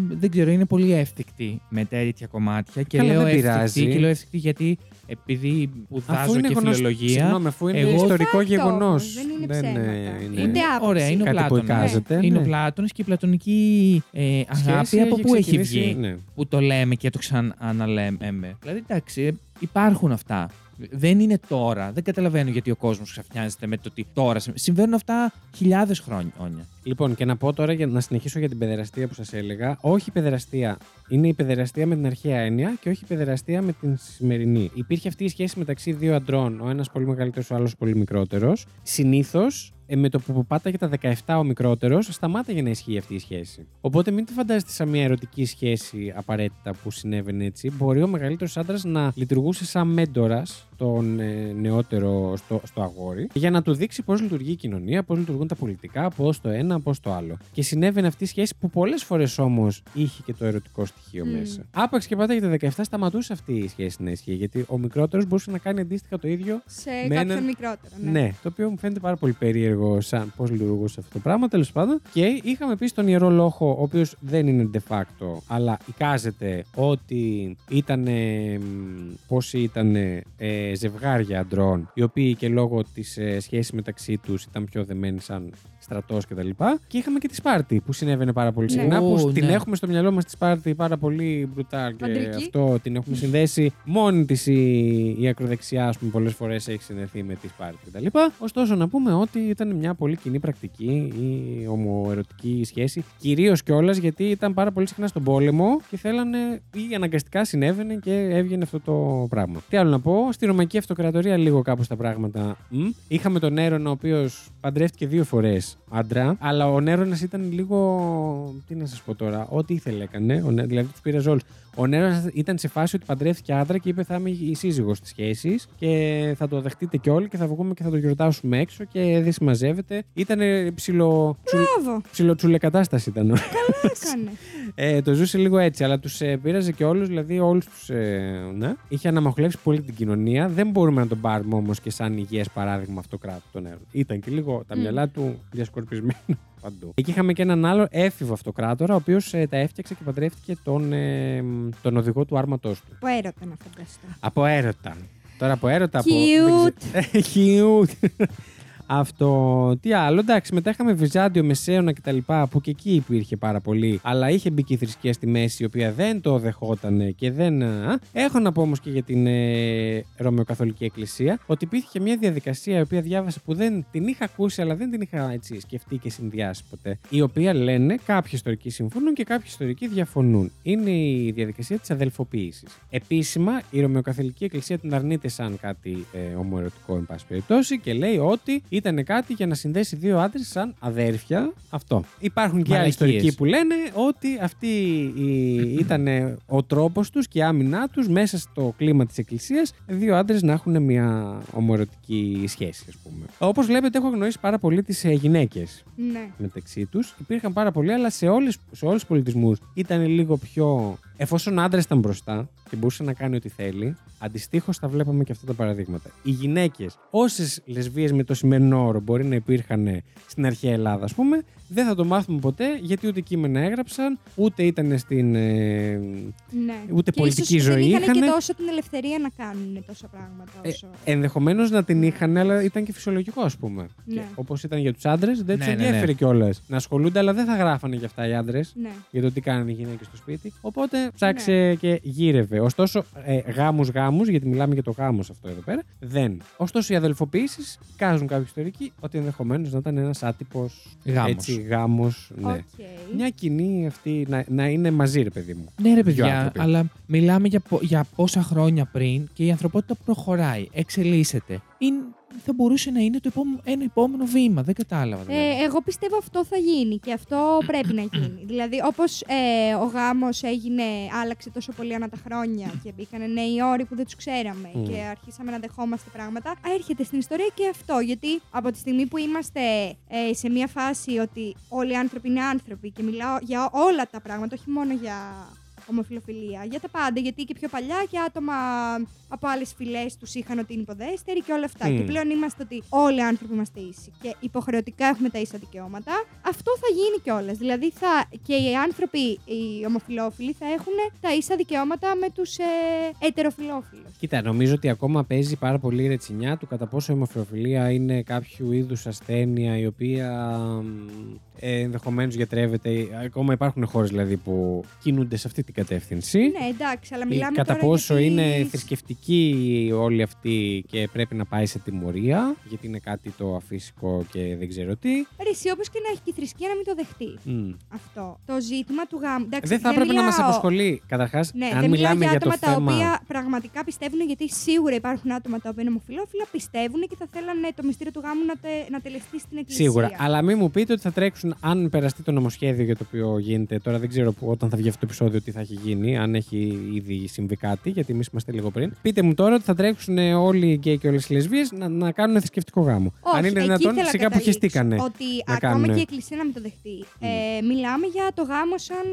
δεν ξέρω, είναι πολύ εύθικτη με τέτοια κομμάτια. Και Καλά, λέω δεν εύθικτη, πειράζει. και λέω εύθικτη γιατί επειδή σπουδάζω και γνωστό- φιλολογία. Συγγνώμη, αφού είναι εγώ- ιστορικό Fact γεγονό. όμως, δεν είναι ψέματα. είναι Ούτε άποψη. ε, Ωραία, είναι ο κάτι που Πλάτωνας. εικάζεται. Είναι ο ναι. Πλάτωνας και η πλατωνική ε, αγάπη Σχέση από πού έχει ξεκινήσει, βγει. ναι. που το λέμε και το ξαναλέμε. Δηλαδή, εντάξει, ε, υπάρχουν αυτά. Δεν είναι τώρα. Δεν καταλαβαίνω γιατί ο κόσμος ξαφνιάζεται με το ότι τώρα. συμβα- Συμβαίνουν αυτά χιλιάδες χρόνια. Λοιπόν, και να πω τώρα για να συνεχίσω για την παιδεραστία που σας έλεγα. Όχι η παιδεραστία. Είναι η παιδεραστία με την αρχαία έννοια και όχι η παιδεραστία με την σημερινή. Υπήρχε αυτή η σχέση μεταξύ δύο αντρών, ο ένας πολύ μεγαλύτερος, ο άλλος πολύ μικρότερος. Συνήθως, με το που πάταγε τα 17 ο μικρότερος, σταμάταγε να ισχύει αυτή η σχέση. Οπότε μην τη φαντάζεστε σαν μια ερωτική σχέση απαραίτητα που συνέβαινε έτσι. Μπορεί ο μεγαλύτερος άντρας να λειτουργούσε σαν μέντορας τον ε, νεότερο στο, στο αγόρι για να του δείξει πώς λειτουργεί η κοινωνία, πώς λειτουργούν τα πολιτικά, πώς το ένα, πώς το άλλο. Και συνέβαινε αυτή η σχέση που πολλές φορές όμως είχε και το ερωτικό στοιχείο Μμμ. μέσα. Άπαξ και πάτα για τα 17 σταματούσε αυτή η σχέση να ισχύει γιατί ο μικρότερος μπορούσε να κάνει αντίστοιχα το ίδιο. Σε Με κάποιον έναν- μικρότερο. Ναι. το οποίο μου φαίνεται πάρα πολύ περίεργο σαν πώς λειτουργούσε αυτό το πράγμα. Τέλος πάντων, και είχαμε επίση τον ιερό λόγο, ο οποίος δεν είναι de facto, αλλά εικάζεται ότι ήταν πόσοι ήταν ζευγάρια αντρών, οι οποίοι και λόγω της ε, σχέσης μεταξύ τους ήταν πιο δεμένοι σαν στρατός κτλ. Και, τα λοιπά. και είχαμε και τη Σπάρτη που συνέβαινε πάρα πολύ Ναι. συχνά. Που Ω, την ναι. έχουμε στο μυαλό μας τη Σπάρτη πάρα πολύ μπρουτάλ και Αντρική. αυτό την έχουμε συνδέσει μόνη της η, η ακροδεξιά, ας πούμε, πολλές φορές έχει συνδεθεί με τη Σπάρτη κτλ. Ωστόσο, να πούμε ότι ήταν μια πολύ κοινή πρακτική η ομοερωτική σχέση, κυρίως κιόλας γιατί ήταν πάρα πολύ συχνά στον πόλεμο και θέλανε ή αναγκαστικά συνέβαινε και έβγαινε αυτό το πράγμα. Τι άλλο να πω, στη Ρωμαϊκή Αυτοκρατορία λίγο κάπως τα πράγματα. μ. Είχαμε τον Νέρον, ο οποίος παντρεύτηκε δύο φορές άντρα, αλλά ο Νέρονα ήταν λίγο. Τι να σας πω τώρα, ό,τι ήθελε έκανε. ο Νέ- Δηλαδή τους πήρε όλους. Ο Νέρο ήταν σε φάση ότι παντρεύτηκε άντρα και είπε: Θα είμαι η σύζυγος της σχέση και θα το δεχτείτε κι όλοι και θα βγούμε και θα το γιορτάσουμε έξω και δεν συμμαζεύεται. Ήταν ψηλο. Μπράβο, Ψιλοτσουλεκατάσταση ήταν. τι έκανε. Ε, το ζούσε λίγο έτσι, αλλά τους ε, πείραζε και όλους, δηλαδή όλους τους. ναι. Είχε αναμοχλεύσει πολύ την κοινωνία. Δεν μπορούμε να τον πάρουμε όμως και σαν υγιές παράδειγμα αυτοκράτου τον έρωτα. Ήταν και λίγο τα Μμμ. μυαλά του διασκορπισμένα παντού. Εκεί είχαμε και έναν άλλο έφηβο αυτοκράτορα, ο οποίος τα έφτιαξε και παντρεύτηκε τον, ε, μ, τον οδηγό του άρματός του. Που έρωτα να φανταστώ. Από έρωτα. Τώρα από έρωτα. Από... Cute. δεν ξέρω- Cute. Αυτό. Τι άλλο. Εντάξει, μετά είχαμε Βυζάντιο, Μεσαίωνα κτλ. που και εκεί υπήρχε πάρα πολύ. Αλλά είχε μπει και η θρησκεία στη μέση, η οποία δεν το δεχόταν και δεν. α. Έχω να πω όμως και για την ε, Ρωμαιοκαθολική Εκκλησία ότι υπήρχε και μια διαδικασία η οποία διάβασα που δεν την είχα ακούσει, αλλά δεν την είχα έτσι σκεφτεί και συνδυάσει ποτέ. Η οποία λένε κάποιοι ιστορικοί συμφωνούν και κάποιοι ιστορικοί διαφωνούν. Είναι η διαδικασία της αδελφοποίησης. Επίσημα, η Ρωμαιοκαθολική Εκκλησία την αρνείται σαν κάτι ε, ομοερωτικό, εν πάση περιπτώσει, και λέει ότι ήταν κάτι για να συνδέσει δύο άντρες σαν αδέρφια. Αυτό. Υπάρχουν και άλλοι Μαλακίες. ιστορικοί που λένε ότι αυτή η... ήταν ο τρόπος τους και η άμυνά τους μέσα στο κλίμα της Εκκλησίας δύο άντρες να έχουν μια ομοερωτική σχέση, ας πούμε. Όπως βλέπετε, έχω γνωρίσει πάρα πολύ ε, τι γυναίκες Ναι. μεταξύ τους. Υπήρχαν πάρα πολλοί, αλλά σε, όλες, σε όλους τους πολιτισμούς ήταν λίγο πιο... Εφόσον άντρα ήταν μπροστά και μπορούσε να κάνει ό,τι θέλει, αντιστοίχως τα βλέπαμε και αυτά τα παραδείγματα. Οι γυναίκες, όσες λεσβείε με το σημερινό όρο μπορεί να υπήρχαν στην αρχαία Ελλάδα, ας πούμε, δεν θα το μάθουμε ποτέ γιατί ούτε κείμενα έγραψαν, ούτε ήταν στην. ε, ναι. Ούτε Και πολιτική ίσως ζωή Δεν είχαν και είχανε. τόσο την ελευθερία να κάνουν τόσα πράγματα. Ε, Όσο... Ενδεχομένως να την είχαν, αλλά ήταν και φυσιολογικό, ας πούμε. Ναι. Όπως ήταν για τους άντρες, δεν τους Ναι, ναι, ναι. ενδιαφέρει κιόλας. Να ασχολούνται, αλλά δεν θα γράφανε για αυτά οι άντρες. ναι. για το τι κάνανε οι γυναίκες στο σπίτι. Οπότε ψάξε και γύρευε. Ωστόσο, ε, γάμους γάμους, γιατί μιλάμε για το γάμος σε αυτό εδώ πέρα, δεν. Ωστόσο, οι αδελφοποιήσει κάζουν κάποιοι ιστορικοί ότι ενδεχομένως να ήταν ένας άτυπος Γάμος. γάμος. Ναι. Okay. Μια κοινή αυτή να, να είναι μαζί, ρε παιδί μου. Ναι, ρε Δυο παιδιά, άνθρωποι. αλλά μιλάμε για, πο- για πόσα χρόνια πριν και η ανθρωπότητα προχωράει, εξελίσσεται. Είναι, θα μπορούσε να είναι το επόμενο, ένα επόμενο βήμα. Δεν κατάλαβα. δηλαδή. Ε, εγώ πιστεύω αυτό θα γίνει και αυτό πρέπει να γίνει. Δηλαδή, όπως ε, ο γάμος έγινε, άλλαξε τόσο πολύ ανά τα χρόνια και μπήκαν νέοι όροι που δεν τους ξέραμε Μμμ. και αρχίσαμε να δεχόμαστε πράγματα. Α, Έρχεται στην ιστορία και αυτό. Γιατί από τη στιγμή που είμαστε ε, σε μια φάση ότι όλοι οι άνθρωποι είναι άνθρωποι και μιλάω για όλα τα πράγματα, όχι μόνο για ομοφιλοφιλία. Για τα πάντα. Γιατί και πιο παλιά και άτομα από άλλες φυλές τους είχαν ότι είναι υποδέστεροι και όλα αυτά. Μμμ. Και πλέον είμαστε ότι όλοι οι άνθρωποι είμαστε ίσοι και υποχρεωτικά έχουμε τα ίσα δικαιώματα. Αυτό θα γίνει κιόλας. Δηλαδή θα, και οι άνθρωποι, οι ομοφιλόφιλοι, θα έχουν τα ίσα δικαιώματα με τους ε, ετεροφιλόφιλους. Κοίτα, νομίζω ότι ακόμα παίζει πάρα πολύ η ρετσινιά του κατά πόσο η αιμοφιλοφιλία είναι κάποιο είδους ασθένεια η οποία ε, ενδεχομένως γιατρεύεται. Ακόμα υπάρχουν χώρες δηλαδή που κινούνται σε αυτή την κατεύθυνση. Ναι, εντάξει, αλλά Ή μιλάμε Ε, κατά τώρα πόσο για τις- είναι θρησκευτική όλη αυτή και πρέπει να πάει σε τιμωρία, γιατί είναι κάτι το αφύσικο και δεν ξέρω τι. Ρε, εσύ, όπως και να έχει και η θρησκεία να μην το δεχτεί. Μμ. Αυτό. Το ζήτημα του γάμου. Εντάξει, Δεν θα έπρεπε να μιλάω- μα απασχολεί. Καταρχάς, Ναι, αν δεν μιλάω μιλάμε για για το άτομα τα θέμα. οποία πραγματικά πιστεύουν, γιατί σίγουρα υπάρχουν άτομα τα οποία είναι ομοφυλόφιλα, πιστεύουν και θα θέλανε το μυστήριο του γάμου να, τε, να τελεστεί στην εκκλησία. Σίγουρα. Αλλά μην μου πείτε ότι θα τρέξουν, αν περαστεί το νομοσχέδιο για το οποίο γίνεται. Τώρα δεν ξέρω που, όταν θα βγει αυτό το επεισόδιο τι θα έχει γίνει, αν έχει ήδη συμβεί κάτι, γιατί εμείς είμαστε λίγο πριν. Πείτε μου τώρα ότι θα τρέξουν όλοι οι γκέι και όλες οι λεσβείε να, να κάνουν θρησκευτικό γάμο. Όχι, αν είναι εκεί δυνατόν, ήθελα να σιγά που καταλήξω. χεστήκανε. Ότι να ακόμα κάνουνε. και η Εκκλησία να μην το δεχτεί. Ε, μιλάμε για το γάμο σαν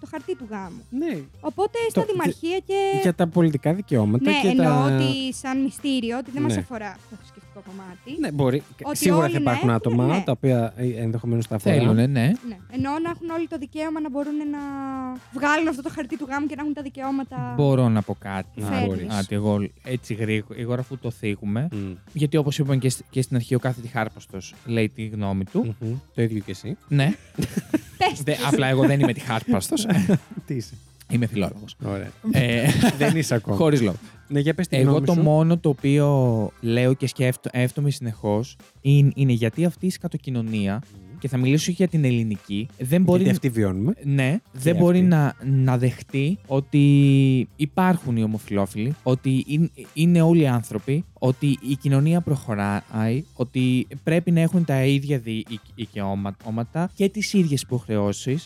το χαρτί του γάμου. Ναι, Οπότε στα Το- δημαρχία και. για τα πολιτικά δικαιώματα Ναι, και εννοώ τα. ότι σαν μυστήριο, ότι δεν μας Ναι. αφορά το θρησκευτικό κομμάτι. Ναι, μπορεί. ότι Σίγουρα όλοι θα να υπάρχουν έχουν, άτομα ναι. τα οποία ενδεχομένως τα αφορά. Θέλουνε, ναι. Ναι. Εννοώ να έχουν όλοι το δικαίωμα να μπορούν να βγάλουν αυτό το χαρτί του γάμου και να έχουν τα δικαιώματα. Μπορώ να πω κάτι. Να Α, μπορείς. Άντε, εγώ έτσι γρήγορα, γρήγορα αφού το θίγουμε. Μμ. Γιατί όπως είπαμε και, σ- και στην αρχή, ο κάθε τυχάρπαστο λέει τη γνώμη του. Μμμ. Το ίδιο και εσύ. Ναι. Πες Δε- απλά εγώ δεν είμαι τυχάρπαστο. Τι είσαι. είμαι φιλόλογο. Ωραία. ε, Δεν είσαι ακόμα. Χωρίς λόγο. Ναι, για πες τη Εγώ γνώμη το σου. μόνο το οποίο λέω και σκέφτομαι συνεχώς είναι, είναι γιατί αυτή η σκατοκοινωνία. Και θα μιλήσω για την ελληνική. Δεν μπορεί, Γιατί αυτή βιώνουμε. Ναι, αυτή. δεν μπορεί να, να δεχτεί ότι υπάρχουν οι ομοφυλόφιλοι, ότι είναι, είναι όλοι άνθρωποι, ότι η κοινωνία προχωράει, ότι πρέπει να έχουν τα ίδια δι- δι- δικαιώματα και τις ίδιες υποχρεώσεις.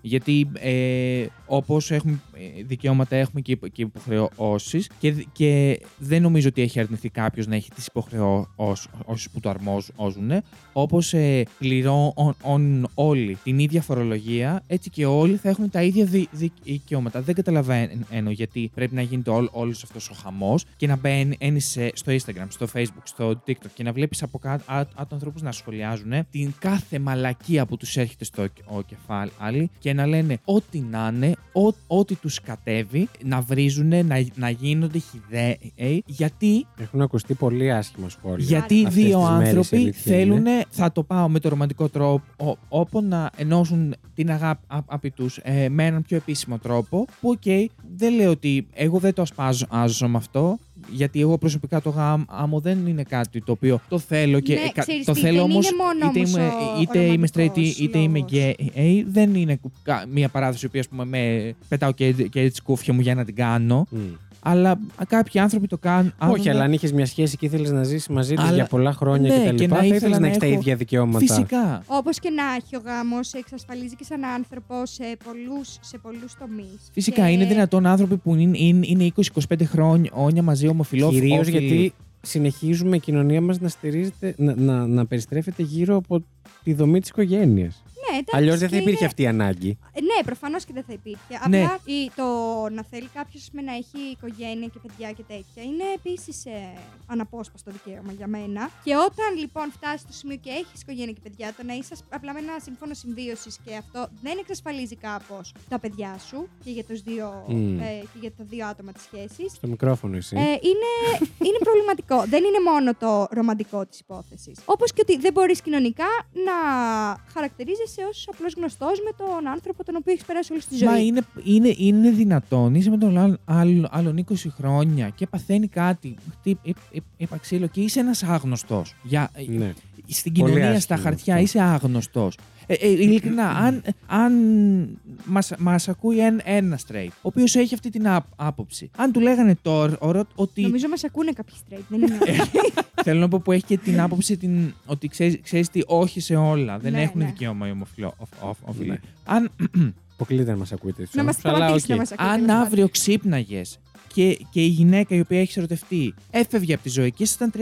Γιατί ε, όπως έχουμε ε, δικαιώματα έχουμε και, υπο- και υποχρεώσεις και, δ- και δεν νομίζω ότι έχει αρνηθεί κάποιος να έχει τις υποχρεώσεις που του αρμόζουν. Όπως ε, πληρώνουν όλοι την ίδια φορολογία, έτσι και όλοι θα έχουν τα ίδια δι- δι- δικαιώματα. Δεν καταλαβαίνω γιατί πρέπει να γίνεται όλο όλος αυτός ο χαμός και να μπαίνει σε- στο Instagram, στο Facebook, στο TikTok και να βλέπεις από κάτω άτομα ανθρώπους να σχολιάζουν ε, την κάθε μαλακία που τους έρχεται στο κε- ο κεφάλι και να λένε ό,τι να είναι, ό- ό,τι τους κατέβει, να βρίζουν, να, να γίνονται χιδαίοι, γιατί Έχουν ακουστεί πολύ άσχημα σχόλια. γιατί Αυτές δύο τις μέρες, η άνθρωποι αλήθεια θέλουν, είναι. θα το πάω με το ρομαντικό τρόπο, όπου να ενώσουν την αγάπη τους ε, με έναν πιο επίσημο τρόπο. Που, οκ, δεν λέω ότι εγώ δεν το ασπάζω άζω με αυτό, γιατί εγώ προσωπικά το γάμο δεν είναι κάτι το οποίο το θέλω και Ναι, ε, κα- ξέρεις το τι, θέλω δεν όμω. είναι μόνος Είτε όμως είμαι, ο- είτε ο είμαι straight ρομαντικός είτε είμαι λόγος. gay, ε, δεν είναι κα- μια παράδοση που ας πούμε, με πετάω και, και τι κούφια μου για να την κάνω. Μμ. Αλλά κάποιοι άνθρωποι το κάνουν. Όχι, αλλά ναι, αν είχες μια σχέση και ήθελες να ζήσεις μαζί τη ναι. Αλλά- για πολλά χρόνια Ναι, κτλ. και να Θα ήθελα ήθελες να να έχεις τα έχω- ίδια δικαιώματα. Φυσικά. Όπως και να έχει ο γάμος, εξασφαλίζει και σαν άνθρωπο σε πολλούς σε πολλούς τομείς. Φυσικά είναι δυνατόν άνθρωποι που είναι, είναι, είναι 20-25 χρόνια όνια μαζί ομοφυλόφιλοι. Κυρίως γιατί συνεχίζουμε η κοινωνία μας να, στηρίζεται- να, να, να περιστρέφεται γύρω από τη δομή της οικογένειας. Ναι, εντάξει, Αλλιώς δεν και θα υπήρχε είναι- αυτή η ανάγκη. Ε, Ναι, προφανώς και δεν θα υπήρχε. Ναι. Απλά η- το να θέλει κάποιος να έχει οικογένεια και παιδιά και τέτοια είναι επίσης αναπόσπαστο δικαίωμα για μένα. Και όταν λοιπόν φτάσεις στο σημείο και έχεις οικογένεια και παιδιά, το να είσαι ας- απλά με ένα σύμφωνο συμβίωσης και αυτό δεν εξασφαλίζει κάπως τα παιδιά σου και για, τους δύο, Μμ. ε, και για τα δύο άτομα της σχέσης. Στο μικρόφωνο εσύ. Ε, είναι, είναι προβληματικό. Δεν είναι μόνο το ρομαντικό της υπόθεσης. Όπως και ότι δεν μπορείς κοινωνικά να χαρακτηρίζεσαι ω απλός γνωστός με τον άνθρωπο τον οποίο έχεις περάσει όλη τη ζωή. Μα είναι, είναι, είναι δυνατόν, είσαι με τον άλλον, άλλον- άλλον 20 χρόνια και παθαίνει κάτι, χτύ- ύπ- ύπ- είπα ξύλο και είσαι ένας άγνωστος. Για, ε, ναι. Στην Πολύ κοινωνία, άσχημο στα χαρτιά, αυτό. είσαι άγνωστος. Ε, ε, ειλικρινά, αν, αν μας, μας ακούει εν- ένας straight, ο οποίος έχει αυτή την άπ- άποψη, αν του λέγανε τώρα ορο- ότι Νομίζω μας ακούνε κάποιοι straight. Δεν είναι. Θέλω να πω που έχει και την άποψη την, ότι ξέρεις τι, όχι σε όλα. Δεν Ναι, έχουν ναι. δικαίωμα οι ομοφυλόφιλοι. Ναι. Αν, Αποκλείται να μας ακούτε. Να μας Αλλά, σταματήσει να οκ. μας ακούει. Αν τέλος αύριο ξύπναγες και, και η γυναίκα η οποία έχει ερωτευτεί έφευγε από τη ζωή και ήσασταν 30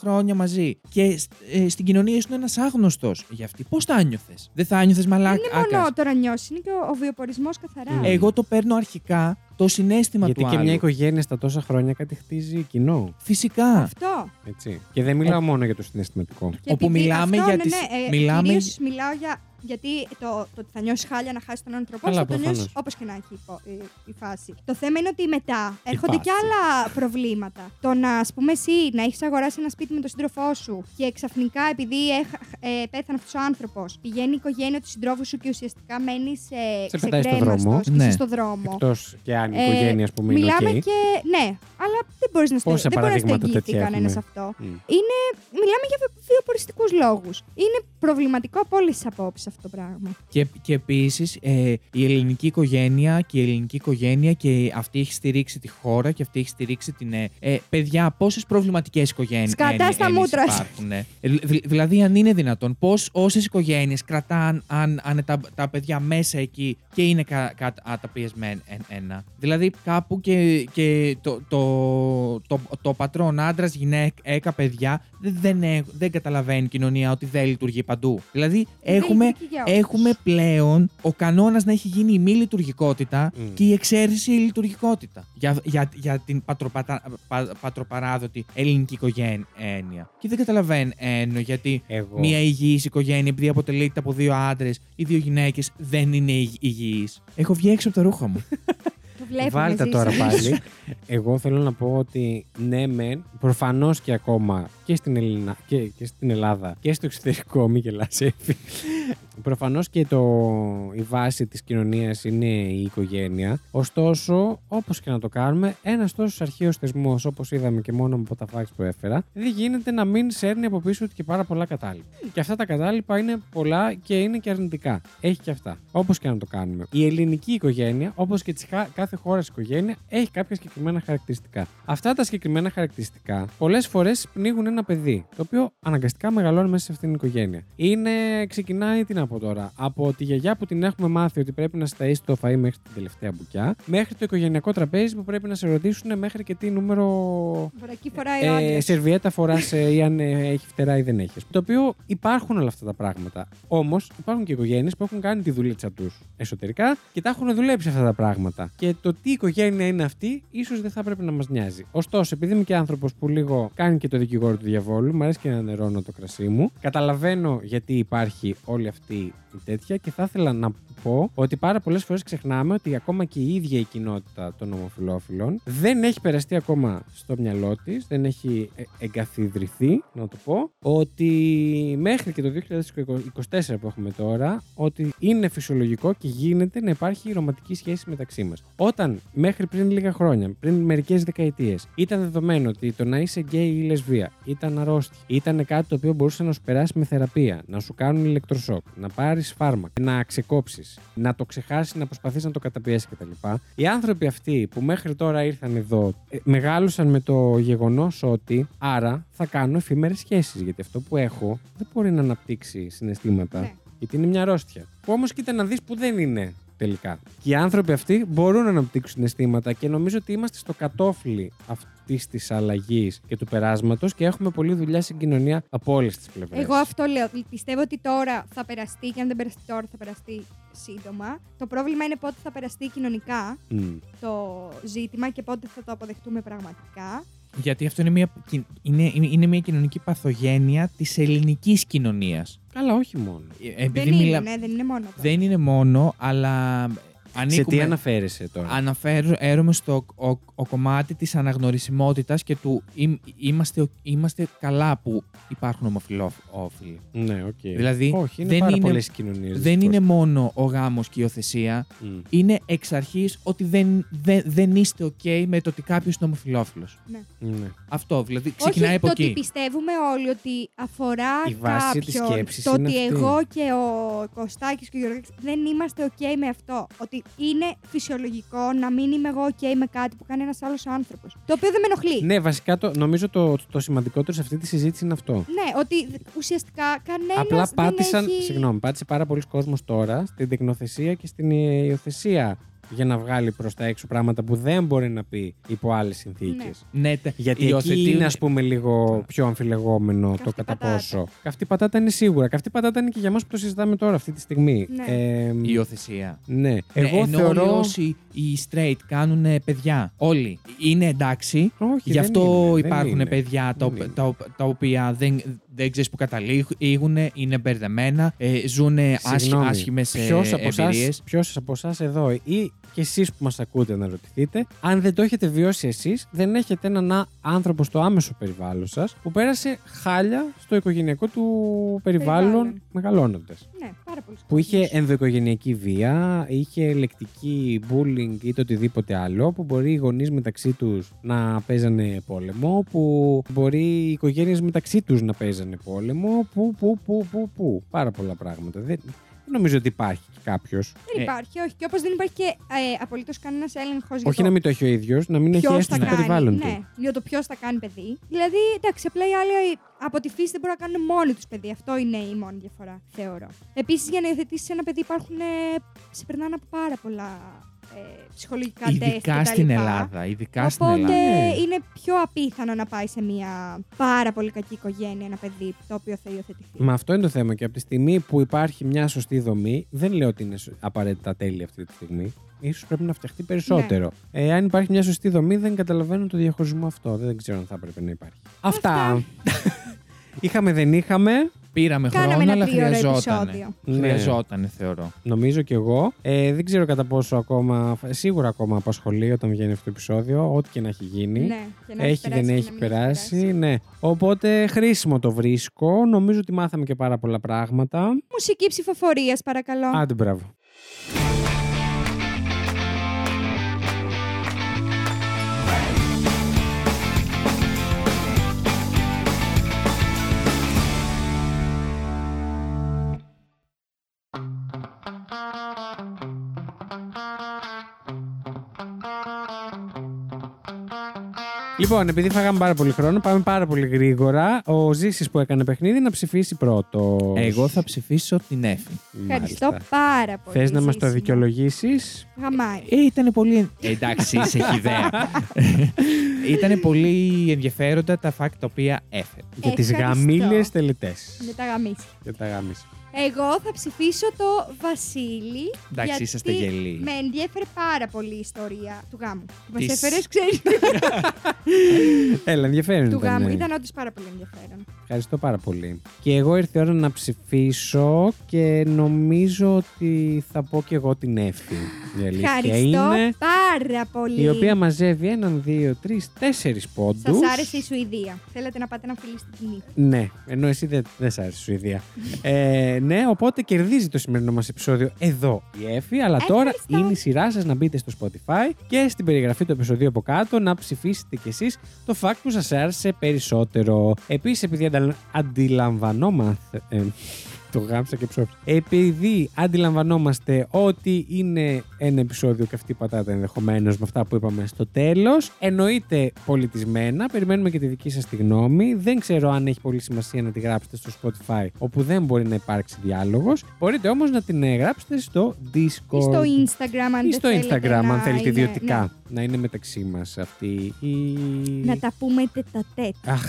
χρόνια μαζί και σ- ε, στην κοινωνία ήσουν ένας άγνωστος για αυτή, πώς θα νιώθε. Δεν θα νιώθε πάντων. μαλάκας. Είναι μόνο τώρα νιώσεις, είναι και ο, ο βιοπορισμό καθαρά. Ναι. Εγώ το παίρνω αρχικά το συνέστημα Γιατί του και άλλου. μια οικογένεια στα τόσα χρόνια κάτι χτίζει κοινό. Φυσικά. Αυτό. Έτσι. Και δεν Ε, μιλάω μόνο για το συναισθηματικό. Και Όπου επειδή μιλάμε αυτό, για ναι, τις- ναι, ε, μιλάμε κυρίως για- μιλάω για. Γιατί το, το ότι θα νιώσει χάλια να χάσει τον άνθρωπό σου, Καλά, θα το προφανώς. νιώσει όπως και να έχει η, φο- η- η φάση. Το θέμα είναι ότι μετά έρχονται φάση. και άλλα προβλήματα. Το να, ας πούμε, εσύ να έχεις αγοράσει ένα σπίτι με τον σύντροφό σου και ξαφνικά επειδή έχα- ε, πέθανε αυτός ο άνθρωπος, πηγαίνει η οικογένεια του συντρόφου σου και ουσιαστικά μένει σε, Σε πετάει στο δρόμο. ξεκρέμαστος και Ναι. είσαι στο δρόμο. Εκτός και αν η Ε, οικογένεια, ας πούμε, είναι Μιλάμε οκ. και. Ναι, αλλά δεν μπορείς να στο Πόσα δεν μπορείς να στο παραδείγματα εγγυηθεί τέτοια κανένας έχουμε. αυτό. Μμ. Είναι, μιλάμε για βιοποριστικούς λόγους. Είναι προβληματικό από όλες τις απόψεις αυτό το πράγμα. Και, και επίσης ε, η ελληνική οικογένεια και η ελληνική οικογένεια και αυτή έχει στηρίξει τη χώρα και αυτή έχει στηρίξει την. Ε, ε, παιδιά, πόσες προβληματικές οικογένειε Σκατά στα μούτρα σου. υπάρχουν. Ε, δη- δηλαδή, αν είναι δυνατόν, πώς όσες οικογένειες κρατάν αν, αν τα, τα παιδιά μέσα εκεί και είναι κα, κα, ένα. Δηλαδή, κάπου και, και το, το, το, το, πατρόν άντρας, γυναίκα, παιδιά δεν, δεν, έχ- δεν καταλαβαίνει η κοινωνία ότι δεν λειτουργεί παντού. Δηλαδή, Δεν έχουμε, λειτουργεί για όλους. Έχουμε πλέον ο κανόνας να έχει γίνει η μη λειτουργικότητα Μμ. και η εξαίρεση η λειτουργικότητα. Για, για, για την πατροπατα, πα- πατροπαράδοτη ελληνική οικογένεια. Και δεν καταλαβαίνω γιατί Εγώ. μια υγιής οικογένεια, επειδή αποτελείται από δύο άντρες ή δύο γυναίκες, δεν είναι υγι- υγιής. Έχω βγει έξω από τα ρούχα μου. Το βλέπουμε. Βάλτε ζήσαμε. τώρα πάλι. Εγώ θέλω να πω ότι ναι, μεν, προφανώς και ακόμα και στην, Ελληνα... και, και στην Ελλάδα και στο εξωτερικό, μη γελάς, Εύη. Προφανώς και το... η βάση της κοινωνίας είναι η οικογένεια. Ωστόσο, όπως και να το κάνουμε, ένας τόσος αρχαίος θεσμός, όπως είδαμε και μόνο από τα φάξ που έφερα, δεν γίνεται να μην σέρνει από πίσω του και πάρα πολλά κατάλληλα. Και αυτά τα κατάλοιπα είναι πολλά και είναι και αρνητικά. Έχει και αυτά. Όπως και να το κάνουμε. Η ελληνική οικογένεια, όπως και της κάθε χώρας οικογένειας, έχει κάποια συγκεκριμένα χαρακτηριστικά. Αυτά τα συγκεκριμένα χαρακτηριστικά πολλές φορές πνίγουν ένα παιδί, το οποίο αναγκαστικά μεγαλώνει μέσα σε αυτήν την οικογένεια. Είναι, ξεκινάει, τι να πω τώρα, από τη γιαγιά που την έχουμε μάθει ότι πρέπει να σταίσει το φαΐ μέχρι την τελευταία μπουκιά, μέχρι το οικογενειακό τραπέζι που πρέπει να σε ρωτήσουν μέχρι και τι νούμερο Βουρακή φοράει ο ε, άντρας. σερβιέτα φοράς ή αν ε, έχει φτερά ή δεν έχεις. Το οποίο υπάρχουν όλα αυτά τα πράγματα. Όμως υπάρχουν και οικογένειες που έχουν κάνει τη δουλίτσα τους εσωτερικά και τα έχουν δουλέψει αυτά τα πράγματα. Και το τι οικογένεια είναι αυτή, ίσως δεν θα πρέπει να μας νοιάζει. Ωστόσο, επειδή είμαι και άνθρωπος που λίγο κάνει και το δικηγόρο του διαβόλου, μου αρέσει και να νερώνω το κρασί μου, καταλαβαίνω γιατί υπάρχει όλη αυτή η τέτοια και θα ήθελα να πω ότι πάρα πολλές φορές ξεχνάμε ότι ακόμα και η ίδια η κοινότητα των ομοφυλόφιλων δεν έχει περαστεί ακόμα στο μυαλό της, δεν έχει ε, εγκαθιδρυθεί, να το πω, ότι μέχρι και το 2024 που έχουμε τώρα, ότι είναι φυσιολογικό και γίνεται να υπάρχει ρομαντική σχέση μεταξύ μας. Όταν μέχρι πριν λίγα χρόνια, πριν μερικές δεκαετίες, ήταν δεδομένο ότι το να είσαι γκέι ή λεσβία ήταν αρρώστια, ήταν κάτι το οποίο μπορούσε να σου περάσει με θεραπεία, να σου κάνουν ηλεκτροσόκ, να πάρεις φάρμακα, να ξεκόψεις, να το ξεχάσεις, να προσπαθείς να το καταπιέσεις κτλ. Οι άνθρωποι αυτοί που μέχρι τώρα ήρθαν εδώ ε, μεγάλωσαν με το γεγονός ότι άρα θα κάνω εφημερέ σχέσεις. Γιατί αυτό που έχω δεν μπορεί να αναπτύξει συναισθήματα. Ναι. Γιατί είναι μια αρρώστια. Που όμως κοίτα να δεις που δεν είναι τελικά. Και οι άνθρωποι αυτοί μπορούν να αναπτύξουν συναισθήματα και νομίζω ότι είμαστε στο κατόφλι αυτής της αλλαγής και του περάσματος και έχουμε πολλή δουλειά στην κοινωνία από όλες τις πλευρές. Εγώ αυτό λέω. Πιστεύω ότι τώρα θα περαστεί και αν δεν περαστεί τώρα θα περαστεί σύντομα. Το πρόβλημα είναι πότε θα περαστεί κοινωνικά το ζήτημα και πότε θα το αποδεχτούμε πραγματικά. γιατί αυτό είναι μια, κοι- είναι, είναι είναι μια κοινωνική παθογένεια της ελληνικής κοινωνίας. Καλά, όχι μόνο. δεν είναι, ναι, δεν είναι μόνο. αυτό. Ε, Δεν είναι μόνο, αλλά Σε τι ανήκουμε... αναφέρεσαι τώρα. Αναφέρομαι στο ο, ο κομμάτι της αναγνωρισιμότητας και του «Ειμ- είμαστε, ο- είμαστε καλά που υπάρχουν ομοφιλόφιλοι. Ναι, οκ. Δηλαδή, όχι, είναι δεν πάρα είναι- πολλές κοινωνίε. Δεν είναι μόνο ο γάμος και η υιοθεσία, είναι εξ αρχής ότι δεν, δεν, δεν είστε ok με το ότι κάποιος είναι ομοφιλόφιλος. Ναι. Αυτό, δηλαδή ξεκινάει Όχι από το ότι εκεί. πιστεύουμε όλοι ότι αφορά Η βάση της κάποιον, σκέψης το είναι ότι αυτή. εγώ και ο Κωστάκης και ο Γιώργος δεν είμαστε ok με αυτό. Ότι είναι φυσιολογικό να μην είμαι εγώ και είμαι κάτι που κάνει ένας άλλος άνθρωπος. Το οποίο δεν με ενοχλεί. Ναι, βασικά το, νομίζω το, το σημαντικότερο σε αυτή τη συζήτηση είναι αυτό. Ναι, ότι δ- ουσιαστικά κανένας. Απλά πάτησαν. Δεν έχει... Συγγνώμη, πάτησε πάρα πολλοί κόσμος τώρα στην τεκνοθεσία και στην ε, υιοθεσία για να βγάλει προς τα έξω πράγματα που δεν μπορεί να πει υπό άλλες συνθήκες. Ναι. Ναι, τε- Γιατί εκεί υιοθετεί- είναι, ας πούμε, λίγο πιο αμφιλεγόμενο το Καυτή κατά πατάτα. πόσο. Καυτή πατάτα είναι σίγουρα. Καυτή πατάτα είναι και για μας που το συζητάμε τώρα, αυτή τη στιγμή. Ναι. Ε, Η υιοθεσία. ναι. ναι, Εγώ ενώ όλοι θεωρώ. όσοι οι straight κάνουν παιδιά, όλοι είναι εντάξει. Όχι, Γι' δεν αυτό είναι, δεν υπάρχουν είναι. παιδιά τα, Δεν οπ- είναι. τα οπ- τα οποία δεν, δεν ξέρεις που καταλήγουν, είναι μπερδεμένα, ε, ζουν Συγγνώμη, άσχημες ποιος από εσάς- εμπειρίες. ποιος από εσάς εδώ ή και εσείς που μας ακούτε να ρωτηθείτε, αν δεν το έχετε βιώσει εσείς, δεν έχετε έναν α- άνθρωπο στο άμεσο περιβάλλον σας που πέρασε χάλια στο οικογενειακό του περιβάλλον, Περιβάλλον. μεγαλώνοντας. Ναι, πάρα πολύ. Που είχε ενδοοικογενειακή βία, είχε λεκτική bullying ή το οτιδήποτε άλλο, που μπορεί οι γονείς μεταξύ τους να παίζανε πόλεμο, που μπορεί οι οικογένειες μεταξύ τους να παίζανε πόλεμο, που, που, που, που, που. Πάρα πολλά πράγματα. Δεν, δεν νομίζω ότι υπάρχει κάποιος. Δεν Ε. υπάρχει, όχι. Και όπως δεν υπάρχει και ε, απολύτως κανένας έλεγχος για Όχι το να μην το έχει ο ίδιος, να μην έχει ποιος έστω θα στο κάνει, περιβάλλον ναι, του. για το ποιος θα κάνει παιδί. Δηλαδή, εντάξει, απλά οι άλλοι από τη φύση δεν μπορούν να κάνουν μόνοι τους παιδί. Αυτό είναι η μόνη διαφορά, θεωρώ. Επίσης, για να υιοθετήσεις ένα παιδί υπάρχουν. ε, σε περνάνε από πάρα πολλά ε, ψυχολογικά τεστ. Ειδικά και τα στην λοιπά. ναι, Ελλάδα. Ειδικά στην Οπότε Ελλάδα. Ελλάδα. Ναι. είναι πιο απίθανο να πάει σε μια πάρα πολύ κακή οικογένεια ένα παιδί το οποίο θα υιοθετηθεί. Μα αυτό είναι το θέμα. Και από τη στιγμή που υπάρχει μια σωστή δομή, δεν λέω ότι είναι σω- απαραίτητα τέλεια αυτή τη στιγμή. Ίσως πρέπει να φτιαχτεί περισσότερο. Ε, αν υπάρχει μια σωστή δομή, δεν καταλαβαίνω το διαχωρισμό αυτό. Δεν ξέρω αν θα έπρεπε να υπάρχει. Αυτά. Αυτά. είχαμε, δεν είχαμε. Πήραμε Κάναμε χρόνο, ένα αλλά τρίωρο χρειαζόταν. επεισόδιο. Ναι. Χρειαζόταν, θεωρώ. Νομίζω κι εγώ. Ε, δεν ξέρω κατά πόσο ακόμα. Σίγουρα ακόμα απασχολεί όταν βγαίνει αυτό το επεισόδιο, ό,τι και να έχει γίνει. Ναι, και να έχει, δεν περάσει και έχει να μην περάσει. Ναι. Οπότε χρήσιμο το βρίσκω. Νομίζω ότι μάθαμε και πάρα πολλά πράγματα. Μουσική ψηφοφορίας, παρακαλώ. Άντε, μπράβο. Λοιπόν, επειδή φάγαμε πάρα πολύ χρόνο, πάμε πάρα πολύ γρήγορα. Ο Ζήσης που έκανε παιχνίδι να ψηφίσει πρώτος. Εγώ θα ψηφίσω την Εφη. Ευχαριστώ πάρα πολύ. Θες να μας το Ζήση. δικαιολογήσεις. Γαμάει. Ε, ήταν πολύ. Ε, εντάξει, είσαι χιδέα. ήταν πολύ ενδιαφέροντα τα fact τα οποία έφερε. Για τις Ευχαριστώ. γαμήλιε τελετές. Με τα γαμίσια. Για τα γάμισε. Εγώ θα ψηφίσω το Βασίλη. Εντάξει, γιατί είσαστε γελοί. Με ενδιέφερε πάρα πολύ η ιστορία του γάμου. Μας Της- έφερες, ξέρεις, Έλα, ενδιαφέρον. του ήταν, γάμου. ναι. Ήταν όντως πάρα πολύ ενδιαφέρον. Ευχαριστώ πάρα πολύ. Και εγώ ήρθε η ώρα να ψηφίσω και νομίζω ότι θα πω και εγώ την Εύη. Η αλήθεια Ευχαριστώ είναι. πάρα πολύ. Η οποία μαζεύει έναν, δύο, τρεις, τέσσερις πόντους. Σας άρεσε η Σουηδία. Θέλετε να πάτε να φιλήσετε την νύχτα. Ναι, ενώ εσύ δεν, δεν σ' άρεσε η Σουηδία. ε, ναι, οπότε κερδίζει το σημερινό μας επεισόδιο εδώ η Εφη. Αλλά τώρα Ευχαριστώ. είναι η σειρά σας να μπείτε στο Spotify και στην περιγραφή του επεισοδίου από κάτω να ψηφίσετε κι εσείς το fact που σας άρεσε περισσότερο. Επίσης, επειδή αντα... αντιλαμβανόμαστε. ε, το γάμψα και ψόψα. Επειδή αντιλαμβανόμαστε ότι είναι ένα επεισόδιο και αυτή η πατάτα ενδεχομένως με αυτά που είπαμε στο τέλος, εννοείται πολιτισμένα. Περιμένουμε και τη δική σας τη γνώμη. Δεν ξέρω αν έχει πολύ σημασία να τη γράψετε στο Spotify, όπου δεν μπορεί να υπάρξει διάλογος. Μπορείτε όμως να την ε, γράψετε στο Discord. Ή στο Instagram, αν Ή δεν στο θέλετε Instagram, να αν θέλετε είναι- ιδιωτικά. Να είναι μεταξύ μας αυτή η. ναι. Να τα πούμε τετατέτ. Αχ,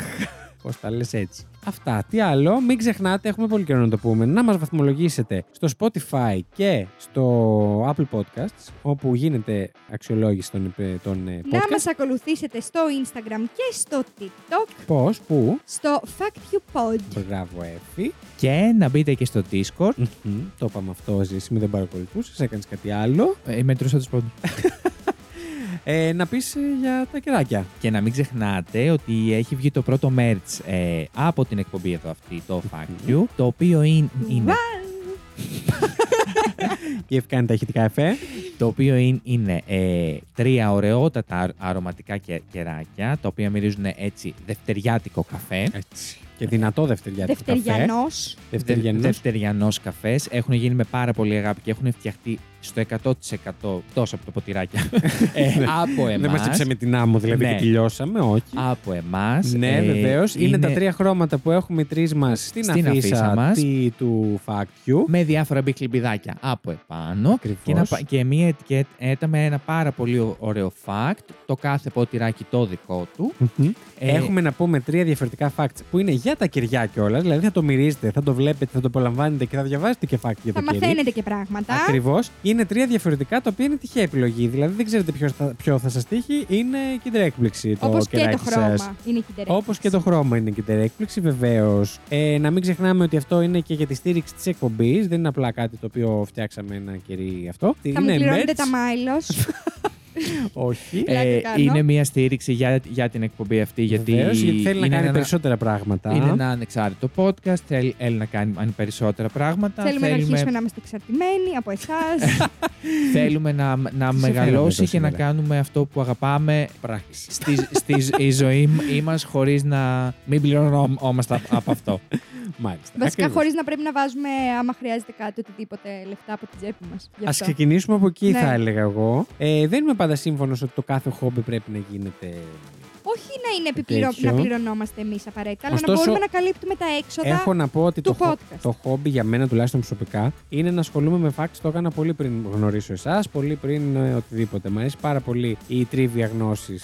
πώ τα λες έτσι. Αυτά. Τι άλλο, μην ξεχνάτε, έχουμε πολύ καιρό να το πούμε, να μας βαθμολογήσετε στο Spotify και στο Apple Podcasts, όπου γίνεται αξιολόγηση των, υπε- των ε, Να podcast. μας ακολουθήσετε στο Instagram και στο TikTok, Πώς, πού. στο Fact You Pod. Μπράβο, Εφη. Και να μπείτε και στο Discord. Μμμ, Το είπαμε αυτό, Ζήση, μην δεν παρακολουθούσες, έκανες κάτι άλλο. Ε, μετρούσα τους πόντους. Ε, να πεις για τα κεράκια. Και να μην ξεχνάτε ότι έχει βγει το πρώτο merch ε, από την εκπομπή εδώ αυτή, το Fact You, το οποίο είναι, είναι, Η Εφη κάνει τα ηχητικά εφέ. το οποίο είναι, είναι, ε, τρία ωραιότατα αρ- αρωματικά και, κεράκια, τα οποία μυρίζουν έτσι δευτεριάτικο καφέ. Έτσι. Και δυνατό δευτεριάτικο καφέ. Δευτεριανός. Δευτεριανός. Δευτεριανός καφές. Έχουν γίνει με πάρα πολύ αγάπη και έχουν φτιαχτεί στο 100% τόσο από το ποτηράκι ε, Ναι. από εμά. Δεν μας με την άμμο, δηλαδή Ναι. και κυλιώσαμε, όχι. Από ε, εμάς. Ναι, βεβαίως. Είναι... τα τρία χρώματα που έχουμε οι τρεις μας στην, Στην αφίσα μας. τη- του φάκτιου. με διάφορα μπικλιμπιδάκια από επάνω. Ακριβώς. Και, ένα πα- και μία ετικέτα με ένα πάρα πολύ ωραίο fact. Το κάθε ποτηράκι το δικό του. Μμμ. Ε, Έχουμε να πούμε τρία διαφορετικά facts που είναι για τα κεριά κιόλας. Δηλαδή θα το μυρίζετε, θα το βλέπετε, θα το απολαμβάνετε και θα διαβάζετε και fact για Θα το κερί. μαθαίνετε και πράγματα. Ακριβώς. Είναι τρία διαφορετικά τα οποία είναι τυχαία επιλογή. Δηλαδή δεν ξέρετε ποιος θα, ποιο θα σας τύχει. Είναι κεντρική έκπληξη το Όπως και το κεράκι χρώμα. σας. Είναι kinder egg. Όπως και το χρώμα είναι και έκπληξη, βεβαίως. Ε, να μην ξεχνάμε ότι αυτό είναι και για τη στήριξη της εκπομπής. Δεν είναι απλά κάτι το οποίο φτιάξαμε ένα κερί αυτό. Θα μου πληρώνετε merch. τα μάιλος. Όχι. πλάκα ε, κάνω. είναι μία στήριξη για, για την εκπομπή αυτή. Γιατί, Βεβαίως, γιατί θέλει να είναι κάνει ένα- περισσότερα πράγματα. Είναι ένα ανεξάρτητο podcast. Θέλει, θέλει να κάνει αν- περισσότερα πράγματα. Θέλουμε να αρχίσουμε να είμαστε εξαρτημένοι από εσάς. θέλουμε να, να φέραμε εδώ μεγαλώσει και να σήμερα. κάνουμε αυτό που αγαπάμε πράξη. στη, στη ζ- η ζωή μας χωρίς να μην πληρωνόμαστε απ- από αυτό. Μάλιστα. Βασικά, Ακριβώς. χωρίς να πρέπει να βάζουμε, άμα χρειάζεται κάτι, οτιδήποτε λεφτά από την τσέπη μας. Α ξεκινήσουμε από εκεί, Ναι. θα έλεγα εγώ. Ε, δεν είμαι πάντα σύμφωνος ότι το κάθε χόμπι πρέπει να γίνεται. Όχι να είναι επιπληρω... Τέτοιο. να πληρωνόμαστε εμείς απαραίτητα, αλλά Ωστόσο, να μπορούμε να καλύπτουμε τα έξοδα. Έχω να πω ότι το, του χο- podcast. το χόμπι για μένα, τουλάχιστον προσωπικά, είναι να ασχολούμαι με φάξ. Το έκανα πολύ πριν γνωρίσω εσάς, πολύ πριν ε, οτιδήποτε. Μ' αρέσει πάρα πολύ η τρίβια γνώση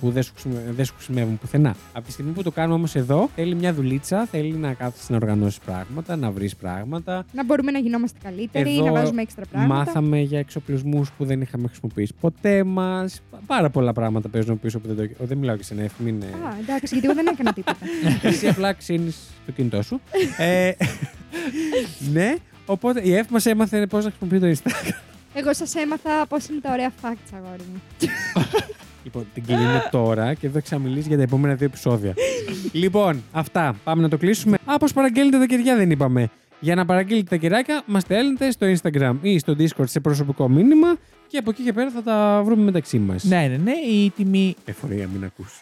που δεν σου, χρησιμε- δεν σου χρησιμεύουν πουθενά. Από τη στιγμή που το κάνουμε όμως εδώ, θέλει μια δουλίτσα, θέλει να κάθεσαι να οργανώσεις πράγματα, να βρεις πράγματα, Να μπορούμε να γινόμαστε καλύτεροι, Εδώ να βάζουμε έξτρα πράγματα. Μάθαμε για εξοπλισμούς που δεν είχαμε χρησιμοποιήσει ποτέ μας. Πάρα πολλά πράγματα παίζουν πίσω που δεν το. Ω, Δεν μιλάω και σε νεφ, μην. ε. Α, εντάξει, γιατί εγώ δεν έκανα τίποτα. Εσύ απλά ξύνεις το κινητό σου. Ε, ναι, οπότε η Εφ μας έμαθε πώς να χρησιμοποιεί το Instagram. εγώ σας έμαθα πώς είναι τα ωραία facts, αγόρι μου. λοιπόν, την κλείνω τώρα και δεν ξαμιλήσει για τα επόμενα δύο επεισόδια. λοιπόν, αυτά. Πάμε να το κλείσουμε. Α, πώ παραγγέλνετε τα κεριά, δεν είπαμε. Για να παραγγείλετε τα κεράκια, μας στέλνετε στο Instagram ή στο Discord σε προσωπικό μήνυμα και από εκεί και πέρα θα τα βρούμε μεταξύ μας. ναι, ναι, ναι. Η τιμή Εφορία, μην ακούσει.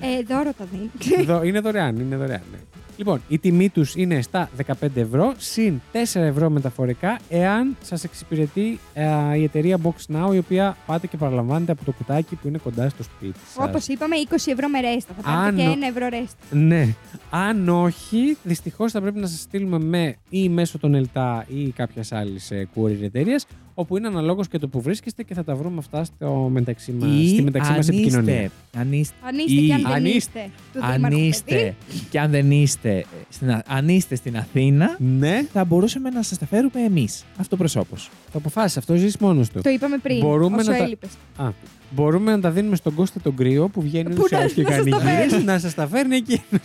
Ε, δώρο το δίνει. Δω- είναι δωρεάν, είναι δωρεάν. ναι. Λοιπόν, η τιμή τους είναι στα 15 ευρώ συν 4 ευρώ μεταφορικά εάν σας εξυπηρετεί ε, η εταιρεία Box Now, η οποία πάτε και παραλαμβάνετε από το κουτάκι που είναι κοντά στο σπίτι σας. Όπως είπαμε, 20 ευρώ με ρέστα. Θα Αν πάρετε και ο- ένα ευρώ ρέστα. Ναι. Αν όχι, δυστυχώς θα πρέπει να σας στείλουμε με ή μέσω των ΕΛΤΑ ή κάποιας άλλης courier εταιρείας, όπου είναι αναλόγως και το που βρίσκεστε και θα τα βρούμε αυτά στο μεταξύ μας, Ή στη μεταξύ μας αν επικοινωνία. είστε- Αν είστε, Αν είστε Ή- και αν δεν αν είστε- είστε. του αν Δήμαρχου είστε παιδί. και αν δεν είστε, στην, Α- αν είστε στην Αθήνα, Ναι, θα μπορούσαμε να σας τα φέρουμε εμείς, αυτοπροσώπως. το αποφάσισε αυτό, ζεις μόνος του. Το είπαμε πριν. Μπορούμε όσο να τα- έλειπες. Α, μπορούμε να τα δίνουμε στον Κώστα τον κρύο που βγαίνει Που ούτως ή να- άλλως και να σας κάνει τα γύρες, φέρνει. να σα τα φέρνει εκείνο.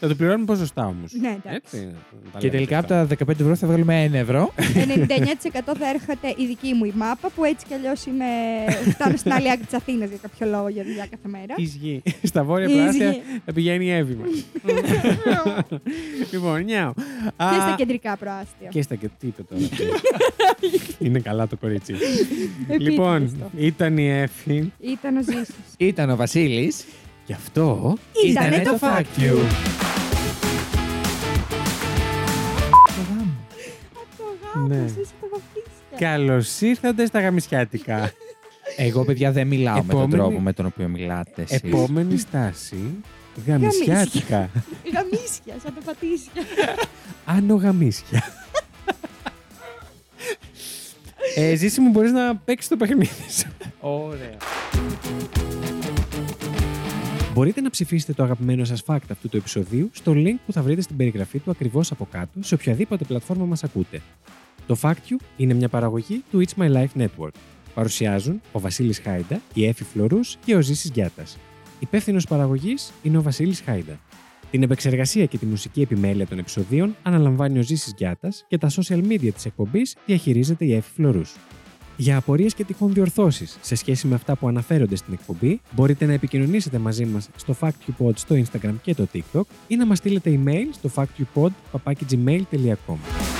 θα το πληρώνουμε ποσοστά όμως. Ναι, εντάξει. Και τελικά από τα 15 ευρώ θα βγάλουμε 1 ευρώ. 99% θα έρχεται η δική μου η μάπα που έτσι κι αλλιώς είμαι... φτάνω στην άλλη άκρη της Αθήνας για κάποιο λόγο για δουλειά κάθε μέρα. Εις γη. Στα βόρεια Εις πράσινα γη. θα πηγαίνει η Εύη μας. λοιπόν, νιάου. Και Α, στα κεντρικά προάστια. Και στα και τι είπε τώρα. Είναι καλά το κορίτσι. Επίτηδες λοιπόν, το. ήταν η Εύη. Ήταν ο Ζήσης. Ήταν ο Βασίλης. Γι' αυτό. Ήτανε το Ήτανε Fact Fuck you. Το γάμο, Ναι. εσείς θα το βαφτίσετε. Καλώς ήρθατε στα γαμισιάτικα. Εγώ, παιδιά, δεν μιλάω με Επόμενη- τον τρόπο με τον οποίο μιλάτε εσείς. Επόμενη στάση. Γαμισιάτικα. Γαμίσια, σαν το πατήσια. Άνω γαμίσια. ε, Ζήση μου, μπορείς να παίξεις το παιχνίδι σου. Ωραία. Μπορείτε να ψηφίσετε το αγαπημένο σας fact αυτού του επεισοδίου στο link που θα βρείτε στην περιγραφή του ακριβώς από κάτω σε οποιαδήποτε πλατφόρμα μας ακούτε. Το Fact You είναι μια παραγωγή του It's My Life Network. Παρουσιάζουν ο Βασίλης Χάιντα, η Έφη Φλωρούς και ο Ζήσης Γιάτας. Υπεύθυνος παραγωγής είναι ο Βασίλης Χάιντα. Την επεξεργασία και τη μουσική επιμέλεια των επεισοδίων αναλαμβάνει ο Ζήσης Γιάτας και τα social media της εκπομπής διαχειρίζεται η Έφη Φλωρούς. Για απορίες και τυχόν διορθώσεις σε σχέση με αυτά που αναφέρονται στην εκπομπή, μπορείτε να επικοινωνήσετε μαζί μας στο FactUpod στο Instagram και το TikTok ή να μας στείλετε email στο factupod.gmail.com.